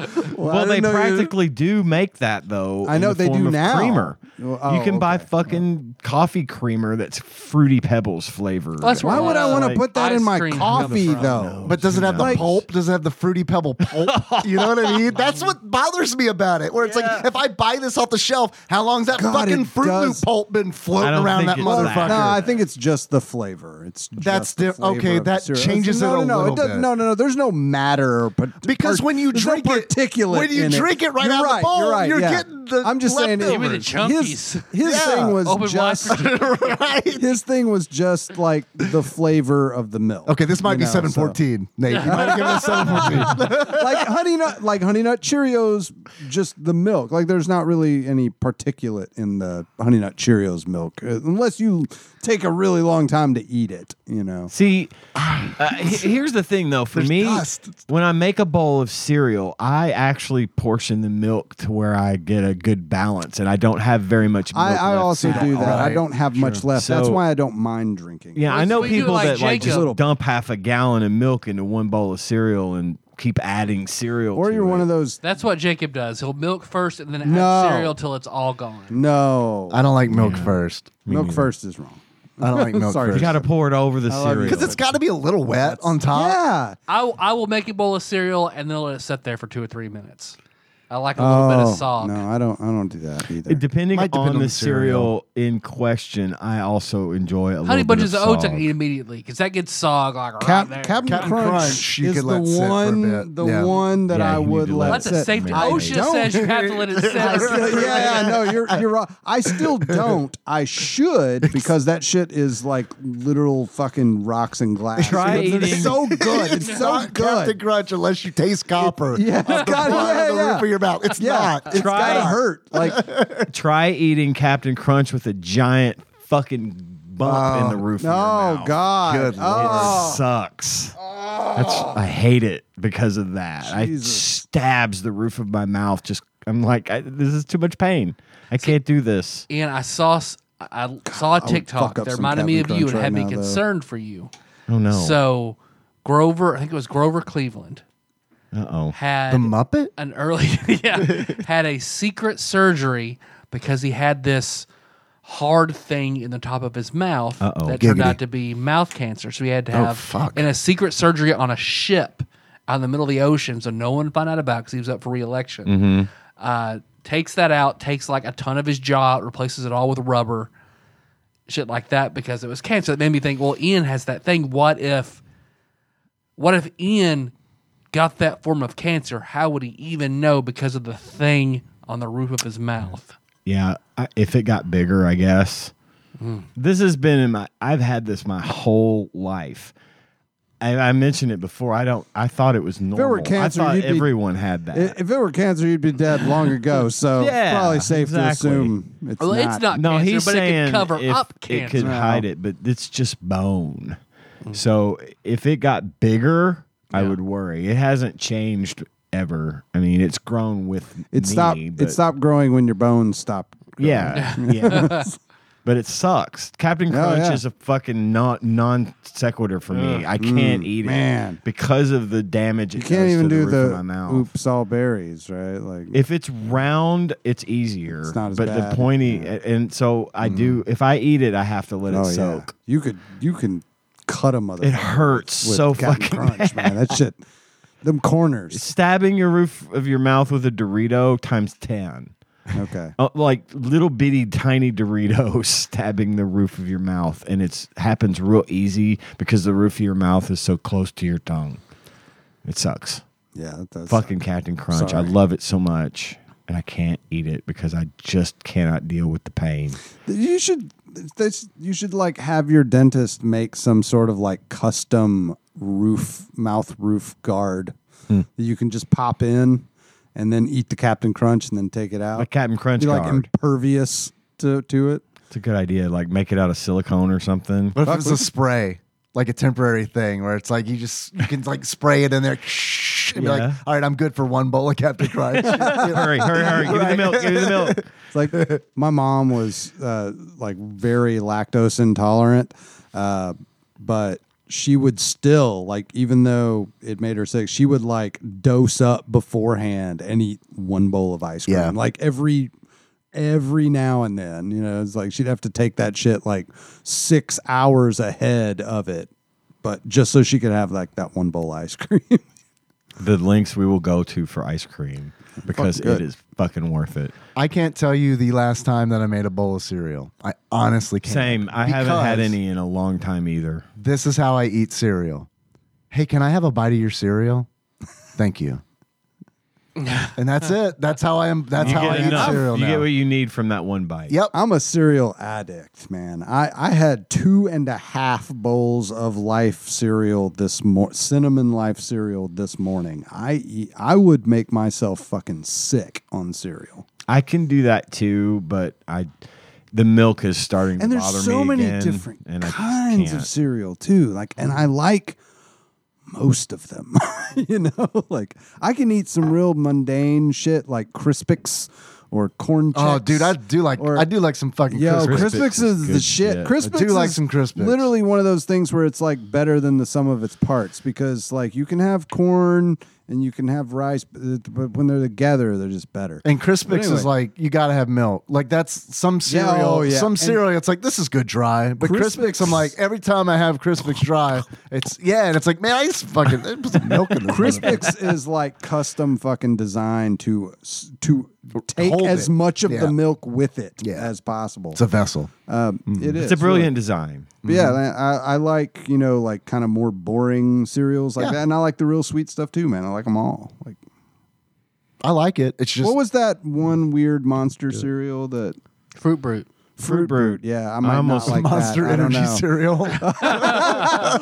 Speaker 2: I
Speaker 4: well, they
Speaker 2: didn't know you-
Speaker 4: practically do make that though.
Speaker 2: I
Speaker 4: in
Speaker 2: know
Speaker 4: the
Speaker 2: they
Speaker 4: form
Speaker 2: do
Speaker 4: of
Speaker 2: now.
Speaker 4: Creamer.
Speaker 2: Well,
Speaker 4: you
Speaker 2: oh,
Speaker 4: can buy
Speaker 2: okay.
Speaker 4: fucking coffee creamer that's fruity pebbles flavored.
Speaker 1: Well, that's
Speaker 2: Why
Speaker 1: where
Speaker 2: would I
Speaker 1: the,
Speaker 2: want to
Speaker 4: like,
Speaker 2: put that in
Speaker 1: ice
Speaker 2: my
Speaker 1: cream
Speaker 2: coffee
Speaker 1: comes from.
Speaker 2: though?
Speaker 3: But does it have the
Speaker 4: Like-
Speaker 3: pulp? Does it have the fruity pebble pulp?
Speaker 2: <laughs>
Speaker 3: You know what I mean? That's what bothers me about it. Where it's like, if I buy this off the shelf, how long's that
Speaker 2: God,
Speaker 3: fucking
Speaker 2: it
Speaker 3: Fruit Loop
Speaker 2: does.
Speaker 3: pulp been floating
Speaker 4: I don't
Speaker 3: around
Speaker 4: think
Speaker 3: that
Speaker 4: it's that.
Speaker 3: motherfucker?
Speaker 2: No, I think it's just the flavor. It's
Speaker 3: That's
Speaker 2: just the
Speaker 3: di- okay,
Speaker 2: flavor of
Speaker 3: that
Speaker 2: cereal.
Speaker 3: changes
Speaker 2: no,
Speaker 3: it
Speaker 2: no,
Speaker 3: a
Speaker 2: no,
Speaker 3: little
Speaker 2: does-
Speaker 3: bit.
Speaker 2: No, no, no. There's no matter or par-
Speaker 3: Because
Speaker 2: par-
Speaker 3: when you
Speaker 2: there's no
Speaker 3: drink it-
Speaker 2: particulate
Speaker 3: when you
Speaker 2: in it.
Speaker 3: drink it right
Speaker 2: You're
Speaker 3: out of the
Speaker 2: right,
Speaker 3: bowl,
Speaker 2: you're, right,
Speaker 3: you're
Speaker 2: yeah.
Speaker 3: getting the
Speaker 2: I'm just saying, it-
Speaker 1: Even the
Speaker 2: his,
Speaker 1: chunkies.
Speaker 2: his
Speaker 3: Yeah.
Speaker 2: thing was
Speaker 1: Open wide
Speaker 2: just <laughs>
Speaker 3: <laughs>
Speaker 2: his thing was just like the flavor of the milk.
Speaker 3: Okay, this might
Speaker 2: you
Speaker 3: be
Speaker 2: know, so-
Speaker 3: 714, Nate. You might have given
Speaker 2: <laughs>
Speaker 3: us 714.
Speaker 2: like honey nut, like honey nut Cheerios, just the milk. Like there's not really any particulate in the honey nut Cheerios milk, uh, unless you take a really long time to eat it. You know,
Speaker 4: See, uh, he- here's the thing though. For
Speaker 3: There's
Speaker 4: me,
Speaker 3: dust.
Speaker 4: when I make a bowl of cereal, I actually portion the milk to where I get a good balance, and I don't have very much. Milk
Speaker 2: I, I
Speaker 4: left
Speaker 2: also
Speaker 4: at
Speaker 2: do
Speaker 4: all.
Speaker 2: that. I don't have much left. That's
Speaker 4: So-
Speaker 2: why I don't mind drinking.
Speaker 4: Yeah, I
Speaker 1: Well,
Speaker 4: know
Speaker 1: we do
Speaker 4: people
Speaker 1: like
Speaker 4: that like just
Speaker 1: Jacob.
Speaker 4: dump half a gallon of milk into one bowl of cereal and keep adding cereal.
Speaker 2: <laughs> or
Speaker 4: to
Speaker 2: you're
Speaker 4: it.
Speaker 2: one of those.
Speaker 1: That's what Jacob does. He'll milk first and then add
Speaker 2: No.
Speaker 1: cereal till it's all gone.
Speaker 2: No,
Speaker 3: I don't like milk first.
Speaker 2: milk first is wrong. <laughs>
Speaker 3: I don't like milk
Speaker 2: Sorry.
Speaker 4: You
Speaker 3: first.
Speaker 4: got to pour it over the
Speaker 2: love you.
Speaker 4: cereal.
Speaker 3: Because it's got to be a little wet on top.
Speaker 2: Yeah,
Speaker 1: I, I will make a bowl of cereal and then let it sit there for two or three minutes. I like a little bit
Speaker 2: Oh,
Speaker 1: of sog.
Speaker 2: No, I don't. I don't do that either.
Speaker 4: It- depending
Speaker 3: Might depend
Speaker 4: on,
Speaker 3: on
Speaker 4: the
Speaker 3: the cereal.
Speaker 4: cereal in question, I also enjoy a
Speaker 1: Honey
Speaker 4: little
Speaker 1: bunches
Speaker 4: bit
Speaker 1: of
Speaker 4: of
Speaker 1: oats I
Speaker 4: sog.
Speaker 1: can eat immediately because that gets sog like right
Speaker 2: Cap,
Speaker 1: there.
Speaker 2: Captain,
Speaker 3: Captain
Speaker 2: Crunch,
Speaker 3: Crunch, you
Speaker 2: is
Speaker 3: could let
Speaker 2: the
Speaker 3: sit for a
Speaker 2: one,
Speaker 3: bit.
Speaker 2: the
Speaker 3: Yeah.
Speaker 2: one that
Speaker 4: Yeah,
Speaker 2: I
Speaker 4: you need
Speaker 2: would
Speaker 4: to let
Speaker 2: let.
Speaker 4: it
Speaker 1: That's a
Speaker 2: sit.
Speaker 1: safety.
Speaker 4: I
Speaker 1: OSHA
Speaker 2: don't.
Speaker 1: says you have to let
Speaker 2: <laughs>
Speaker 1: it sit.
Speaker 2: I
Speaker 1: for
Speaker 2: still,
Speaker 1: three
Speaker 2: yeah, yeah,
Speaker 1: minutes.
Speaker 2: no, you're you're wrong. I
Speaker 4: <laughs>
Speaker 2: still don't. I should because that shit is like literal fucking rocks and glass.
Speaker 4: Try
Speaker 2: it's
Speaker 4: eating-
Speaker 2: so good.
Speaker 1: <laughs>
Speaker 2: It's
Speaker 3: <laughs>
Speaker 2: so
Speaker 3: not Captain
Speaker 2: good.
Speaker 3: Crunch unless you taste
Speaker 4: <laughs>
Speaker 3: copper.
Speaker 2: yeah.
Speaker 3: off the,
Speaker 2: God,
Speaker 3: bottom of the
Speaker 2: yeah, yeah.
Speaker 3: roof of your mouth. It's
Speaker 2: Yeah,
Speaker 3: not.
Speaker 2: it's
Speaker 4: Try-
Speaker 2: gotta hurt. Like
Speaker 4: <laughs> Try eating Captain Crunch with a giant fucking bump in the roof. of your
Speaker 2: oh
Speaker 4: mouth.
Speaker 2: god.
Speaker 3: Good
Speaker 2: oh.
Speaker 4: It sucks. That's I hate it because of that.
Speaker 2: Jesus.
Speaker 4: I stabs the roof of my mouth. Just I'm like, I, this is too much pain. I can't do this.
Speaker 1: And I saw s- I saw a
Speaker 2: would
Speaker 1: TikTok
Speaker 2: fuck up
Speaker 1: that
Speaker 2: some
Speaker 1: reminded me of
Speaker 2: Captain
Speaker 1: you
Speaker 2: Crunch
Speaker 1: and had
Speaker 2: right
Speaker 1: me
Speaker 2: now, though.
Speaker 1: concerned for you.
Speaker 4: Oh no.
Speaker 1: So Grover, I think it was Grover Cleveland,
Speaker 4: uh oh.
Speaker 1: had
Speaker 3: The Muppet?
Speaker 1: an early <laughs> yeah had a secret surgery because he had this hard thing in the top of his mouth
Speaker 4: Uh-oh. Oh,
Speaker 1: that turned
Speaker 3: Giggity.
Speaker 1: out to be mouth cancer. So he had to have
Speaker 3: fuck.
Speaker 1: and a secret surgery on a ship out in the middle of the ocean, so no one found out about because he was up for reelection.
Speaker 4: Mm-hmm.
Speaker 2: Mm-hmm.
Speaker 1: Uh, takes that out, takes like a ton of his jaw, replaces it all with rubber, shit like that because it was cancer. That made me think, well, Ian has that thing. What if? What if Ian got that form of cancer, how would he even know because of the thing on the roof of his mouth?
Speaker 4: Yeah, I, if it got bigger, I guess.
Speaker 2: Hmm.
Speaker 4: This has been in my. I've had this my whole life. I, I mentioned it before. I don't. I thought it was
Speaker 2: were
Speaker 4: normal.
Speaker 2: cancer,
Speaker 4: I thought
Speaker 2: you'd be-
Speaker 4: everyone had that.
Speaker 2: I- If it were cancer, you'd be dead long ago. So
Speaker 4: <laughs> Yeah,
Speaker 2: probably safe to
Speaker 4: exactly.
Speaker 2: assume it's
Speaker 1: well,
Speaker 2: not.
Speaker 1: it's not
Speaker 4: no,
Speaker 1: cancer,
Speaker 4: he's
Speaker 1: but it
Speaker 4: saying
Speaker 1: could cover
Speaker 4: if
Speaker 1: up
Speaker 4: it could
Speaker 1: cancer. Mm.
Speaker 4: hide it, but it's just bone. So if it got bigger, I would worry. It hasn't changed ever. I mean, it's grown with
Speaker 2: It
Speaker 4: me,
Speaker 2: stopped.
Speaker 4: but-
Speaker 2: It stopped growing when your bones stopped. growing.
Speaker 4: Yeah,
Speaker 2: <laughs>
Speaker 4: yeah. but it sucks. Captain Crunch
Speaker 2: yeah.
Speaker 4: is a fucking non non sequitur for me. I can't eat it
Speaker 2: Mm, man.
Speaker 4: because of the damage.
Speaker 2: You
Speaker 4: it
Speaker 2: can't
Speaker 4: does
Speaker 2: even
Speaker 4: to
Speaker 2: do
Speaker 4: the, roof of
Speaker 2: the
Speaker 4: my mouth.
Speaker 2: oops all berries, right? Like
Speaker 4: If it's round, it's easier.
Speaker 2: It's not as
Speaker 4: but
Speaker 2: bad. Mm.
Speaker 4: the pointy, and so I do. If I eat it, I have to let it
Speaker 2: oh yeah,
Speaker 4: soak.
Speaker 2: you could you can cut a mother.
Speaker 4: It hurts so
Speaker 2: Captain
Speaker 4: fucking
Speaker 2: Crunch, man. That shit, them corners.
Speaker 4: Stabbing your roof of your mouth with a Dorito times ten.
Speaker 2: Okay,
Speaker 4: Uh, like little bitty tiny Doritos <laughs> stabbing the roof of your mouth, and it's happens real easy because the roof of your mouth is so close to your tongue. It sucks.
Speaker 2: yeah, that does.
Speaker 4: Fucking Captain Crunch.
Speaker 2: Sorry.
Speaker 4: I love it so much, and I can't eat it because I just cannot deal with the pain.
Speaker 2: You should this. You should like have your dentist make some sort of like custom roof mouth roof guard
Speaker 4: Hmm.
Speaker 2: that you can just pop in and then eat the Captain Crunch and then take it out.
Speaker 4: Like Captain Crunch
Speaker 2: Be like
Speaker 4: guard.
Speaker 2: impervious to to it.
Speaker 4: It's a good idea. Like make it out of silicone or something.
Speaker 3: What if it was a spray? Like a temporary thing where it's like you just you can like spray it in there. shh, And be
Speaker 4: Yeah.
Speaker 3: like, all right, I'm good for one bowl of
Speaker 4: <laughs>
Speaker 3: Captain
Speaker 2: <laughs>
Speaker 3: Crunch.
Speaker 4: hurry, hurry, hurry! Give me the milk. Give me the milk.
Speaker 2: It's like my mom was uh, like very lactose intolerant, uh, but she would still like even though it made her sick she would like dose up beforehand and eat one bowl of ice cream
Speaker 3: Yeah.
Speaker 2: like every every now and then you know it's like she'd have to take that shit like 6 hours ahead of it but just so she could have like that one bowl of ice cream
Speaker 4: <laughs> The links we will go to for ice cream because
Speaker 2: good.
Speaker 4: it is fucking worth it.
Speaker 3: I can't tell you the last time that I made a bowl of cereal. I honestly can't.
Speaker 4: Same. I haven't had
Speaker 3: Because
Speaker 4: any in a long time either.
Speaker 3: This is how I eat cereal. Hey, can I have a bite of your cereal? Thank you. and that's it. That's how I am. That's how I eat cereal
Speaker 4: You
Speaker 3: now.
Speaker 4: get what you need from that one bite.
Speaker 3: Yep.
Speaker 2: I'm a cereal addict, man. I, I had two and a half bowls of Life cereal this mor cinnamon Life cereal this morning. I eat, I would make myself fucking sick on cereal.
Speaker 4: I can do that too, but I the milk is starting
Speaker 2: And
Speaker 4: to
Speaker 2: there's
Speaker 4: bother
Speaker 2: so
Speaker 4: me
Speaker 2: many
Speaker 4: again,
Speaker 2: different
Speaker 4: and I just
Speaker 2: kinds
Speaker 4: can't.
Speaker 2: of cereal too. Like, and I like most of them. <laughs> you know, <laughs> like I can eat some real mundane shit like Crispix or corn.
Speaker 3: Oh, dude, I
Speaker 2: Chex.
Speaker 3: do like
Speaker 2: Or-
Speaker 3: I do like some fucking
Speaker 2: Yo,
Speaker 3: Crispy.
Speaker 4: Crispix is
Speaker 2: Crispix is the
Speaker 4: good
Speaker 2: shit.
Speaker 4: shit. I
Speaker 2: Crispix
Speaker 3: do like
Speaker 2: is
Speaker 3: some Crispix.
Speaker 2: Literally one of those things where it's like better than the sum of its parts because like you can have corn and you can have rice, but uh, but when they're together, they're just better.
Speaker 3: And Crispix
Speaker 2: But anyway.
Speaker 3: is like you gotta have milk. Like that's some cereal.
Speaker 2: oh, yeah.
Speaker 3: Some
Speaker 2: And-
Speaker 3: cereal. It's like this is good dry, but Crispix,
Speaker 2: Crispix- <laughs>
Speaker 3: I'm like <laughs> every time I have Crispix dry, it's yeah, and it's like man, I used to fucking
Speaker 4: <laughs>
Speaker 3: I put some milk in this. motherfucker.
Speaker 2: Crispix is like custom fucking designed to s- to take
Speaker 3: Hold
Speaker 2: as
Speaker 3: it.
Speaker 2: much of
Speaker 3: Yeah.
Speaker 2: the milk with it
Speaker 3: Yeah.
Speaker 2: as possible.
Speaker 3: It's a vessel.
Speaker 2: um, it is
Speaker 4: Mm. It's a
Speaker 2: really.
Speaker 4: brilliant design.
Speaker 2: But Yeah,
Speaker 3: Mm-hmm.
Speaker 2: I, I like you know like kind of more boring cereals like
Speaker 3: Yeah.
Speaker 2: that, and I like the real sweet stuff too, man. I like them all. Like
Speaker 3: I like it. It's just Mm.
Speaker 2: what was that one weird monster cereal that
Speaker 1: Fruit Brute.
Speaker 4: Fruit Brute.
Speaker 2: Yeah, I might
Speaker 4: almost-
Speaker 2: not like
Speaker 3: Monster
Speaker 2: that. I don't
Speaker 3: Energy
Speaker 2: know.
Speaker 3: cereal.
Speaker 2: <laughs>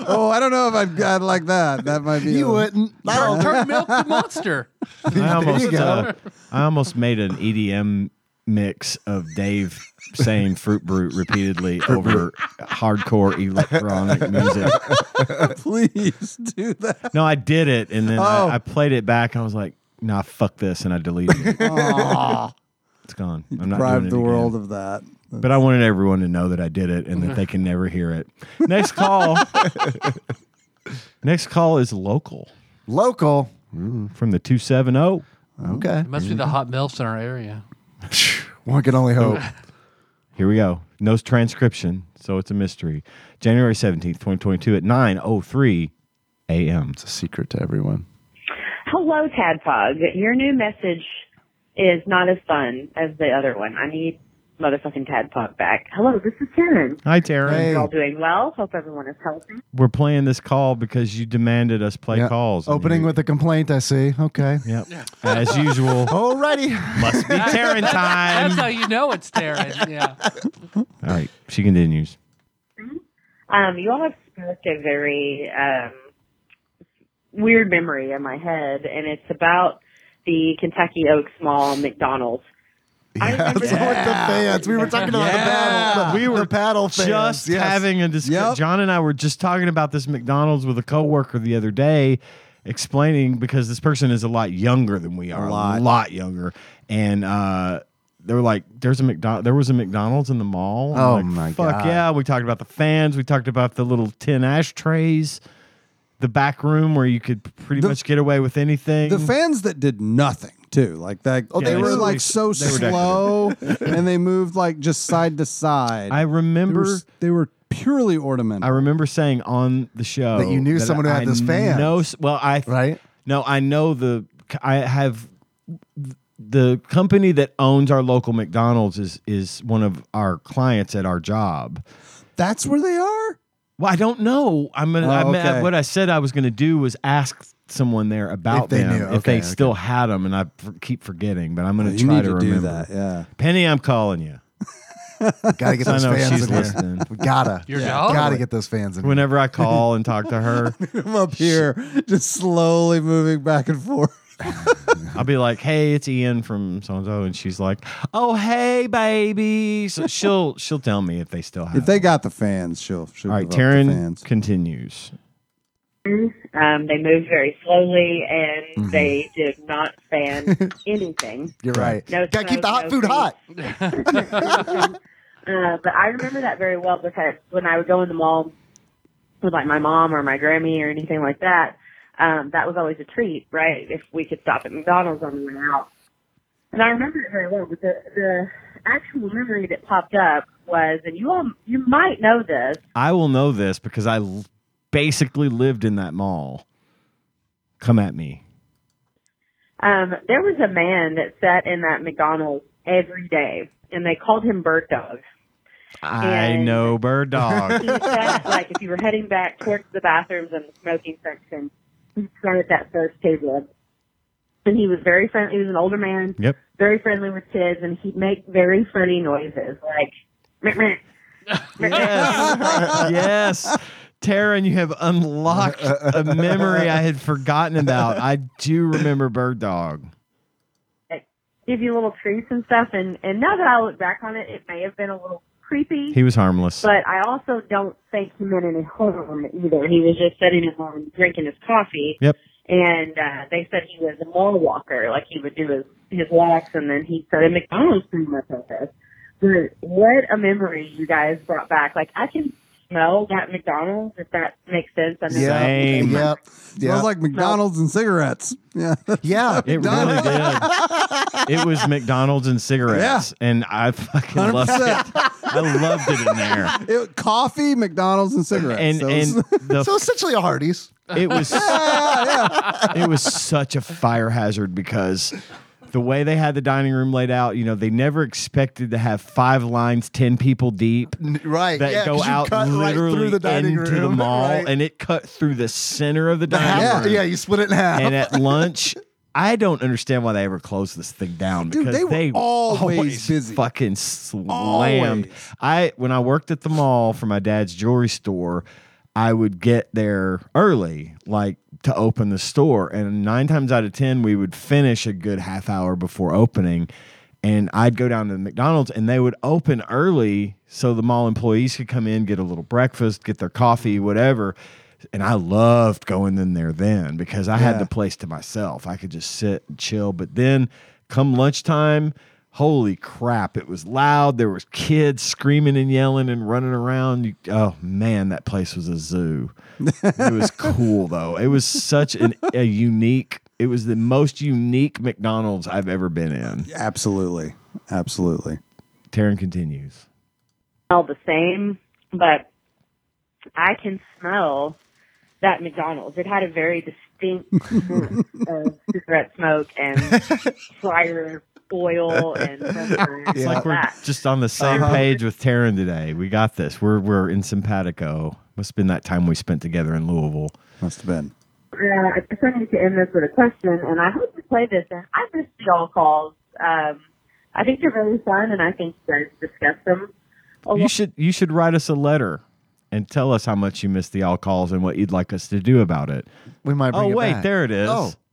Speaker 2: Oh, I don't know if I'd, I'd like that. That might be.
Speaker 3: you
Speaker 2: a-
Speaker 3: wouldn't.
Speaker 2: <laughs>
Speaker 3: I don't-
Speaker 1: Turn milk the <laughs> monster.
Speaker 4: I almost,
Speaker 3: you go.
Speaker 4: uh, I almost made an EDM mix of Dave saying "Fruit Brute" repeatedly over hardcore electronic music.
Speaker 2: <laughs> Please do that.
Speaker 4: No, I did it, and then
Speaker 2: Oh.
Speaker 4: I, I played it back, and I was like, "Nah, fuck this," and I deleted it. It's gone. I'm not doing
Speaker 2: Deprive
Speaker 4: it
Speaker 2: the
Speaker 4: again.
Speaker 2: world of that.
Speaker 4: But I wanted everyone to know that I did it and that they can never hear it. Next
Speaker 2: <laughs>
Speaker 4: call. Next call is local
Speaker 3: Local.
Speaker 4: from the oh. 270.
Speaker 3: Okay.
Speaker 1: It must be the hot milfs in our area.
Speaker 3: One can only hope.
Speaker 4: <laughs> Here we go. No transcription, so it's a mystery. January 17th, 2022 at 9:03 a.m.
Speaker 3: It's a secret to everyone.
Speaker 9: Hello, Tadpog. Your new message is not as fun as the other one. I need motherfucking Tadpog back. Hello, this is Karen.
Speaker 4: Hi Taryn.
Speaker 9: You're all doing well. Hope everyone is healthy.
Speaker 4: We're playing this call because you demanded us play
Speaker 3: Yeah.
Speaker 4: calls. And
Speaker 3: Opening
Speaker 4: you-
Speaker 3: with a complaint, I see. Okay. Oh.
Speaker 4: Yep. As
Speaker 3: <laughs>
Speaker 4: usual.
Speaker 3: Alrighty.
Speaker 4: Must be
Speaker 1: <laughs>
Speaker 4: Taryn time.
Speaker 1: That's how you know it's Taryn. Yeah.
Speaker 4: All right. She continues.
Speaker 9: <laughs> Um, you all have sparked a very um, weird memory in my head, and it's about the Kentucky Oak Small McDonald's. I
Speaker 3: Yeah,
Speaker 9: remember
Speaker 3: so with the fans. We were talking about the paddle. the-
Speaker 4: We were
Speaker 3: the paddle fans.
Speaker 4: just
Speaker 3: yes.
Speaker 4: having a discussion.
Speaker 2: Yep.
Speaker 4: John and I were just talking about this McDonald's with a coworker the other day, explaining because this person is a lot younger than we are, a lot,
Speaker 2: lot.
Speaker 4: younger, and uh, they were like, "There's a McDonald. There was a McDonald's in the mall." And
Speaker 3: Oh
Speaker 4: like,
Speaker 3: my
Speaker 4: fuck
Speaker 3: God.
Speaker 4: yeah! We talked about the fans. We talked about the little tin ashtrays, the back room where you could pretty
Speaker 2: The-
Speaker 4: much get away with anything.
Speaker 2: The fans that did nothing too, like that.
Speaker 4: Oh, they
Speaker 2: they, were
Speaker 4: were-
Speaker 2: like so
Speaker 4: they were decorative. <laughs>
Speaker 2: slow, and they moved like just side to side.
Speaker 4: I
Speaker 2: they
Speaker 4: remember.
Speaker 2: were, s- they were
Speaker 4: <laughs>
Speaker 2: purely ornamental.
Speaker 4: I remember saying on the show
Speaker 3: That you knew someone who had
Speaker 4: I
Speaker 3: this fan.
Speaker 4: Know, well, I
Speaker 3: Right?
Speaker 4: No, I know the. I have the company that owns our local McDonald's is is one of our clients at our job.
Speaker 2: That's where they are.
Speaker 4: Well, I don't know. I'm gonna.
Speaker 2: Oh,
Speaker 4: I mean,
Speaker 2: okay.
Speaker 4: what I said I was gonna do was ask someone there about
Speaker 3: If they
Speaker 4: them
Speaker 3: knew.
Speaker 4: if
Speaker 3: Okay,
Speaker 4: they
Speaker 3: okay.
Speaker 4: still had them, and I f- keep forgetting. But I'm gonna
Speaker 2: you
Speaker 4: try
Speaker 2: need
Speaker 4: to,
Speaker 2: to,
Speaker 4: remember.
Speaker 2: do that. Yeah.
Speaker 4: Penny, I'm calling you.
Speaker 3: Gotta
Speaker 4: <laughs>
Speaker 3: get
Speaker 4: I
Speaker 3: those
Speaker 4: know
Speaker 3: fans
Speaker 4: she's
Speaker 3: in here.
Speaker 4: listening.
Speaker 3: We gotta.
Speaker 1: Your
Speaker 3: Yeah,
Speaker 1: dog?
Speaker 3: Gotta get those fans in here.
Speaker 4: Whenever I call and talk to
Speaker 3: <laughs>
Speaker 4: her,
Speaker 2: I'm up here, <laughs> just slowly moving back and forth.
Speaker 4: I'll be like, "Hey, it's Ian from so and so," and she's like, "Oh, hey, baby." So she'll she'll tell me if they still have.
Speaker 2: If they
Speaker 4: them.
Speaker 2: got the fans, she'll. she'll
Speaker 4: all right,
Speaker 2: give up the
Speaker 4: Taryn
Speaker 2: fans.
Speaker 4: continues.
Speaker 9: Um, they moved very slowly, and they did not
Speaker 3: <laughs>
Speaker 9: fan anything.
Speaker 3: Mm-hmm. You're right.
Speaker 9: No
Speaker 3: gotta keep
Speaker 9: smoke,
Speaker 3: the hot
Speaker 9: no
Speaker 3: food
Speaker 9: heat.
Speaker 3: hot.
Speaker 9: <laughs> Uh, but I remember that very well because when I would go in the mall with like my mom or my Grammy or anything like that, um, that was always a treat, right? If we could stop at McDonald's on the way out. And I remember it very well, but the, the actual memory that popped up was, and you all, you might know this,
Speaker 4: I will know this because I l- basically lived in that mall. Come at me.
Speaker 9: Um, there was a man that sat in that McDonald's every day, and they called him Bird Dog.
Speaker 4: I know bird dog.
Speaker 9: <laughs> He sat, like, if you were heading back towards the bathrooms and the smoking section, he sat at that first table. And he was very friendly. He was an older man,
Speaker 4: yep.
Speaker 9: very friendly with kids, and he'd make very funny noises, like, meh, meh.
Speaker 4: Yes. yes. Taryn, you have unlocked a memory I had forgotten about. I do remember bird dog.
Speaker 9: give you little treats and stuff. And, and now that I look back on it, it may have been a little creepy.
Speaker 4: He was harmless.
Speaker 9: But I also don't think he meant any harm either. He was just sitting at home drinking his coffee.
Speaker 4: Yep.
Speaker 9: And uh, they said he was a mall walker, like he would do his his walks, and then he started McDonald's pretty much like this. But what a memory you guys brought back! Like I can smell that McDonald's, if that makes sense. I know-
Speaker 4: Same.
Speaker 3: Yep.
Speaker 2: Smells
Speaker 3: Yep.
Speaker 2: like McDonald's and cigarettes. Yeah.
Speaker 3: Yeah.
Speaker 4: It really did. It was McDonald's and cigarettes, and I fucking loved it. I loved it in there.
Speaker 2: It- <laughs> coffee, McDonald's, and cigarettes.
Speaker 4: And
Speaker 2: So
Speaker 4: and
Speaker 2: it's- <laughs>
Speaker 4: the
Speaker 3: So essentially a Hardee's.
Speaker 4: it was it was such a fire hazard because the way they had the dining room laid out, you know, they never expected to have five lines, ten people deep
Speaker 3: Right.
Speaker 4: that
Speaker 3: yeah,
Speaker 4: go
Speaker 3: 'cause you
Speaker 4: out
Speaker 3: cut right
Speaker 4: literally
Speaker 3: through the dining
Speaker 4: into
Speaker 3: room. <laughs>
Speaker 4: the mall,
Speaker 3: right.
Speaker 4: and it cut through the center of the
Speaker 3: The
Speaker 4: dining
Speaker 3: half-
Speaker 4: room.
Speaker 3: yeah, you split it in half.
Speaker 4: and at lunch, I don't understand why they ever closed this thing down
Speaker 2: Dude,
Speaker 4: because
Speaker 2: they were always busy.
Speaker 4: fucking slammed.
Speaker 2: Always.
Speaker 4: I when I worked at the mall for my dad's jewelry store, I would get there early, like to open the store, and nine times out of ten, we would finish a good half hour before opening. And I'd go down to the McDonald's, and they would open early so the mall employees could come in, get a little breakfast, get their coffee, whatever. And I loved going in there then because I had
Speaker 2: Yeah.
Speaker 4: the place to myself. I could just sit and chill. But then come lunchtime, holy crap, it was loud. There was kids screaming and yelling and running around. You, oh man, that place was a zoo. it
Speaker 2: <laughs>
Speaker 4: was cool though. It was such an, a unique. It was the most unique McDonald's I've ever been in.
Speaker 2: absolutely. Absolutely.
Speaker 4: Taryn continues.
Speaker 9: smell the same, but I can smell that McDonald's. It had a very distinct scent of cigarette smoke and fryer oil and french fries.
Speaker 3: It's
Speaker 4: Like we're
Speaker 9: that.
Speaker 4: just on the same
Speaker 2: Uh-huh.
Speaker 4: page with Taryn today. We got this. We're we're in simpatico. Must have been that time we spent together in Louisville.
Speaker 2: Must have been.
Speaker 9: Uh, I guess I need to end this with a question, and I hope you play this. And I missed y'all calls. Um, I think they're really fun, and I think you guys discuss them. a lot.
Speaker 4: You should you should write us a letter and tell us how much you miss the all calls and what you'd like us to do about it.
Speaker 3: we might bring
Speaker 4: Oh
Speaker 3: it
Speaker 4: wait,
Speaker 3: back.
Speaker 4: there it is.
Speaker 3: Oh.
Speaker 4: <laughs>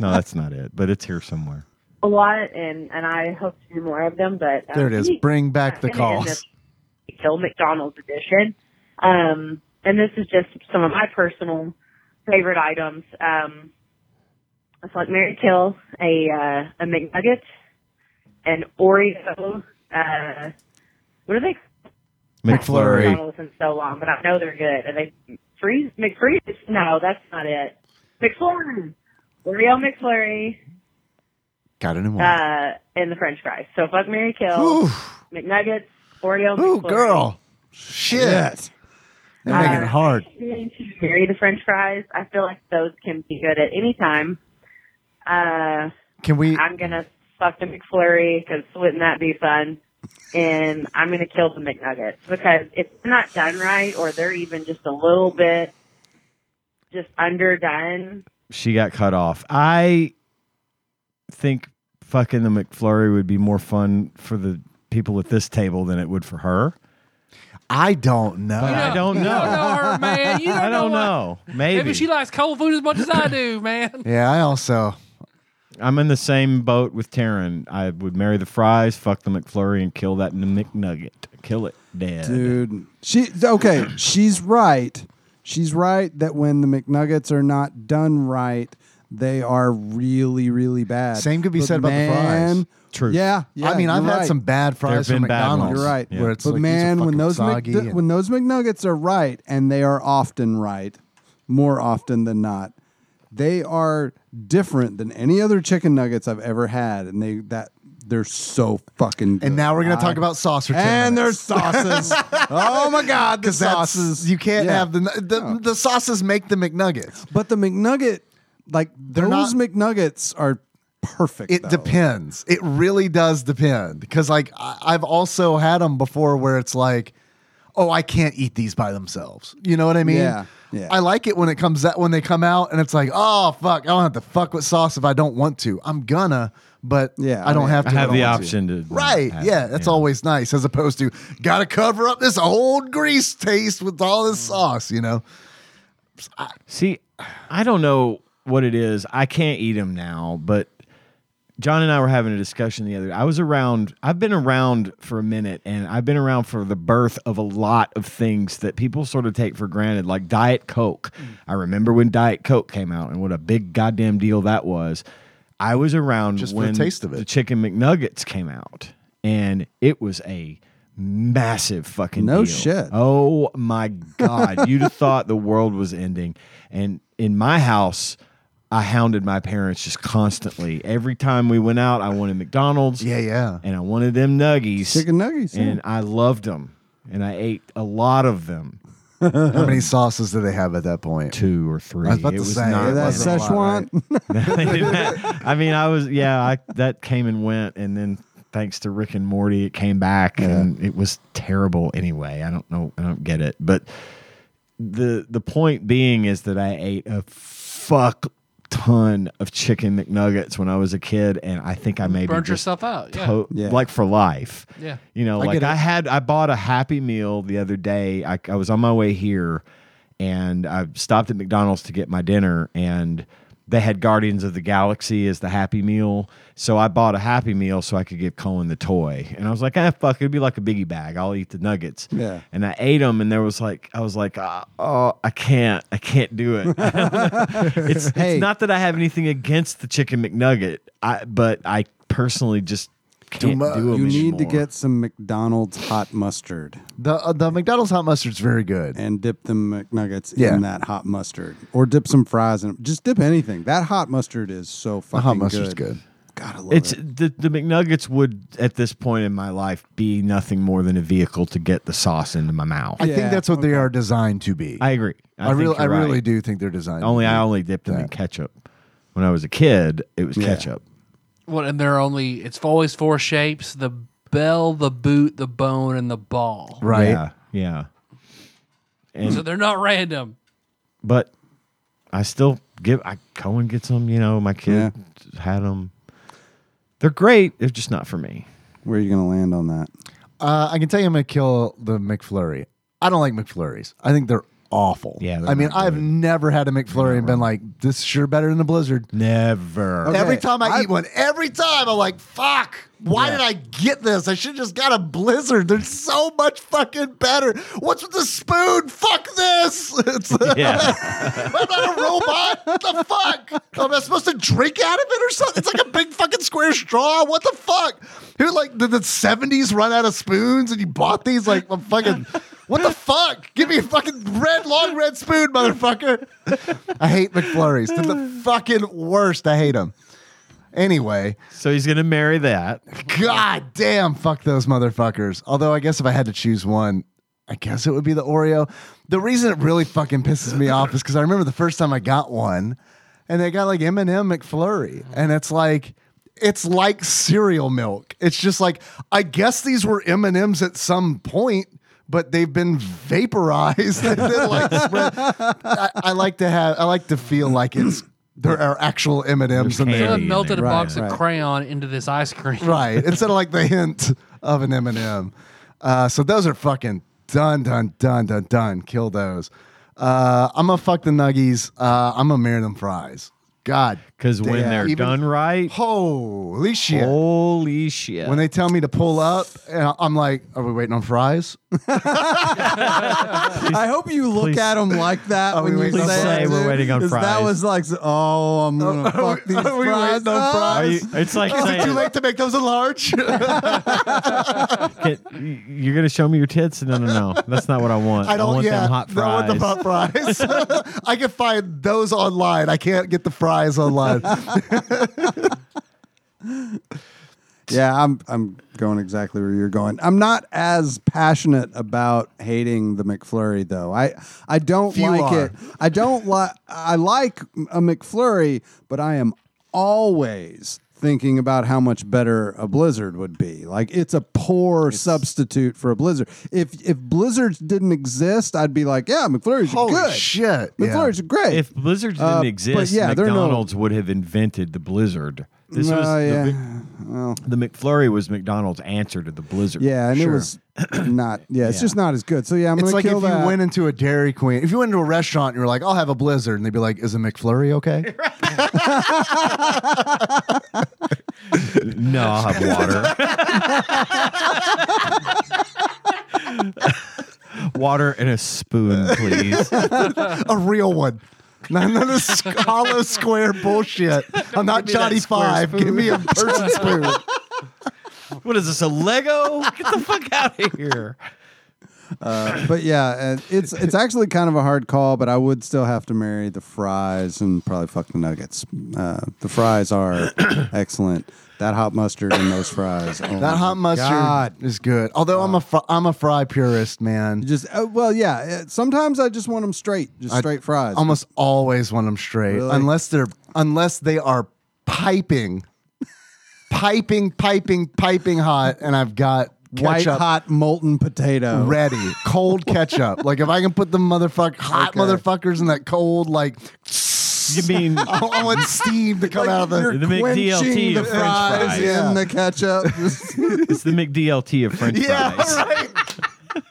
Speaker 4: no, that's not it, but it's here somewhere.
Speaker 9: a lot, and and I hope to do more of them. But um,
Speaker 3: There it is.
Speaker 9: we-
Speaker 3: Bring back the
Speaker 9: I'm gonna end
Speaker 3: calls.
Speaker 9: this Kill McDonald's edition, um, and this is just some of my personal favorite items. Um, it's like Mary Kill, a uh, a McNugget, an Oreo. Uh, what are they?
Speaker 3: McFlurry.
Speaker 9: McDonald's in so long, but I know they're good. And they freeze McFreeze. No, that's not it. McFlurry, Oreo McFlurry
Speaker 3: Got it in one.
Speaker 9: uh, and the French fries. So fuck Mary Kill,
Speaker 3: Oof.
Speaker 9: McNuggets, Oreo.
Speaker 3: Ooh,
Speaker 9: McFlurry.
Speaker 3: girl. Shit. They're
Speaker 9: Uh,
Speaker 3: making it hard.
Speaker 9: Mary the French fries. I feel like those can be good at any time. Uh,
Speaker 3: Can we?
Speaker 9: I'm gonna fuck the McFlurry because wouldn't that be fun? And I'm gonna kill the McNuggets because if they're not done right or they're even just a little bit just underdone,
Speaker 4: She got cut off. I think fucking the McFlurry would be more fun for the people at this table than it would for her.
Speaker 3: I don't know.
Speaker 4: But I don't
Speaker 1: You don't
Speaker 4: know.
Speaker 1: know her, man. You don't
Speaker 4: <laughs> I don't
Speaker 1: what-
Speaker 4: know. Maybe.
Speaker 1: Maybe. she likes cold food as much as I do, <laughs> man.
Speaker 3: Yeah, I also.
Speaker 4: I'm in the same boat with Taryn. I would marry the fries, fuck the McFlurry, and kill that McNugget. Kill it dead.
Speaker 2: Dude. She okay, she's right. She's right that when the McNuggets are not done right, they are really, really bad.
Speaker 3: Same could be
Speaker 2: But
Speaker 3: said about the
Speaker 2: man-
Speaker 3: fries. True.
Speaker 2: Yeah, yeah.
Speaker 3: I mean, I've
Speaker 2: you're
Speaker 3: had
Speaker 2: right.
Speaker 3: some bad fries
Speaker 4: There have
Speaker 3: from
Speaker 4: been bad ones.
Speaker 3: McDonald's.
Speaker 2: You're right.
Speaker 3: Where it's
Speaker 2: but
Speaker 3: like, these are
Speaker 2: man, when
Speaker 3: fucking
Speaker 2: those Mc-
Speaker 3: soggy and-
Speaker 2: when those McNuggets are right, and they are often right, more often than not, they are different than any other chicken nuggets I've ever had, and they that they're so fucking. Good.
Speaker 3: And now we're gonna talk
Speaker 2: I-
Speaker 3: about sauce for 10
Speaker 2: and their
Speaker 3: minutes. <laughs>
Speaker 2: sauces. oh my god, the
Speaker 3: 'Cause that's-
Speaker 2: sauces!
Speaker 3: You can't
Speaker 2: Yeah. Oh.
Speaker 3: have the the, the sauces make the McNuggets.
Speaker 2: But the McNugget, like those McNuggets are perfect.
Speaker 3: It
Speaker 2: though.
Speaker 3: depends. It really does depend because like I, I've also had them before where it's like, oh, I can't eat these by themselves. You know what I mean?
Speaker 2: Yeah, yeah.
Speaker 3: I like it when it comes that when they come out and it's like, oh fuck, I don't have to fuck with sauce if I don't want to. I'm gonna, but
Speaker 2: Yeah,
Speaker 3: I don't
Speaker 2: I
Speaker 3: have
Speaker 4: I
Speaker 3: to. if
Speaker 4: have
Speaker 3: don't
Speaker 4: the
Speaker 3: want
Speaker 4: option to
Speaker 3: Right.
Speaker 4: have
Speaker 3: Yeah.
Speaker 4: it,
Speaker 3: That's
Speaker 4: yeah.
Speaker 3: always nice as opposed to got to cover up this old grease taste with all
Speaker 4: Mm.
Speaker 3: this sauce,
Speaker 4: <laughs>
Speaker 3: you know?
Speaker 4: See, I don't know what it is. I can't eat them now, but John and I were having a discussion the other day. I was around, I've been around for a minute, and I've been around for the birth of a lot of things that people sort of take for granted, like Diet Coke.
Speaker 3: Mm.
Speaker 4: I remember when Diet Coke came out and what a big goddamn deal that was. I was around
Speaker 3: Just for the
Speaker 4: when
Speaker 3: taste of it.
Speaker 4: the Chicken McNuggets came out, and it was a massive fucking
Speaker 2: No
Speaker 4: deal.
Speaker 2: shit.
Speaker 4: Oh my
Speaker 3: <laughs>
Speaker 4: God. You'd have thought the world was ending. And in my house, I hounded my parents just constantly. Every time we went out, I wanted McDonald's
Speaker 3: Yeah. Yeah.
Speaker 4: and I wanted them nuggies.
Speaker 2: Chicken nuggets. yeah.
Speaker 4: And I loved them. And I ate a lot of them.
Speaker 3: <laughs> How many sauces do they have at that point?
Speaker 4: Two or three.
Speaker 3: I was about
Speaker 4: it
Speaker 3: to
Speaker 4: was
Speaker 3: say,
Speaker 4: not
Speaker 3: yeah,
Speaker 2: that
Speaker 4: many.
Speaker 3: wasn't a lot,
Speaker 2: Szechuan.
Speaker 4: They didn't have- <laughs> I mean, I was yeah, I, that came and went, and then thanks to Rick and Morty, it came back, and it was terrible anyway. I don't know, I don't get it, but the the point being is that I ate a fuck ton of chicken McNuggets when I was a kid, and I think I maybe
Speaker 1: Burnt
Speaker 4: just
Speaker 1: yourself out. Yeah.
Speaker 4: to-
Speaker 2: Yeah.
Speaker 4: like for life.
Speaker 1: Yeah.
Speaker 4: You know,
Speaker 3: I
Speaker 4: like
Speaker 3: get it.
Speaker 4: I had, I bought a Happy Meal the other day. I, I was on my way here and I stopped at McDonald's to get my dinner and they had Guardians of the Galaxy as the Happy Meal. So I bought a Happy Meal so I could give Cohen the toy. And I was like, ah, fuck, it'd be like a biggie bag. I'll eat the nuggets.
Speaker 2: Yeah.
Speaker 4: And I ate them and there was like, I was like, ah, oh, I can't, I can't do it. it's, <laughs>
Speaker 3: <laughs>
Speaker 2: Hey.
Speaker 4: it's not that I have anything against the Chicken McNugget, I, but I personally just can't
Speaker 3: much.
Speaker 4: do 'em
Speaker 2: You need to
Speaker 4: anymore.
Speaker 2: get some McDonald's hot mustard
Speaker 3: The uh, the McDonald's hot mustard's very good.
Speaker 2: and dip the McNuggets
Speaker 3: Yeah.
Speaker 2: in that hot mustard, or dip some fries in. Just dip anything. That hot mustard is so fucking
Speaker 3: hot mustard's good.
Speaker 2: God, I love
Speaker 4: It's
Speaker 2: it.
Speaker 4: the, the McNuggets would at this point in my life be nothing more than a vehicle to get the sauce into my mouth.
Speaker 3: I
Speaker 4: I,
Speaker 2: Yeah,
Speaker 3: think that's what they are designed to be.
Speaker 4: agree. I, think
Speaker 3: really,
Speaker 4: you're
Speaker 3: I really
Speaker 4: right.
Speaker 3: do think they're designed.
Speaker 4: Only
Speaker 3: to be.
Speaker 4: I only dipped them in ketchup. When I was a kid, it was ketchup.
Speaker 1: Well, and there are only it's always four shapes: the bell, the boot, the bone, and the ball.
Speaker 3: right.
Speaker 4: Yeah, yeah. And
Speaker 1: So they're not random.
Speaker 4: but I still give. I Cohen gets them. You know, my kid had them. They're great. They're just not for me.
Speaker 2: Where are you gonna land on that?
Speaker 3: Uh, I can tell you, I'm gonna kill the McFlurry. I don't like McFlurries. I think they're awful.
Speaker 4: Yeah, they're
Speaker 3: I mean,
Speaker 4: not
Speaker 3: I've
Speaker 4: good.
Speaker 3: never had a McFlurry and been like, "This is sure better than the Blizzard."
Speaker 4: Never.
Speaker 2: Okay,
Speaker 3: Every time I,
Speaker 2: I-
Speaker 3: eat one, every time I'm like, fuck, why did I get this? I should just got a blizzard. There's so much fucking better. What's with the spoon? Fuck this. <laughs> It's
Speaker 4: Yeah.
Speaker 3: I'm not a robot. What the fuck? Am I supposed to drink out of it or something? It's like a big fucking square straw. What the fuck? Who like did the 70s run out of spoons and you bought these like a fucking what the fuck? Give me a fucking red long red spoon, motherfucker. I hate McFlurries. They're the fucking worst. I hate them. Anyway,
Speaker 4: So he's gonna marry that.
Speaker 3: god damn, fuck those motherfuckers. Although I guess if I had to choose one, I guess it would be the Oreo. The reason it really fucking pisses me off is because I remember the first time I got one, and they got like M and M McFlurry, and it's like. It's like cereal milk. It's just like I guess these were M and M's at some point, but they've been vaporized. <laughs> and then, like, spread. I, I like to have. I like to feel like it's there are actual M and M's in
Speaker 1: So
Speaker 4: There's
Speaker 3: there.
Speaker 1: I
Speaker 4: Candy in
Speaker 1: melted a
Speaker 4: there.
Speaker 1: box
Speaker 2: Right,
Speaker 1: of
Speaker 2: right.
Speaker 1: crayon into this ice cream. <laughs>
Speaker 3: right instead of like the hint of an m&m uh, so those are fucking done done done done done kill those uh, i'm gonna fuck the nuggies uh, i'm gonna mirror them fries God,
Speaker 4: because when they're done right, oh,
Speaker 3: holy shit,
Speaker 4: holy shit.
Speaker 3: When they tell me to pull up, and I- I'm like, "Are we waiting on fries?" <laughs>
Speaker 2: I hope you look
Speaker 3: please-
Speaker 2: at them like
Speaker 4: <laughs>
Speaker 2: that
Speaker 3: Are we
Speaker 2: when you
Speaker 3: waiting
Speaker 2: say,
Speaker 3: on fries?
Speaker 4: Say
Speaker 2: it,
Speaker 4: we're
Speaker 2: dude,
Speaker 4: waiting Oh, on
Speaker 2: 'cause That
Speaker 4: fries.
Speaker 2: was like, oh, I'm
Speaker 3: <laughs>
Speaker 2: gonna
Speaker 3: Are
Speaker 2: fuck
Speaker 3: we-
Speaker 2: these
Speaker 3: are we
Speaker 2: fries.
Speaker 3: waiting on
Speaker 2: up."
Speaker 4: Are
Speaker 3: fries?
Speaker 4: you, it's like
Speaker 3: Is it too
Speaker 4: saying,
Speaker 3: late to make those a large?
Speaker 4: "Can- you're going to show me your tits? No, no, no. That's not what I want.
Speaker 3: <laughs> I don't
Speaker 4: want
Speaker 3: yeah,
Speaker 4: them hot
Speaker 3: no, I
Speaker 4: fries.
Speaker 3: want the hot fries. <laughs> I can find those online. I can't get the fries
Speaker 2: <laughs>
Speaker 3: <laughs> online.
Speaker 2: Yeah, I'm I'm going exactly where you're going. I'm not as passionate about hating the McFlurry though. I I don't
Speaker 3: Few
Speaker 2: like
Speaker 3: are.
Speaker 2: it. I don't like I like a McFlurry, but I am always thinking about how much better a blizzard would be. Like it's a poor substitute for a blizzard. If if blizzards didn't exist, I'd be like, yeah, McFlurry's
Speaker 3: Holy
Speaker 2: good.
Speaker 3: shit. yeah.
Speaker 2: McFlurry's great.
Speaker 4: If Blizzard didn't
Speaker 2: Uh, but
Speaker 4: exist,
Speaker 2: yeah, they're no-
Speaker 4: McDonald's would have invented the Blizzard. This
Speaker 2: No,
Speaker 4: was the
Speaker 2: yeah.
Speaker 4: Mc- the, McFlurry was McDonald's answer to the Blizzard.
Speaker 2: yeah, and
Speaker 3: Sure.
Speaker 2: it was not yeah, it's just not as good. So yeah, I'm
Speaker 3: It's
Speaker 2: gonna
Speaker 3: like if
Speaker 2: kill
Speaker 3: you
Speaker 2: that.
Speaker 3: went into a Dairy Queen, if you went into a restaurant and you're like, I'll have a blizzard, and they'd be like, Is a McFlurry okay?
Speaker 2: <laughs>
Speaker 3: <laughs>
Speaker 4: No, I'll have water. water and a spoon,
Speaker 2: <laughs>
Speaker 4: please.
Speaker 3: a real one. None of this hollow square bullshit. I'm not
Speaker 4: Give me that
Speaker 3: Johnny
Speaker 4: square
Speaker 3: Five.
Speaker 4: spoon.
Speaker 3: Give me
Speaker 4: <laughs>
Speaker 3: a person spoon.
Speaker 4: What is this, a Lego? <laughs> Get the fuck out of here.
Speaker 2: Uh, but yeah, uh, it's it's actually kind of a hard call, but I would still have to marry the fries and probably fuck the nuggets. Uh, the
Speaker 1: <coughs>
Speaker 2: fries are excellent. That hot mustard and those fries. oh my
Speaker 3: That hot mustard
Speaker 2: God.
Speaker 3: is good. Although I'm a fr- I'm a fry purist, man.
Speaker 2: Just uh, well, yeah. uh, Sometimes I just want them straight, just
Speaker 3: I-
Speaker 2: straight fries.
Speaker 3: Almost always want them straight,
Speaker 2: Really?
Speaker 3: unless they're unless they are piping, piping, piping, piping hot, and I've got
Speaker 2: White
Speaker 3: ketchup
Speaker 2: hot molten potato.
Speaker 3: ready, cold ketchup. Like if I can put the motherfuck hot
Speaker 2: Okay.
Speaker 3: motherfuckers in that cold like.
Speaker 4: You mean
Speaker 3: <laughs> I, I want steam to come out of the.
Speaker 2: You're
Speaker 4: The McDLT
Speaker 2: quenching the
Speaker 4: of French
Speaker 2: fries,
Speaker 4: fries.
Speaker 3: Yeah.
Speaker 2: and the ketchup.
Speaker 4: <laughs> it's the McDLT of French
Speaker 3: Yeah,
Speaker 4: fries?
Speaker 3: <laughs> right.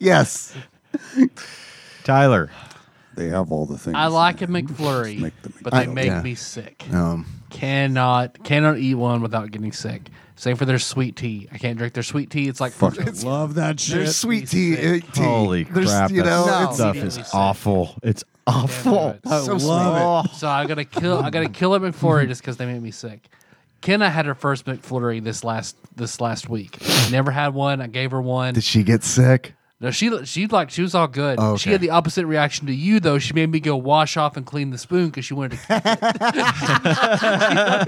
Speaker 3: yes.
Speaker 4: Tyler,
Speaker 2: they have all the things.
Speaker 1: I like a McFlurry,
Speaker 2: Make the
Speaker 1: but they
Speaker 2: McFlurry.
Speaker 1: make
Speaker 3: yeah.
Speaker 1: me sick.
Speaker 3: Um,
Speaker 1: Cannot cannot eat one without getting sick. Same for their sweet tea. I can't drink their sweet tea. <laughs> It's like
Speaker 2: Fuck, I love that
Speaker 3: there's
Speaker 2: shit.
Speaker 3: sweet tea.
Speaker 1: sick.
Speaker 3: uh, tea.
Speaker 4: holy
Speaker 3: There's,
Speaker 4: crap!
Speaker 3: You know,
Speaker 4: that
Speaker 1: it's-
Speaker 4: stuff
Speaker 1: Yeah,
Speaker 4: is
Speaker 1: it's-
Speaker 4: awful. It's awful.
Speaker 1: Damn right.
Speaker 3: so
Speaker 2: love
Speaker 4: Oh.
Speaker 1: So I gotta kill. I gotta kill a McFlurry just because they make me sick. Kenna had her first McFlurry this last this last week. Never had one. I gave her one.
Speaker 3: Did she
Speaker 4: <laughs>
Speaker 3: get sick?
Speaker 1: No, she she like she was all good.
Speaker 3: Oh,
Speaker 1: She
Speaker 3: okay.
Speaker 1: had the opposite reaction to you though. She made me go wash off and clean the spoon because she
Speaker 3: <laughs>
Speaker 1: wanted to. keep it.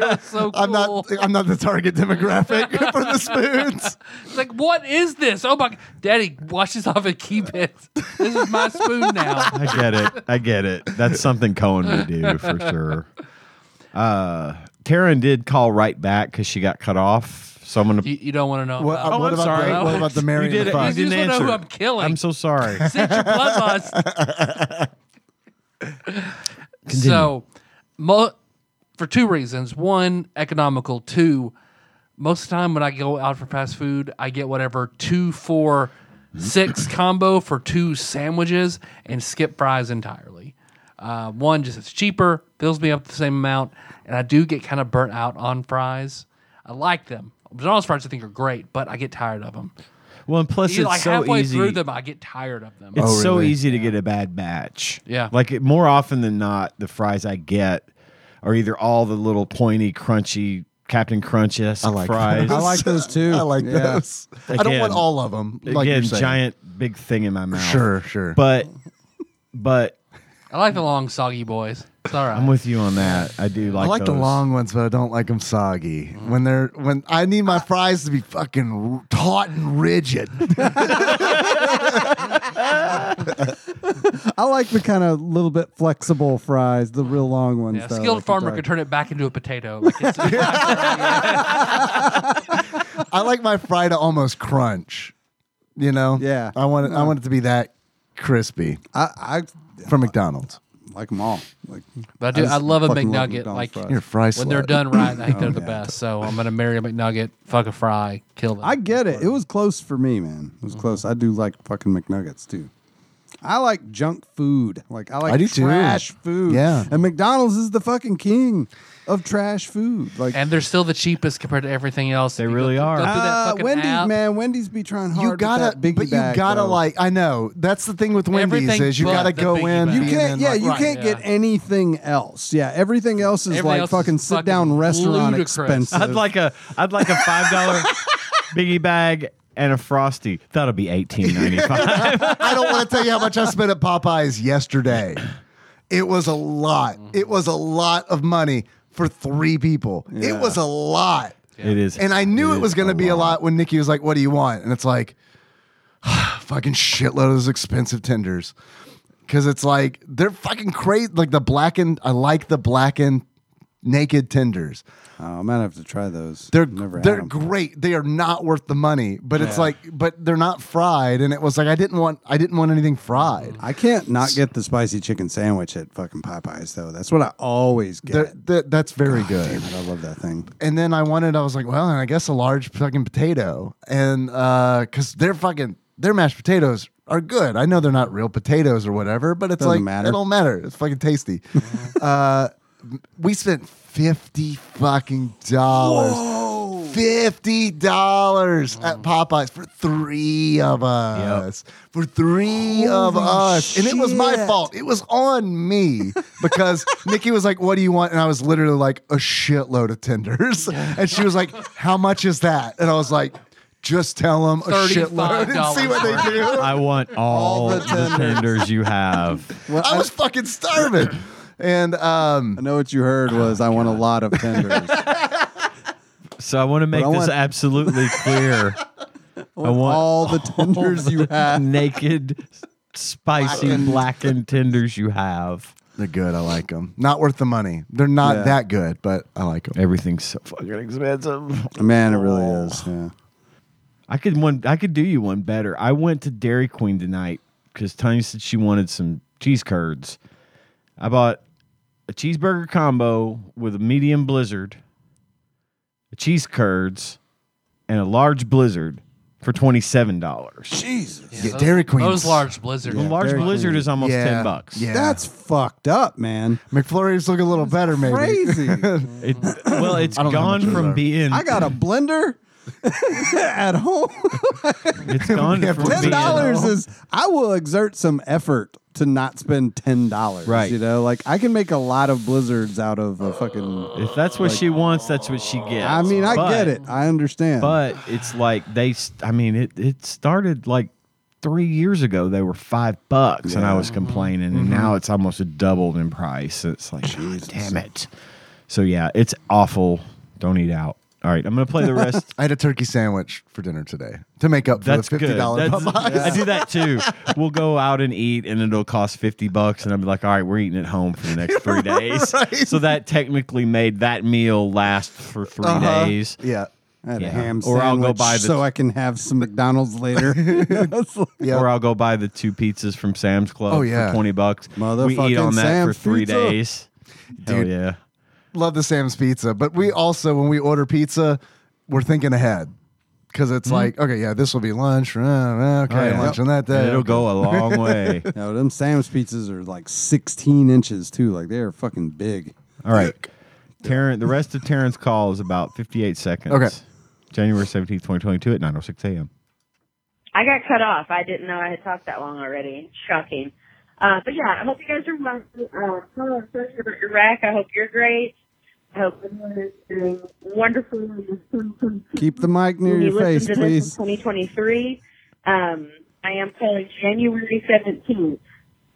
Speaker 1: It was so cool.
Speaker 3: I'm not. I'm not the target demographic for the spoons.
Speaker 1: It's <laughs> like, what is this? Oh my! g- Daddy, wash this off and keep it. This is my spoon now.
Speaker 4: I get it. I get it. That's something Cohen would
Speaker 1: <laughs>
Speaker 4: do for sure. Uh, Karen did call right back because she got cut off. So I'm gonna.
Speaker 1: You, you don't want to know.
Speaker 3: What,
Speaker 1: about
Speaker 3: uh,
Speaker 1: it. Oh,
Speaker 3: what
Speaker 4: I'm
Speaker 3: about
Speaker 4: sorry.
Speaker 3: The, what about the Mary
Speaker 4: you did
Speaker 3: and the
Speaker 4: it.
Speaker 3: Fry?
Speaker 1: <laughs> You
Speaker 4: You
Speaker 1: just
Speaker 4: didn't
Speaker 1: wanna know
Speaker 4: answer.
Speaker 1: who I'm killing.
Speaker 4: I'm so sorry.
Speaker 1: Since your bloodlust. So, mo- for two reasons: one, economical; two, most of the time when I go out for fast food, I get whatever two, four, six combo for two sandwiches and skip fries entirely. Uh, one, just it's cheaper, fills me up the same amount, and I do get kind of burnt out on fries. I like them. McDonald's fries I think are great, but I get tired of them.
Speaker 4: Well, and plus
Speaker 1: Like
Speaker 4: it's so
Speaker 1: halfway
Speaker 4: easy.
Speaker 1: through them, I get tired of them.
Speaker 4: It's so
Speaker 3: really?
Speaker 4: easy to get a bad batch.
Speaker 1: Yeah.
Speaker 4: Like it, more often than not, the fries I get are either all the little pointy, crunchy Captain Crunch esque fries.
Speaker 2: <laughs> I like
Speaker 4: <laughs>
Speaker 2: those too.
Speaker 3: I like
Speaker 2: Yeah.
Speaker 3: those. I don't
Speaker 4: Again.
Speaker 3: want all of them. Like
Speaker 4: Again,
Speaker 3: you're saying.
Speaker 4: giant big thing in my mouth.
Speaker 3: Sure, sure.
Speaker 4: But
Speaker 2: <laughs>
Speaker 4: but
Speaker 1: I like the long soggy boys. It's all right.
Speaker 4: I'm with you on that. I do like
Speaker 3: I like the
Speaker 4: those.
Speaker 3: long ones, but I don't like them soggy. When they're when I need my fries to be fucking r- taut
Speaker 4: <laughs>
Speaker 3: and rigid.
Speaker 2: I like the kind of little bit flexible fries, the real long ones.
Speaker 1: Yeah, a
Speaker 2: though,
Speaker 1: skilled
Speaker 2: like you
Speaker 1: farmer
Speaker 2: talked-
Speaker 1: could turn it back into a
Speaker 2: <laughs>
Speaker 1: potato. Like it's,
Speaker 3: I like my fry to almost crunch. You know?
Speaker 2: Yeah.
Speaker 3: I want it, I want it to be that crispy
Speaker 2: I, I
Speaker 3: from McDonald's.
Speaker 2: like them all. Like
Speaker 1: but I, do, I,
Speaker 2: just
Speaker 1: love a
Speaker 2: fucking love
Speaker 1: McNugget. like
Speaker 2: McDonald's fries. Oh,
Speaker 3: You're a fry
Speaker 1: when they're
Speaker 3: slut.
Speaker 1: done right,
Speaker 2: <laughs>
Speaker 1: I think
Speaker 4: Oh,
Speaker 1: they're the best. So I'm gonna marry a McNugget, fuck a fry, kill them. Mm-hmm.
Speaker 2: I get it. It was close for me, man. It was close. I do like fucking McNuggets too. I like junk food. Like I like
Speaker 3: I do too.
Speaker 2: trash food.
Speaker 3: Yeah.
Speaker 2: And McDonald's is the fucking king of trash food. Like
Speaker 1: and they're still the cheapest compared to everything else. They
Speaker 4: really are.
Speaker 1: Go through that
Speaker 2: uh,
Speaker 1: fucking
Speaker 2: Wendy's,
Speaker 1: app.
Speaker 2: man, Wendy's be trying hard.
Speaker 3: You
Speaker 2: with
Speaker 3: gotta,
Speaker 2: that biggie
Speaker 3: but you
Speaker 2: bag,
Speaker 3: gotta
Speaker 2: though.
Speaker 3: like. I know that's the thing with Wendy's
Speaker 1: Everything
Speaker 3: is you
Speaker 1: but
Speaker 3: gotta
Speaker 1: the
Speaker 3: go
Speaker 1: biggie
Speaker 3: in.
Speaker 1: bag.
Speaker 2: You
Speaker 1: And
Speaker 2: can't, yeah, you can't
Speaker 1: yeah.
Speaker 2: get anything else. Yeah, everything else is
Speaker 1: Everything
Speaker 2: like
Speaker 1: else is
Speaker 2: fucking sit down
Speaker 1: fucking
Speaker 2: restaurant
Speaker 1: ludicrous.
Speaker 2: expensive.
Speaker 4: I'd like a I'd like a
Speaker 1: <laughs>
Speaker 4: five dollar biggie bag and a frosty. That'll be eighteen ninety five.
Speaker 3: <laughs> I don't want to tell you how much I spent at Popeyes yesterday. It was a lot. It was a lot of money for three people. It was a lot.
Speaker 4: It is,
Speaker 3: And I knew it,
Speaker 4: is
Speaker 3: was going to be a lot when Nikki was like, "What do you want?" And it's like, <sighs> fucking shitload of those expensive tenders, because it's like they're fucking crazy. Like the blackened, I like the blackened naked tenders.
Speaker 2: oh, I might have to try those.
Speaker 3: They're
Speaker 2: never had
Speaker 3: they're
Speaker 2: 'em.
Speaker 3: great. They are not worth the money, but it's like, but they're not fried. And it was like I didn't want I didn't want anything fried.
Speaker 2: I can't not get the spicy chicken sandwich at fucking Popeyes though. That's what I always get.
Speaker 3: They're- they're- that's very good.
Speaker 2: Damn it, I love that thing.
Speaker 3: and then I wanted, I was like, well, and I guess a large fucking potato. And because their fucking, their mashed potatoes are good. I know they're not real potatoes or whatever, but it's
Speaker 2: Doesn't
Speaker 3: like,
Speaker 2: matter.
Speaker 3: it don't matter. It's fucking tasty.
Speaker 2: <laughs>
Speaker 3: uh, we spent 50 fucking dollars. $50 at Popeyes for three of us. For three of us. And it was my
Speaker 2: shit.
Speaker 3: fault. It was on me
Speaker 2: <laughs>
Speaker 3: because Nikki was like, What do you want? And I was literally like, A shitload of tenders. And she was like, How much is that? And I was like, Just tell them a shitload and see what they do.
Speaker 4: I want all,
Speaker 2: the
Speaker 4: the, tenders you have.
Speaker 2: Well,
Speaker 3: I
Speaker 2: I,
Speaker 3: was fucking starving. And um,
Speaker 2: I know what you heard was I want a lot of tenders.
Speaker 4: <laughs> So I want to make
Speaker 2: I
Speaker 4: this
Speaker 2: want-
Speaker 4: absolutely
Speaker 2: <laughs>
Speaker 4: clear. I want
Speaker 2: all the
Speaker 4: <laughs>
Speaker 2: tenders you have.
Speaker 4: naked, spicy blackened tenders you have.
Speaker 3: they're good. I like them. Not worth the money. They're not
Speaker 2: Yeah.
Speaker 3: that good, but I like them.
Speaker 4: Everything's so fucking expensive.
Speaker 2: Man, it really is. Yeah.
Speaker 4: I could one. I could do you one better. I went to Dairy Queen tonight because Tony said she wanted some cheese curds. I bought a cheeseburger combo with a medium blizzard, a cheese curds, and a large blizzard for twenty seven dollars.
Speaker 2: Jesus.
Speaker 3: Yeah, Dairy Queen.
Speaker 1: Those large blizzards.
Speaker 4: a large
Speaker 2: Dairy
Speaker 4: blizzard
Speaker 2: Queen.
Speaker 4: is almost
Speaker 3: Yeah,
Speaker 4: ten bucks.
Speaker 3: yeah.
Speaker 2: That's fucked up, man.
Speaker 3: McFlurries look a little better, maybe.
Speaker 2: Crazy.
Speaker 3: <laughs>
Speaker 4: It, well,
Speaker 2: <laughs>
Speaker 4: it's
Speaker 3: I don't know how
Speaker 4: gone
Speaker 3: much those
Speaker 4: from
Speaker 3: are.
Speaker 4: being.
Speaker 2: I got a blender <laughs> at home.
Speaker 4: It's
Speaker 2: <laughs>
Speaker 4: gone
Speaker 3: We have
Speaker 4: from
Speaker 2: ten
Speaker 4: being.
Speaker 2: dollars is I will exert some effort to not spend ten dollars.
Speaker 4: Right.
Speaker 2: You know, like I can make a lot of blizzards out of a fucking
Speaker 4: If that's what she wants, that's what she gets.
Speaker 2: I mean, I
Speaker 4: But-
Speaker 2: get it. I understand.
Speaker 4: but it's like they s- i mean it, it started like three years ago they were five bucks and i was complaining and
Speaker 3: Mm-hmm.
Speaker 4: now it's almost doubled in price it's like "God damn it so yeah it's awful don't eat out all right i'm gonna play the rest
Speaker 3: <laughs> I had a turkey sandwich for dinner today to make up for
Speaker 4: that's
Speaker 3: the fifty
Speaker 4: good
Speaker 3: dollars.
Speaker 4: That's- <laughs> i do that too we'll go out and eat and it'll cost 50 bucks and i'll be like all right we're eating at home for the next
Speaker 3: <laughs>
Speaker 4: three days so that technically made that meal last for 3 days
Speaker 3: Uh-huh. Yeah,
Speaker 2: Uh-huh. I had a
Speaker 4: Yeah.
Speaker 2: ham
Speaker 4: Or I'll go
Speaker 2: sandwich
Speaker 4: buy the-
Speaker 2: so I can have some McDonald's
Speaker 4: <laughs>
Speaker 2: later. <laughs> It's like,
Speaker 3: yeah.
Speaker 4: Or I'll go buy the two pizzas from Sam's Club
Speaker 3: Oh, yeah.
Speaker 4: for 20 bucks. we eat
Speaker 2: Motherfucking
Speaker 4: on that
Speaker 2: Sam's
Speaker 4: for three
Speaker 2: pizza.
Speaker 4: days. Hell
Speaker 3: Dude.
Speaker 4: yeah.
Speaker 3: Love the Sam's Pizza, but we also when we order pizza, we're thinking ahead because it's like, okay, yeah, this will be lunch. uh, uh,
Speaker 4: Mm-hmm.
Speaker 3: okay,
Speaker 4: Oh, yeah.
Speaker 3: lunch on that
Speaker 4: And
Speaker 3: day.
Speaker 4: it'll go a long
Speaker 3: <laughs>
Speaker 4: way.
Speaker 2: no, them Sam's pizzas are like 16 inches too. Like they are fucking big.
Speaker 4: All right. Taryn, the rest of Taryn's call is about 58 seconds.
Speaker 3: Okay.
Speaker 4: January 17th, 2022 at 9.06 a.m.
Speaker 9: I got cut off. I didn't know I had talked that long already. Shocking. Uh, but yeah, I hope you guys are well. Uh, hello, sorry about Iraq. I hope you're great. I hope everyone is doing wonderful.
Speaker 2: Keep the mic near
Speaker 9: When you
Speaker 2: your face,
Speaker 9: listen to
Speaker 2: please.
Speaker 9: this in 2023, um, I am calling January 17th,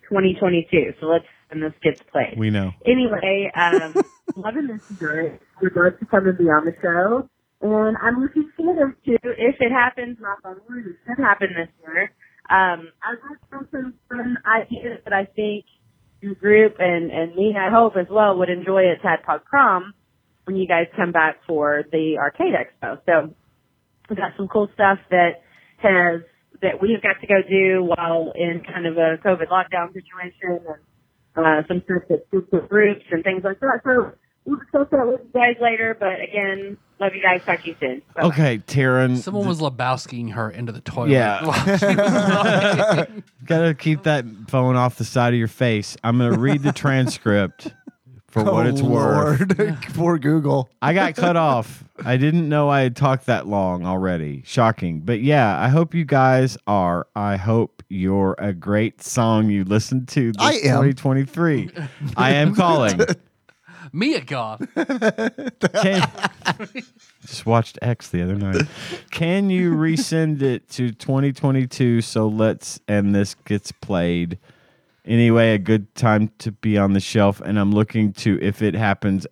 Speaker 9: 2022. So let's and this gets played.
Speaker 4: We know.
Speaker 9: Anyway,
Speaker 2: <laughs>
Speaker 9: um, loving this shirt. Would love to come and be on the show. And Um, I'm looking forward to, if it happens, knock on wood, it should happen this year. Um, I've got some fun ideas that I think your group and, and me, I hope, as well, would enjoy at Tadpog Prom when you guys come back for the Arcade Expo. So we've got some cool stuff that has, that we have got to go do while in kind of a COVID lockdown situation and uh, some stuff that groups and things like that. So we'll discuss that with you guys later. But again, love you guys. Talk to you soon. Bye-bye.
Speaker 4: Okay, Taryn.
Speaker 1: Someone was Lebowskiing her into the toilet. <laughs>
Speaker 4: Yeah. <laughs> Gotta keep that phone off the side of your face. I'm gonna read
Speaker 3: <laughs>
Speaker 4: the transcript for what it's worth.
Speaker 3: Oh, Lord. <laughs> Poor Google.
Speaker 4: I got
Speaker 3: <laughs>
Speaker 4: cut off. I didn't know I had talked that long already. Shocking. But yeah, I hope you guys are. I hope you're a great song you listened to this
Speaker 3: I am.
Speaker 4: 2023. I
Speaker 3: <laughs>
Speaker 4: am calling.
Speaker 1: Mia
Speaker 2: <laughs>
Speaker 1: God.
Speaker 4: Can, just watched X the other night. Can you resend it to 2022 so let's and this gets played? Anyway, a good time to be on the shelf, and I'm looking to if it happens,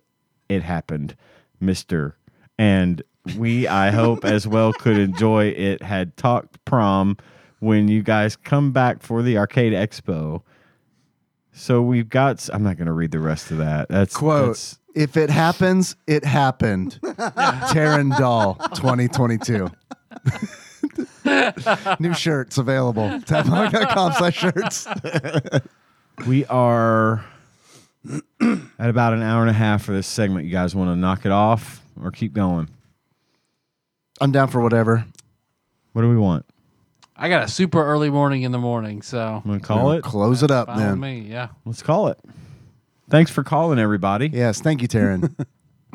Speaker 4: it happened, Mister. And we, I hope, as well could enjoy it. Had talked prom when you guys come back for the arcade expo. So we've got. s- I'm not going to read the rest of that. That's
Speaker 3: Quote.
Speaker 4: that's-
Speaker 3: if it happens, it happened. Taryn Doll, 2022. <laughs> New shirts available. Tabloid.com
Speaker 4: <laughs>
Speaker 3: slash shirts.
Speaker 4: We are at about an hour and a half for this segment. You guys want to knock it off or keep going?
Speaker 3: I'm down for whatever.
Speaker 4: What do we want?
Speaker 1: I got a super early morning in the morning, so
Speaker 4: I'm going to call
Speaker 3: We'll
Speaker 4: it.
Speaker 3: Close it up,
Speaker 1: fine with
Speaker 3: man.
Speaker 1: me. Yeah.
Speaker 4: Let's call it. Thanks for calling, everybody.
Speaker 3: Yes. Thank
Speaker 4: <laughs>
Speaker 3: you, Taryn.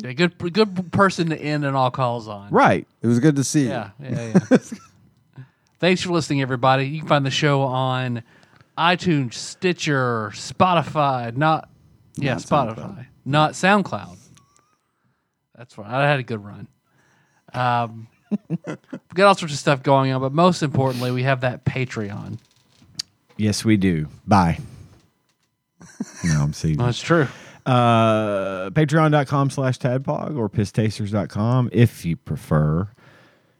Speaker 1: yeah, good good person to end and all calls on.
Speaker 4: Right.
Speaker 2: It was good to see you.
Speaker 1: Yeah, yeah, yeah. <laughs> Thanks for listening, everybody. You can find the show on iTunes, Stitcher, Spotify, not yeah, Spotify, not SoundCloud. That's right. I had a good run. Um, <laughs> we got all sorts of stuff going on, but most importantly, we have that Patreon.
Speaker 4: Yes, we do. Bye. no, I'm
Speaker 1: <laughs>
Speaker 4: seeing.
Speaker 1: That's true.
Speaker 4: Uh, Patreon.com slash tadpog or pisstasters.com if you prefer.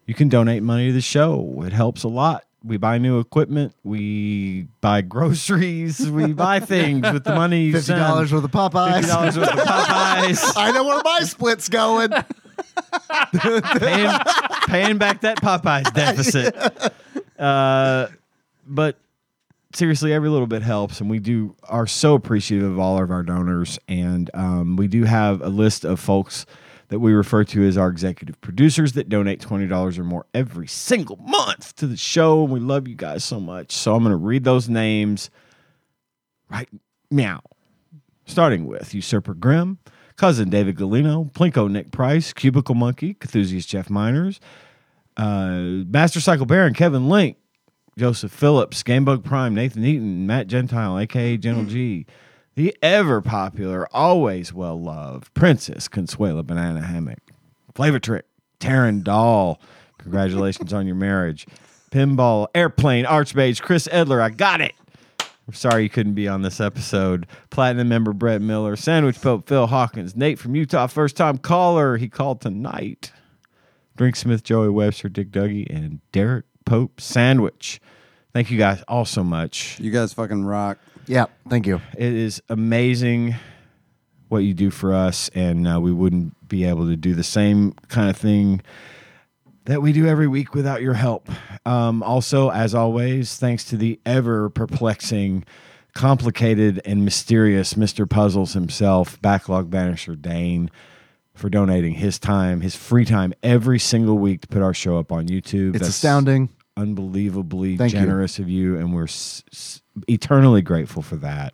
Speaker 4: You can donate money to the show. It helps a lot. We buy new equipment. We buy groceries. We buy things with the money you
Speaker 3: <laughs> Fifty
Speaker 4: send.
Speaker 3: dollars worth of
Speaker 4: Fifty
Speaker 3: Popeyes.
Speaker 4: dollars worth
Speaker 3: <laughs>
Speaker 4: of Popeyes.
Speaker 3: I know where my split's going.
Speaker 4: paying, paying back that Popeyes deficit. Uh, but seriously, every little bit helps, and we do are so appreciative of all of our donors, and um, we do have a list of folks that we refer to as our executive producers that donate twenty dollars or more every single month to the show, and we love you guys so much. So I'm going to read those names right now starting with Usurper Grimm, Cousin David Galino, Plinko Nick Price, Cubicle Monkey, Cthusiast Jeff Miners, uh, Master Cycle Baron Kevin Link, Joseph Phillips, Gamebug Prime, Nathan Eaton, Matt Gentile, aka Gentle G, the ever popular, always well loved Princess Consuela Banana Hammock, Flavor Trick, Taryn Dahl. Congratulations on your marriage. Pinball, Airplane, Archmage, Chris Edler, I got it. I'm sorry you couldn't be on this episode. Platinum member Brett Miller, Sandwich Pope Phil Hawkins, Nate from Utah, first time caller. He called tonight. Drink Smith, Joey Webster, Dick Dougie, and Derek Pope Sandwich. Thank you guys all so much.
Speaker 2: You guys fucking rock.
Speaker 3: yeah. Thank you.
Speaker 4: It is amazing what you do for us, and uh, we wouldn't be able to do the same kind of thing that we do every week without your help. Um, also, as always, thanks to the ever perplexing, complicated, and mysterious Mr. Puzzles himself, Backlog Banisher Dane, for donating his time, his free time, every single week to put our show up on YouTube.
Speaker 3: It's astounding.
Speaker 4: Unbelievably
Speaker 3: Thank you.
Speaker 4: generous of you, and we're s- s- eternally grateful for that.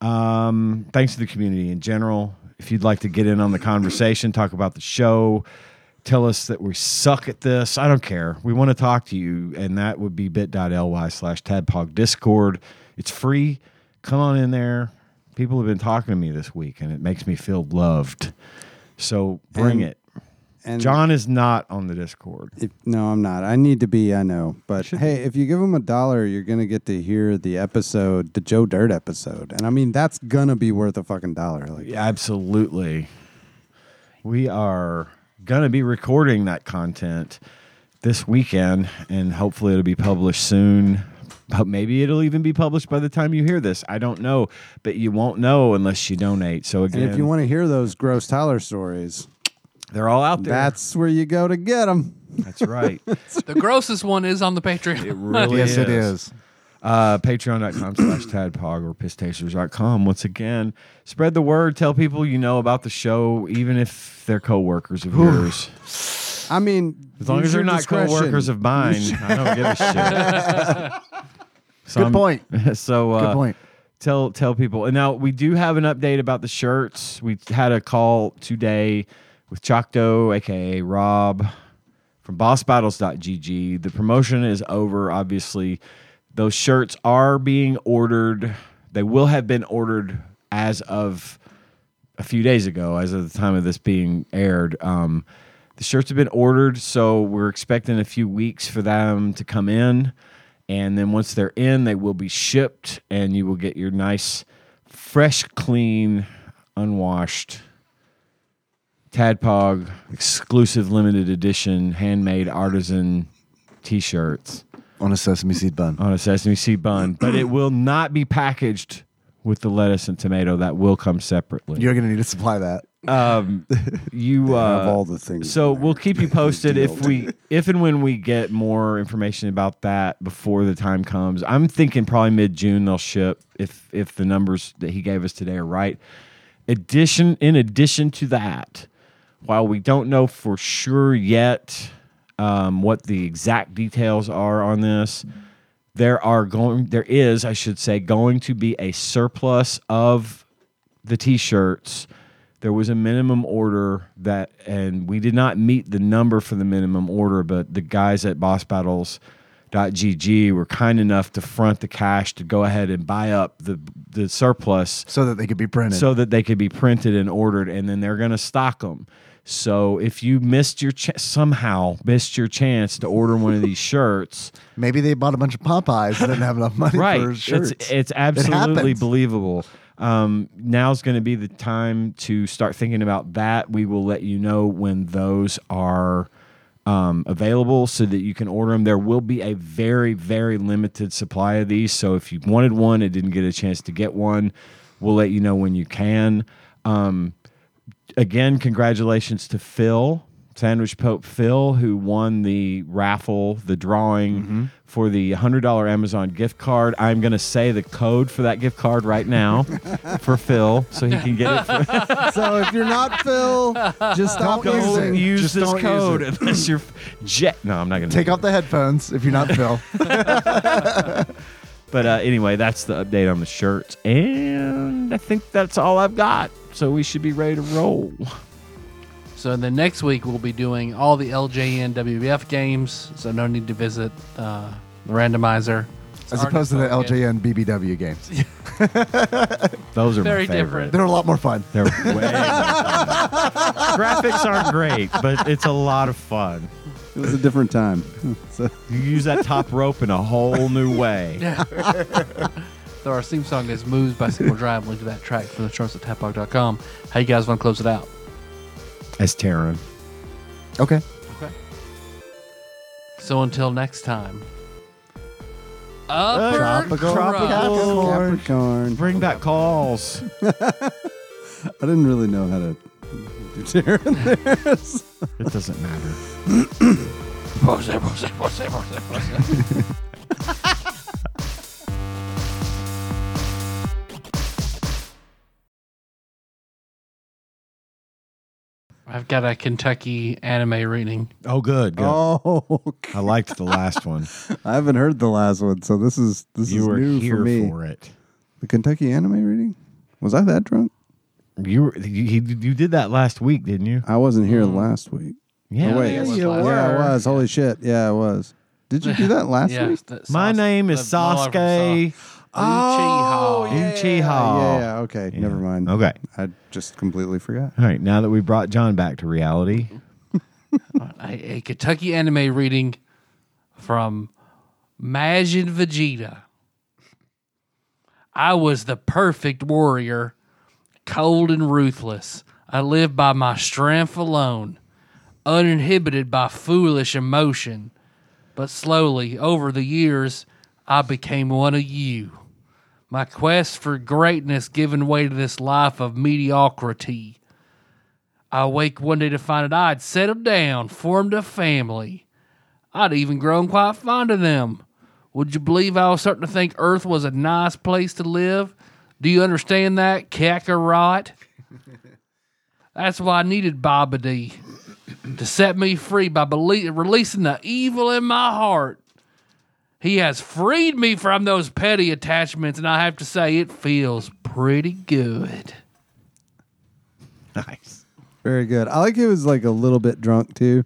Speaker 4: Um, thanks to the community in general. If you'd like to get in on the conversation, talk about the show, tell us that we suck at this. I don't care. We want to talk to you, and that would be bit.ly slash tadpog discord. It's free. Come on in there. People have been talking to me this week, and it makes me feel loved. So bring
Speaker 2: And-
Speaker 4: it.
Speaker 2: <laughs> And
Speaker 4: John is not on the Discord.
Speaker 2: If, no, I'm not. I need to be. I know, but hey, if you give them a dollar, you're gonna get to hear the episode, the Joe Dirt episode, and I mean that's gonna be worth a fucking dollar. Like,
Speaker 4: Absolutely. We are going to be recording that content this weekend, and hopefully it'll be published soon. But maybe it'll even be published by the time you hear this. I don't know, but you won't know unless you donate. So
Speaker 2: and
Speaker 4: again,
Speaker 2: if you want to hear those gross Tyler stories,
Speaker 4: they're all out there.
Speaker 2: that's where you go to get them.
Speaker 1: <laughs>
Speaker 4: That's right.
Speaker 1: The grossest one is on the Patreon.
Speaker 4: It really
Speaker 3: yes,
Speaker 4: is.
Speaker 3: it is.
Speaker 4: Uh, Patreon.com slash tadpog or pisstasters.com. Once again, spread the word. Tell people you know about the show, even if they're coworkers of yours.
Speaker 2: I mean,
Speaker 4: As long
Speaker 2: use
Speaker 4: as they're
Speaker 2: your
Speaker 4: not
Speaker 2: discretion.
Speaker 4: coworkers of mine, I don't give a shit.
Speaker 2: <laughs>
Speaker 3: Good
Speaker 4: I'm-
Speaker 3: point.
Speaker 4: <laughs> so uh,
Speaker 3: Good point.
Speaker 4: Tell tell people. And now we do have an update about the shirts. We had a call today with Chocto, aka Rob, from BossBattles.gg. The promotion is over. Obviously, those shirts are being ordered. They will have been ordered as of a few days ago, as of the time of this being aired. Um, the shirts have been ordered, so we're expecting a few weeks for them to come in. And then once they're in, they will be shipped, and you will get your nice, fresh, clean, unwashed Tadpog exclusive limited edition handmade artisan t shirts
Speaker 3: on a sesame seed bun.
Speaker 4: On a sesame seed bun, but it will not be packaged with the lettuce and tomato. That will come separately.
Speaker 3: You're going to need to supply that.
Speaker 4: Um, you uh,
Speaker 3: have all the things
Speaker 4: So we'll keep
Speaker 3: <laughs>
Speaker 4: you posted if
Speaker 3: deal.
Speaker 4: we, if and when we get more information about that before the time comes. I'm thinking probably mid June they'll ship if if the numbers that he gave us today are right. Addition in addition to that, while we don't know for sure yet um, what the exact details are on this, there are going there is I should say going to be a surplus of the t-shirts there was a minimum order that and we did not meet the number for the minimum order but the guys at boss battles were kind enough to front the cash to go ahead and buy up the the surplus
Speaker 3: so that they could be printed.
Speaker 4: so that they could be printed and ordered and then they're going to stock them so if you missed your ch- somehow missed your chance to order one of these shirts
Speaker 3: Maybe they bought a bunch of Popeyes and didn't have enough <laughs> money
Speaker 4: right.
Speaker 3: for shirts.
Speaker 4: It's, it's
Speaker 3: It
Speaker 4: absolutely
Speaker 3: happens.
Speaker 4: believable. Um, now's going to be the time to start thinking about that. We will let you know when those are um, available so that you can order them. There will be a very, very limited supply of these. So if you wanted one and didn't get a chance to get one, we'll let you know when you can. Um, again, congratulations to Phil, Sandwich Pope Phil, who won the raffle, the drawing
Speaker 2: Mm-hmm.
Speaker 4: for the $100 Amazon gift card. I'm going to say the code for that gift card right
Speaker 2: <laughs>
Speaker 4: now for Phil so he can <laughs> get it. For,
Speaker 2: so if you're not Phil, just stop
Speaker 4: don't
Speaker 2: using.
Speaker 4: use
Speaker 2: just
Speaker 4: this
Speaker 2: don't use
Speaker 4: code
Speaker 2: it.
Speaker 4: unless you're jet. No, I'm not going to
Speaker 3: Take off the headphones if you're not Phil.
Speaker 4: But uh, anyway, that's the update on the shirts. And I think that's all I've got. So we should be ready to roll.
Speaker 1: So then next week we'll be doing all the LJN WBF games. So no need to visit uh, the randomizer. It's
Speaker 3: As
Speaker 1: already
Speaker 3: opposed to the
Speaker 1: broken.
Speaker 3: LJN BBW games.
Speaker 4: <laughs> Those are
Speaker 1: Very
Speaker 4: my favorite.
Speaker 1: different.
Speaker 3: They're a lot more fun.
Speaker 4: They're way more fun. Graphics aren't great, but it's a lot of fun.
Speaker 2: It was a different time. <laughs> So-
Speaker 4: You use that top rope in a whole new
Speaker 1: <laughs>
Speaker 4: way.
Speaker 1: So our theme song is Moves by Single Drive. Link to that track from the charts at tapog.com. How you guys want to close it out?
Speaker 4: As Taryn.
Speaker 3: Okay.
Speaker 1: Okay. So until next time. Upper
Speaker 3: Tropical
Speaker 1: Crust.
Speaker 2: Capricorn.
Speaker 4: Bring back calls.
Speaker 2: <laughs> I didn't really know how to do Taryn there.
Speaker 4: It doesn't
Speaker 2: <laughs>
Speaker 4: matter.
Speaker 1: I've got a Kentucky anime reading.
Speaker 4: Oh, good. good.
Speaker 2: Oh,
Speaker 4: I liked the last one.
Speaker 2: I haven't heard the last one, so this is <laughs> this
Speaker 4: you
Speaker 2: is
Speaker 4: were
Speaker 2: new
Speaker 4: here
Speaker 2: for me.
Speaker 4: it.
Speaker 2: The Kentucky anime reading? Was I that drunk?
Speaker 4: You were, you, he- you did that last week, didn't you?
Speaker 2: I wasn't here last week.
Speaker 4: Yeah,
Speaker 2: Oh, wait.
Speaker 4: yeah,
Speaker 1: was
Speaker 4: you
Speaker 1: last
Speaker 4: were.
Speaker 2: Yeah, I was. Holy shit. Yeah, I was. Did you do that
Speaker 1: <laughs>
Speaker 2: last
Speaker 1: Yeah,
Speaker 2: week?
Speaker 1: it's the
Speaker 4: My
Speaker 2: <laughs>
Speaker 1: sauce-
Speaker 4: name is
Speaker 1: the model from
Speaker 4: Sasuke.
Speaker 1: Sauce. Uchiha.
Speaker 4: Uchiha.
Speaker 2: Oh, Yeah, yeah, okay.
Speaker 4: Yeah.
Speaker 2: Never mind.
Speaker 4: Okay.
Speaker 2: I just completely forgot.
Speaker 4: All right. Now that we brought John back to reality,
Speaker 1: a, a Kentucky anime reading from Majin Vegeta. I was the perfect warrior, cold and ruthless. I lived by my strength alone, uninhibited by foolish emotion. But slowly, over the years, I became one of you. My quest for greatness given way to this life of mediocrity. I wake one day to find that I'd settled down, formed a family. I'd even grown quite fond of them. Would you believe I was starting to think Earth was a nice place to live? Do you understand that, Kakarot? <laughs> That's why I needed Babadi to set me free by bele- releasing the evil in my heart. He has freed me from those petty attachments, and I have to say, it feels pretty good.
Speaker 4: Nice.
Speaker 2: <laughs> Very good. I like he was like a little bit drunk too.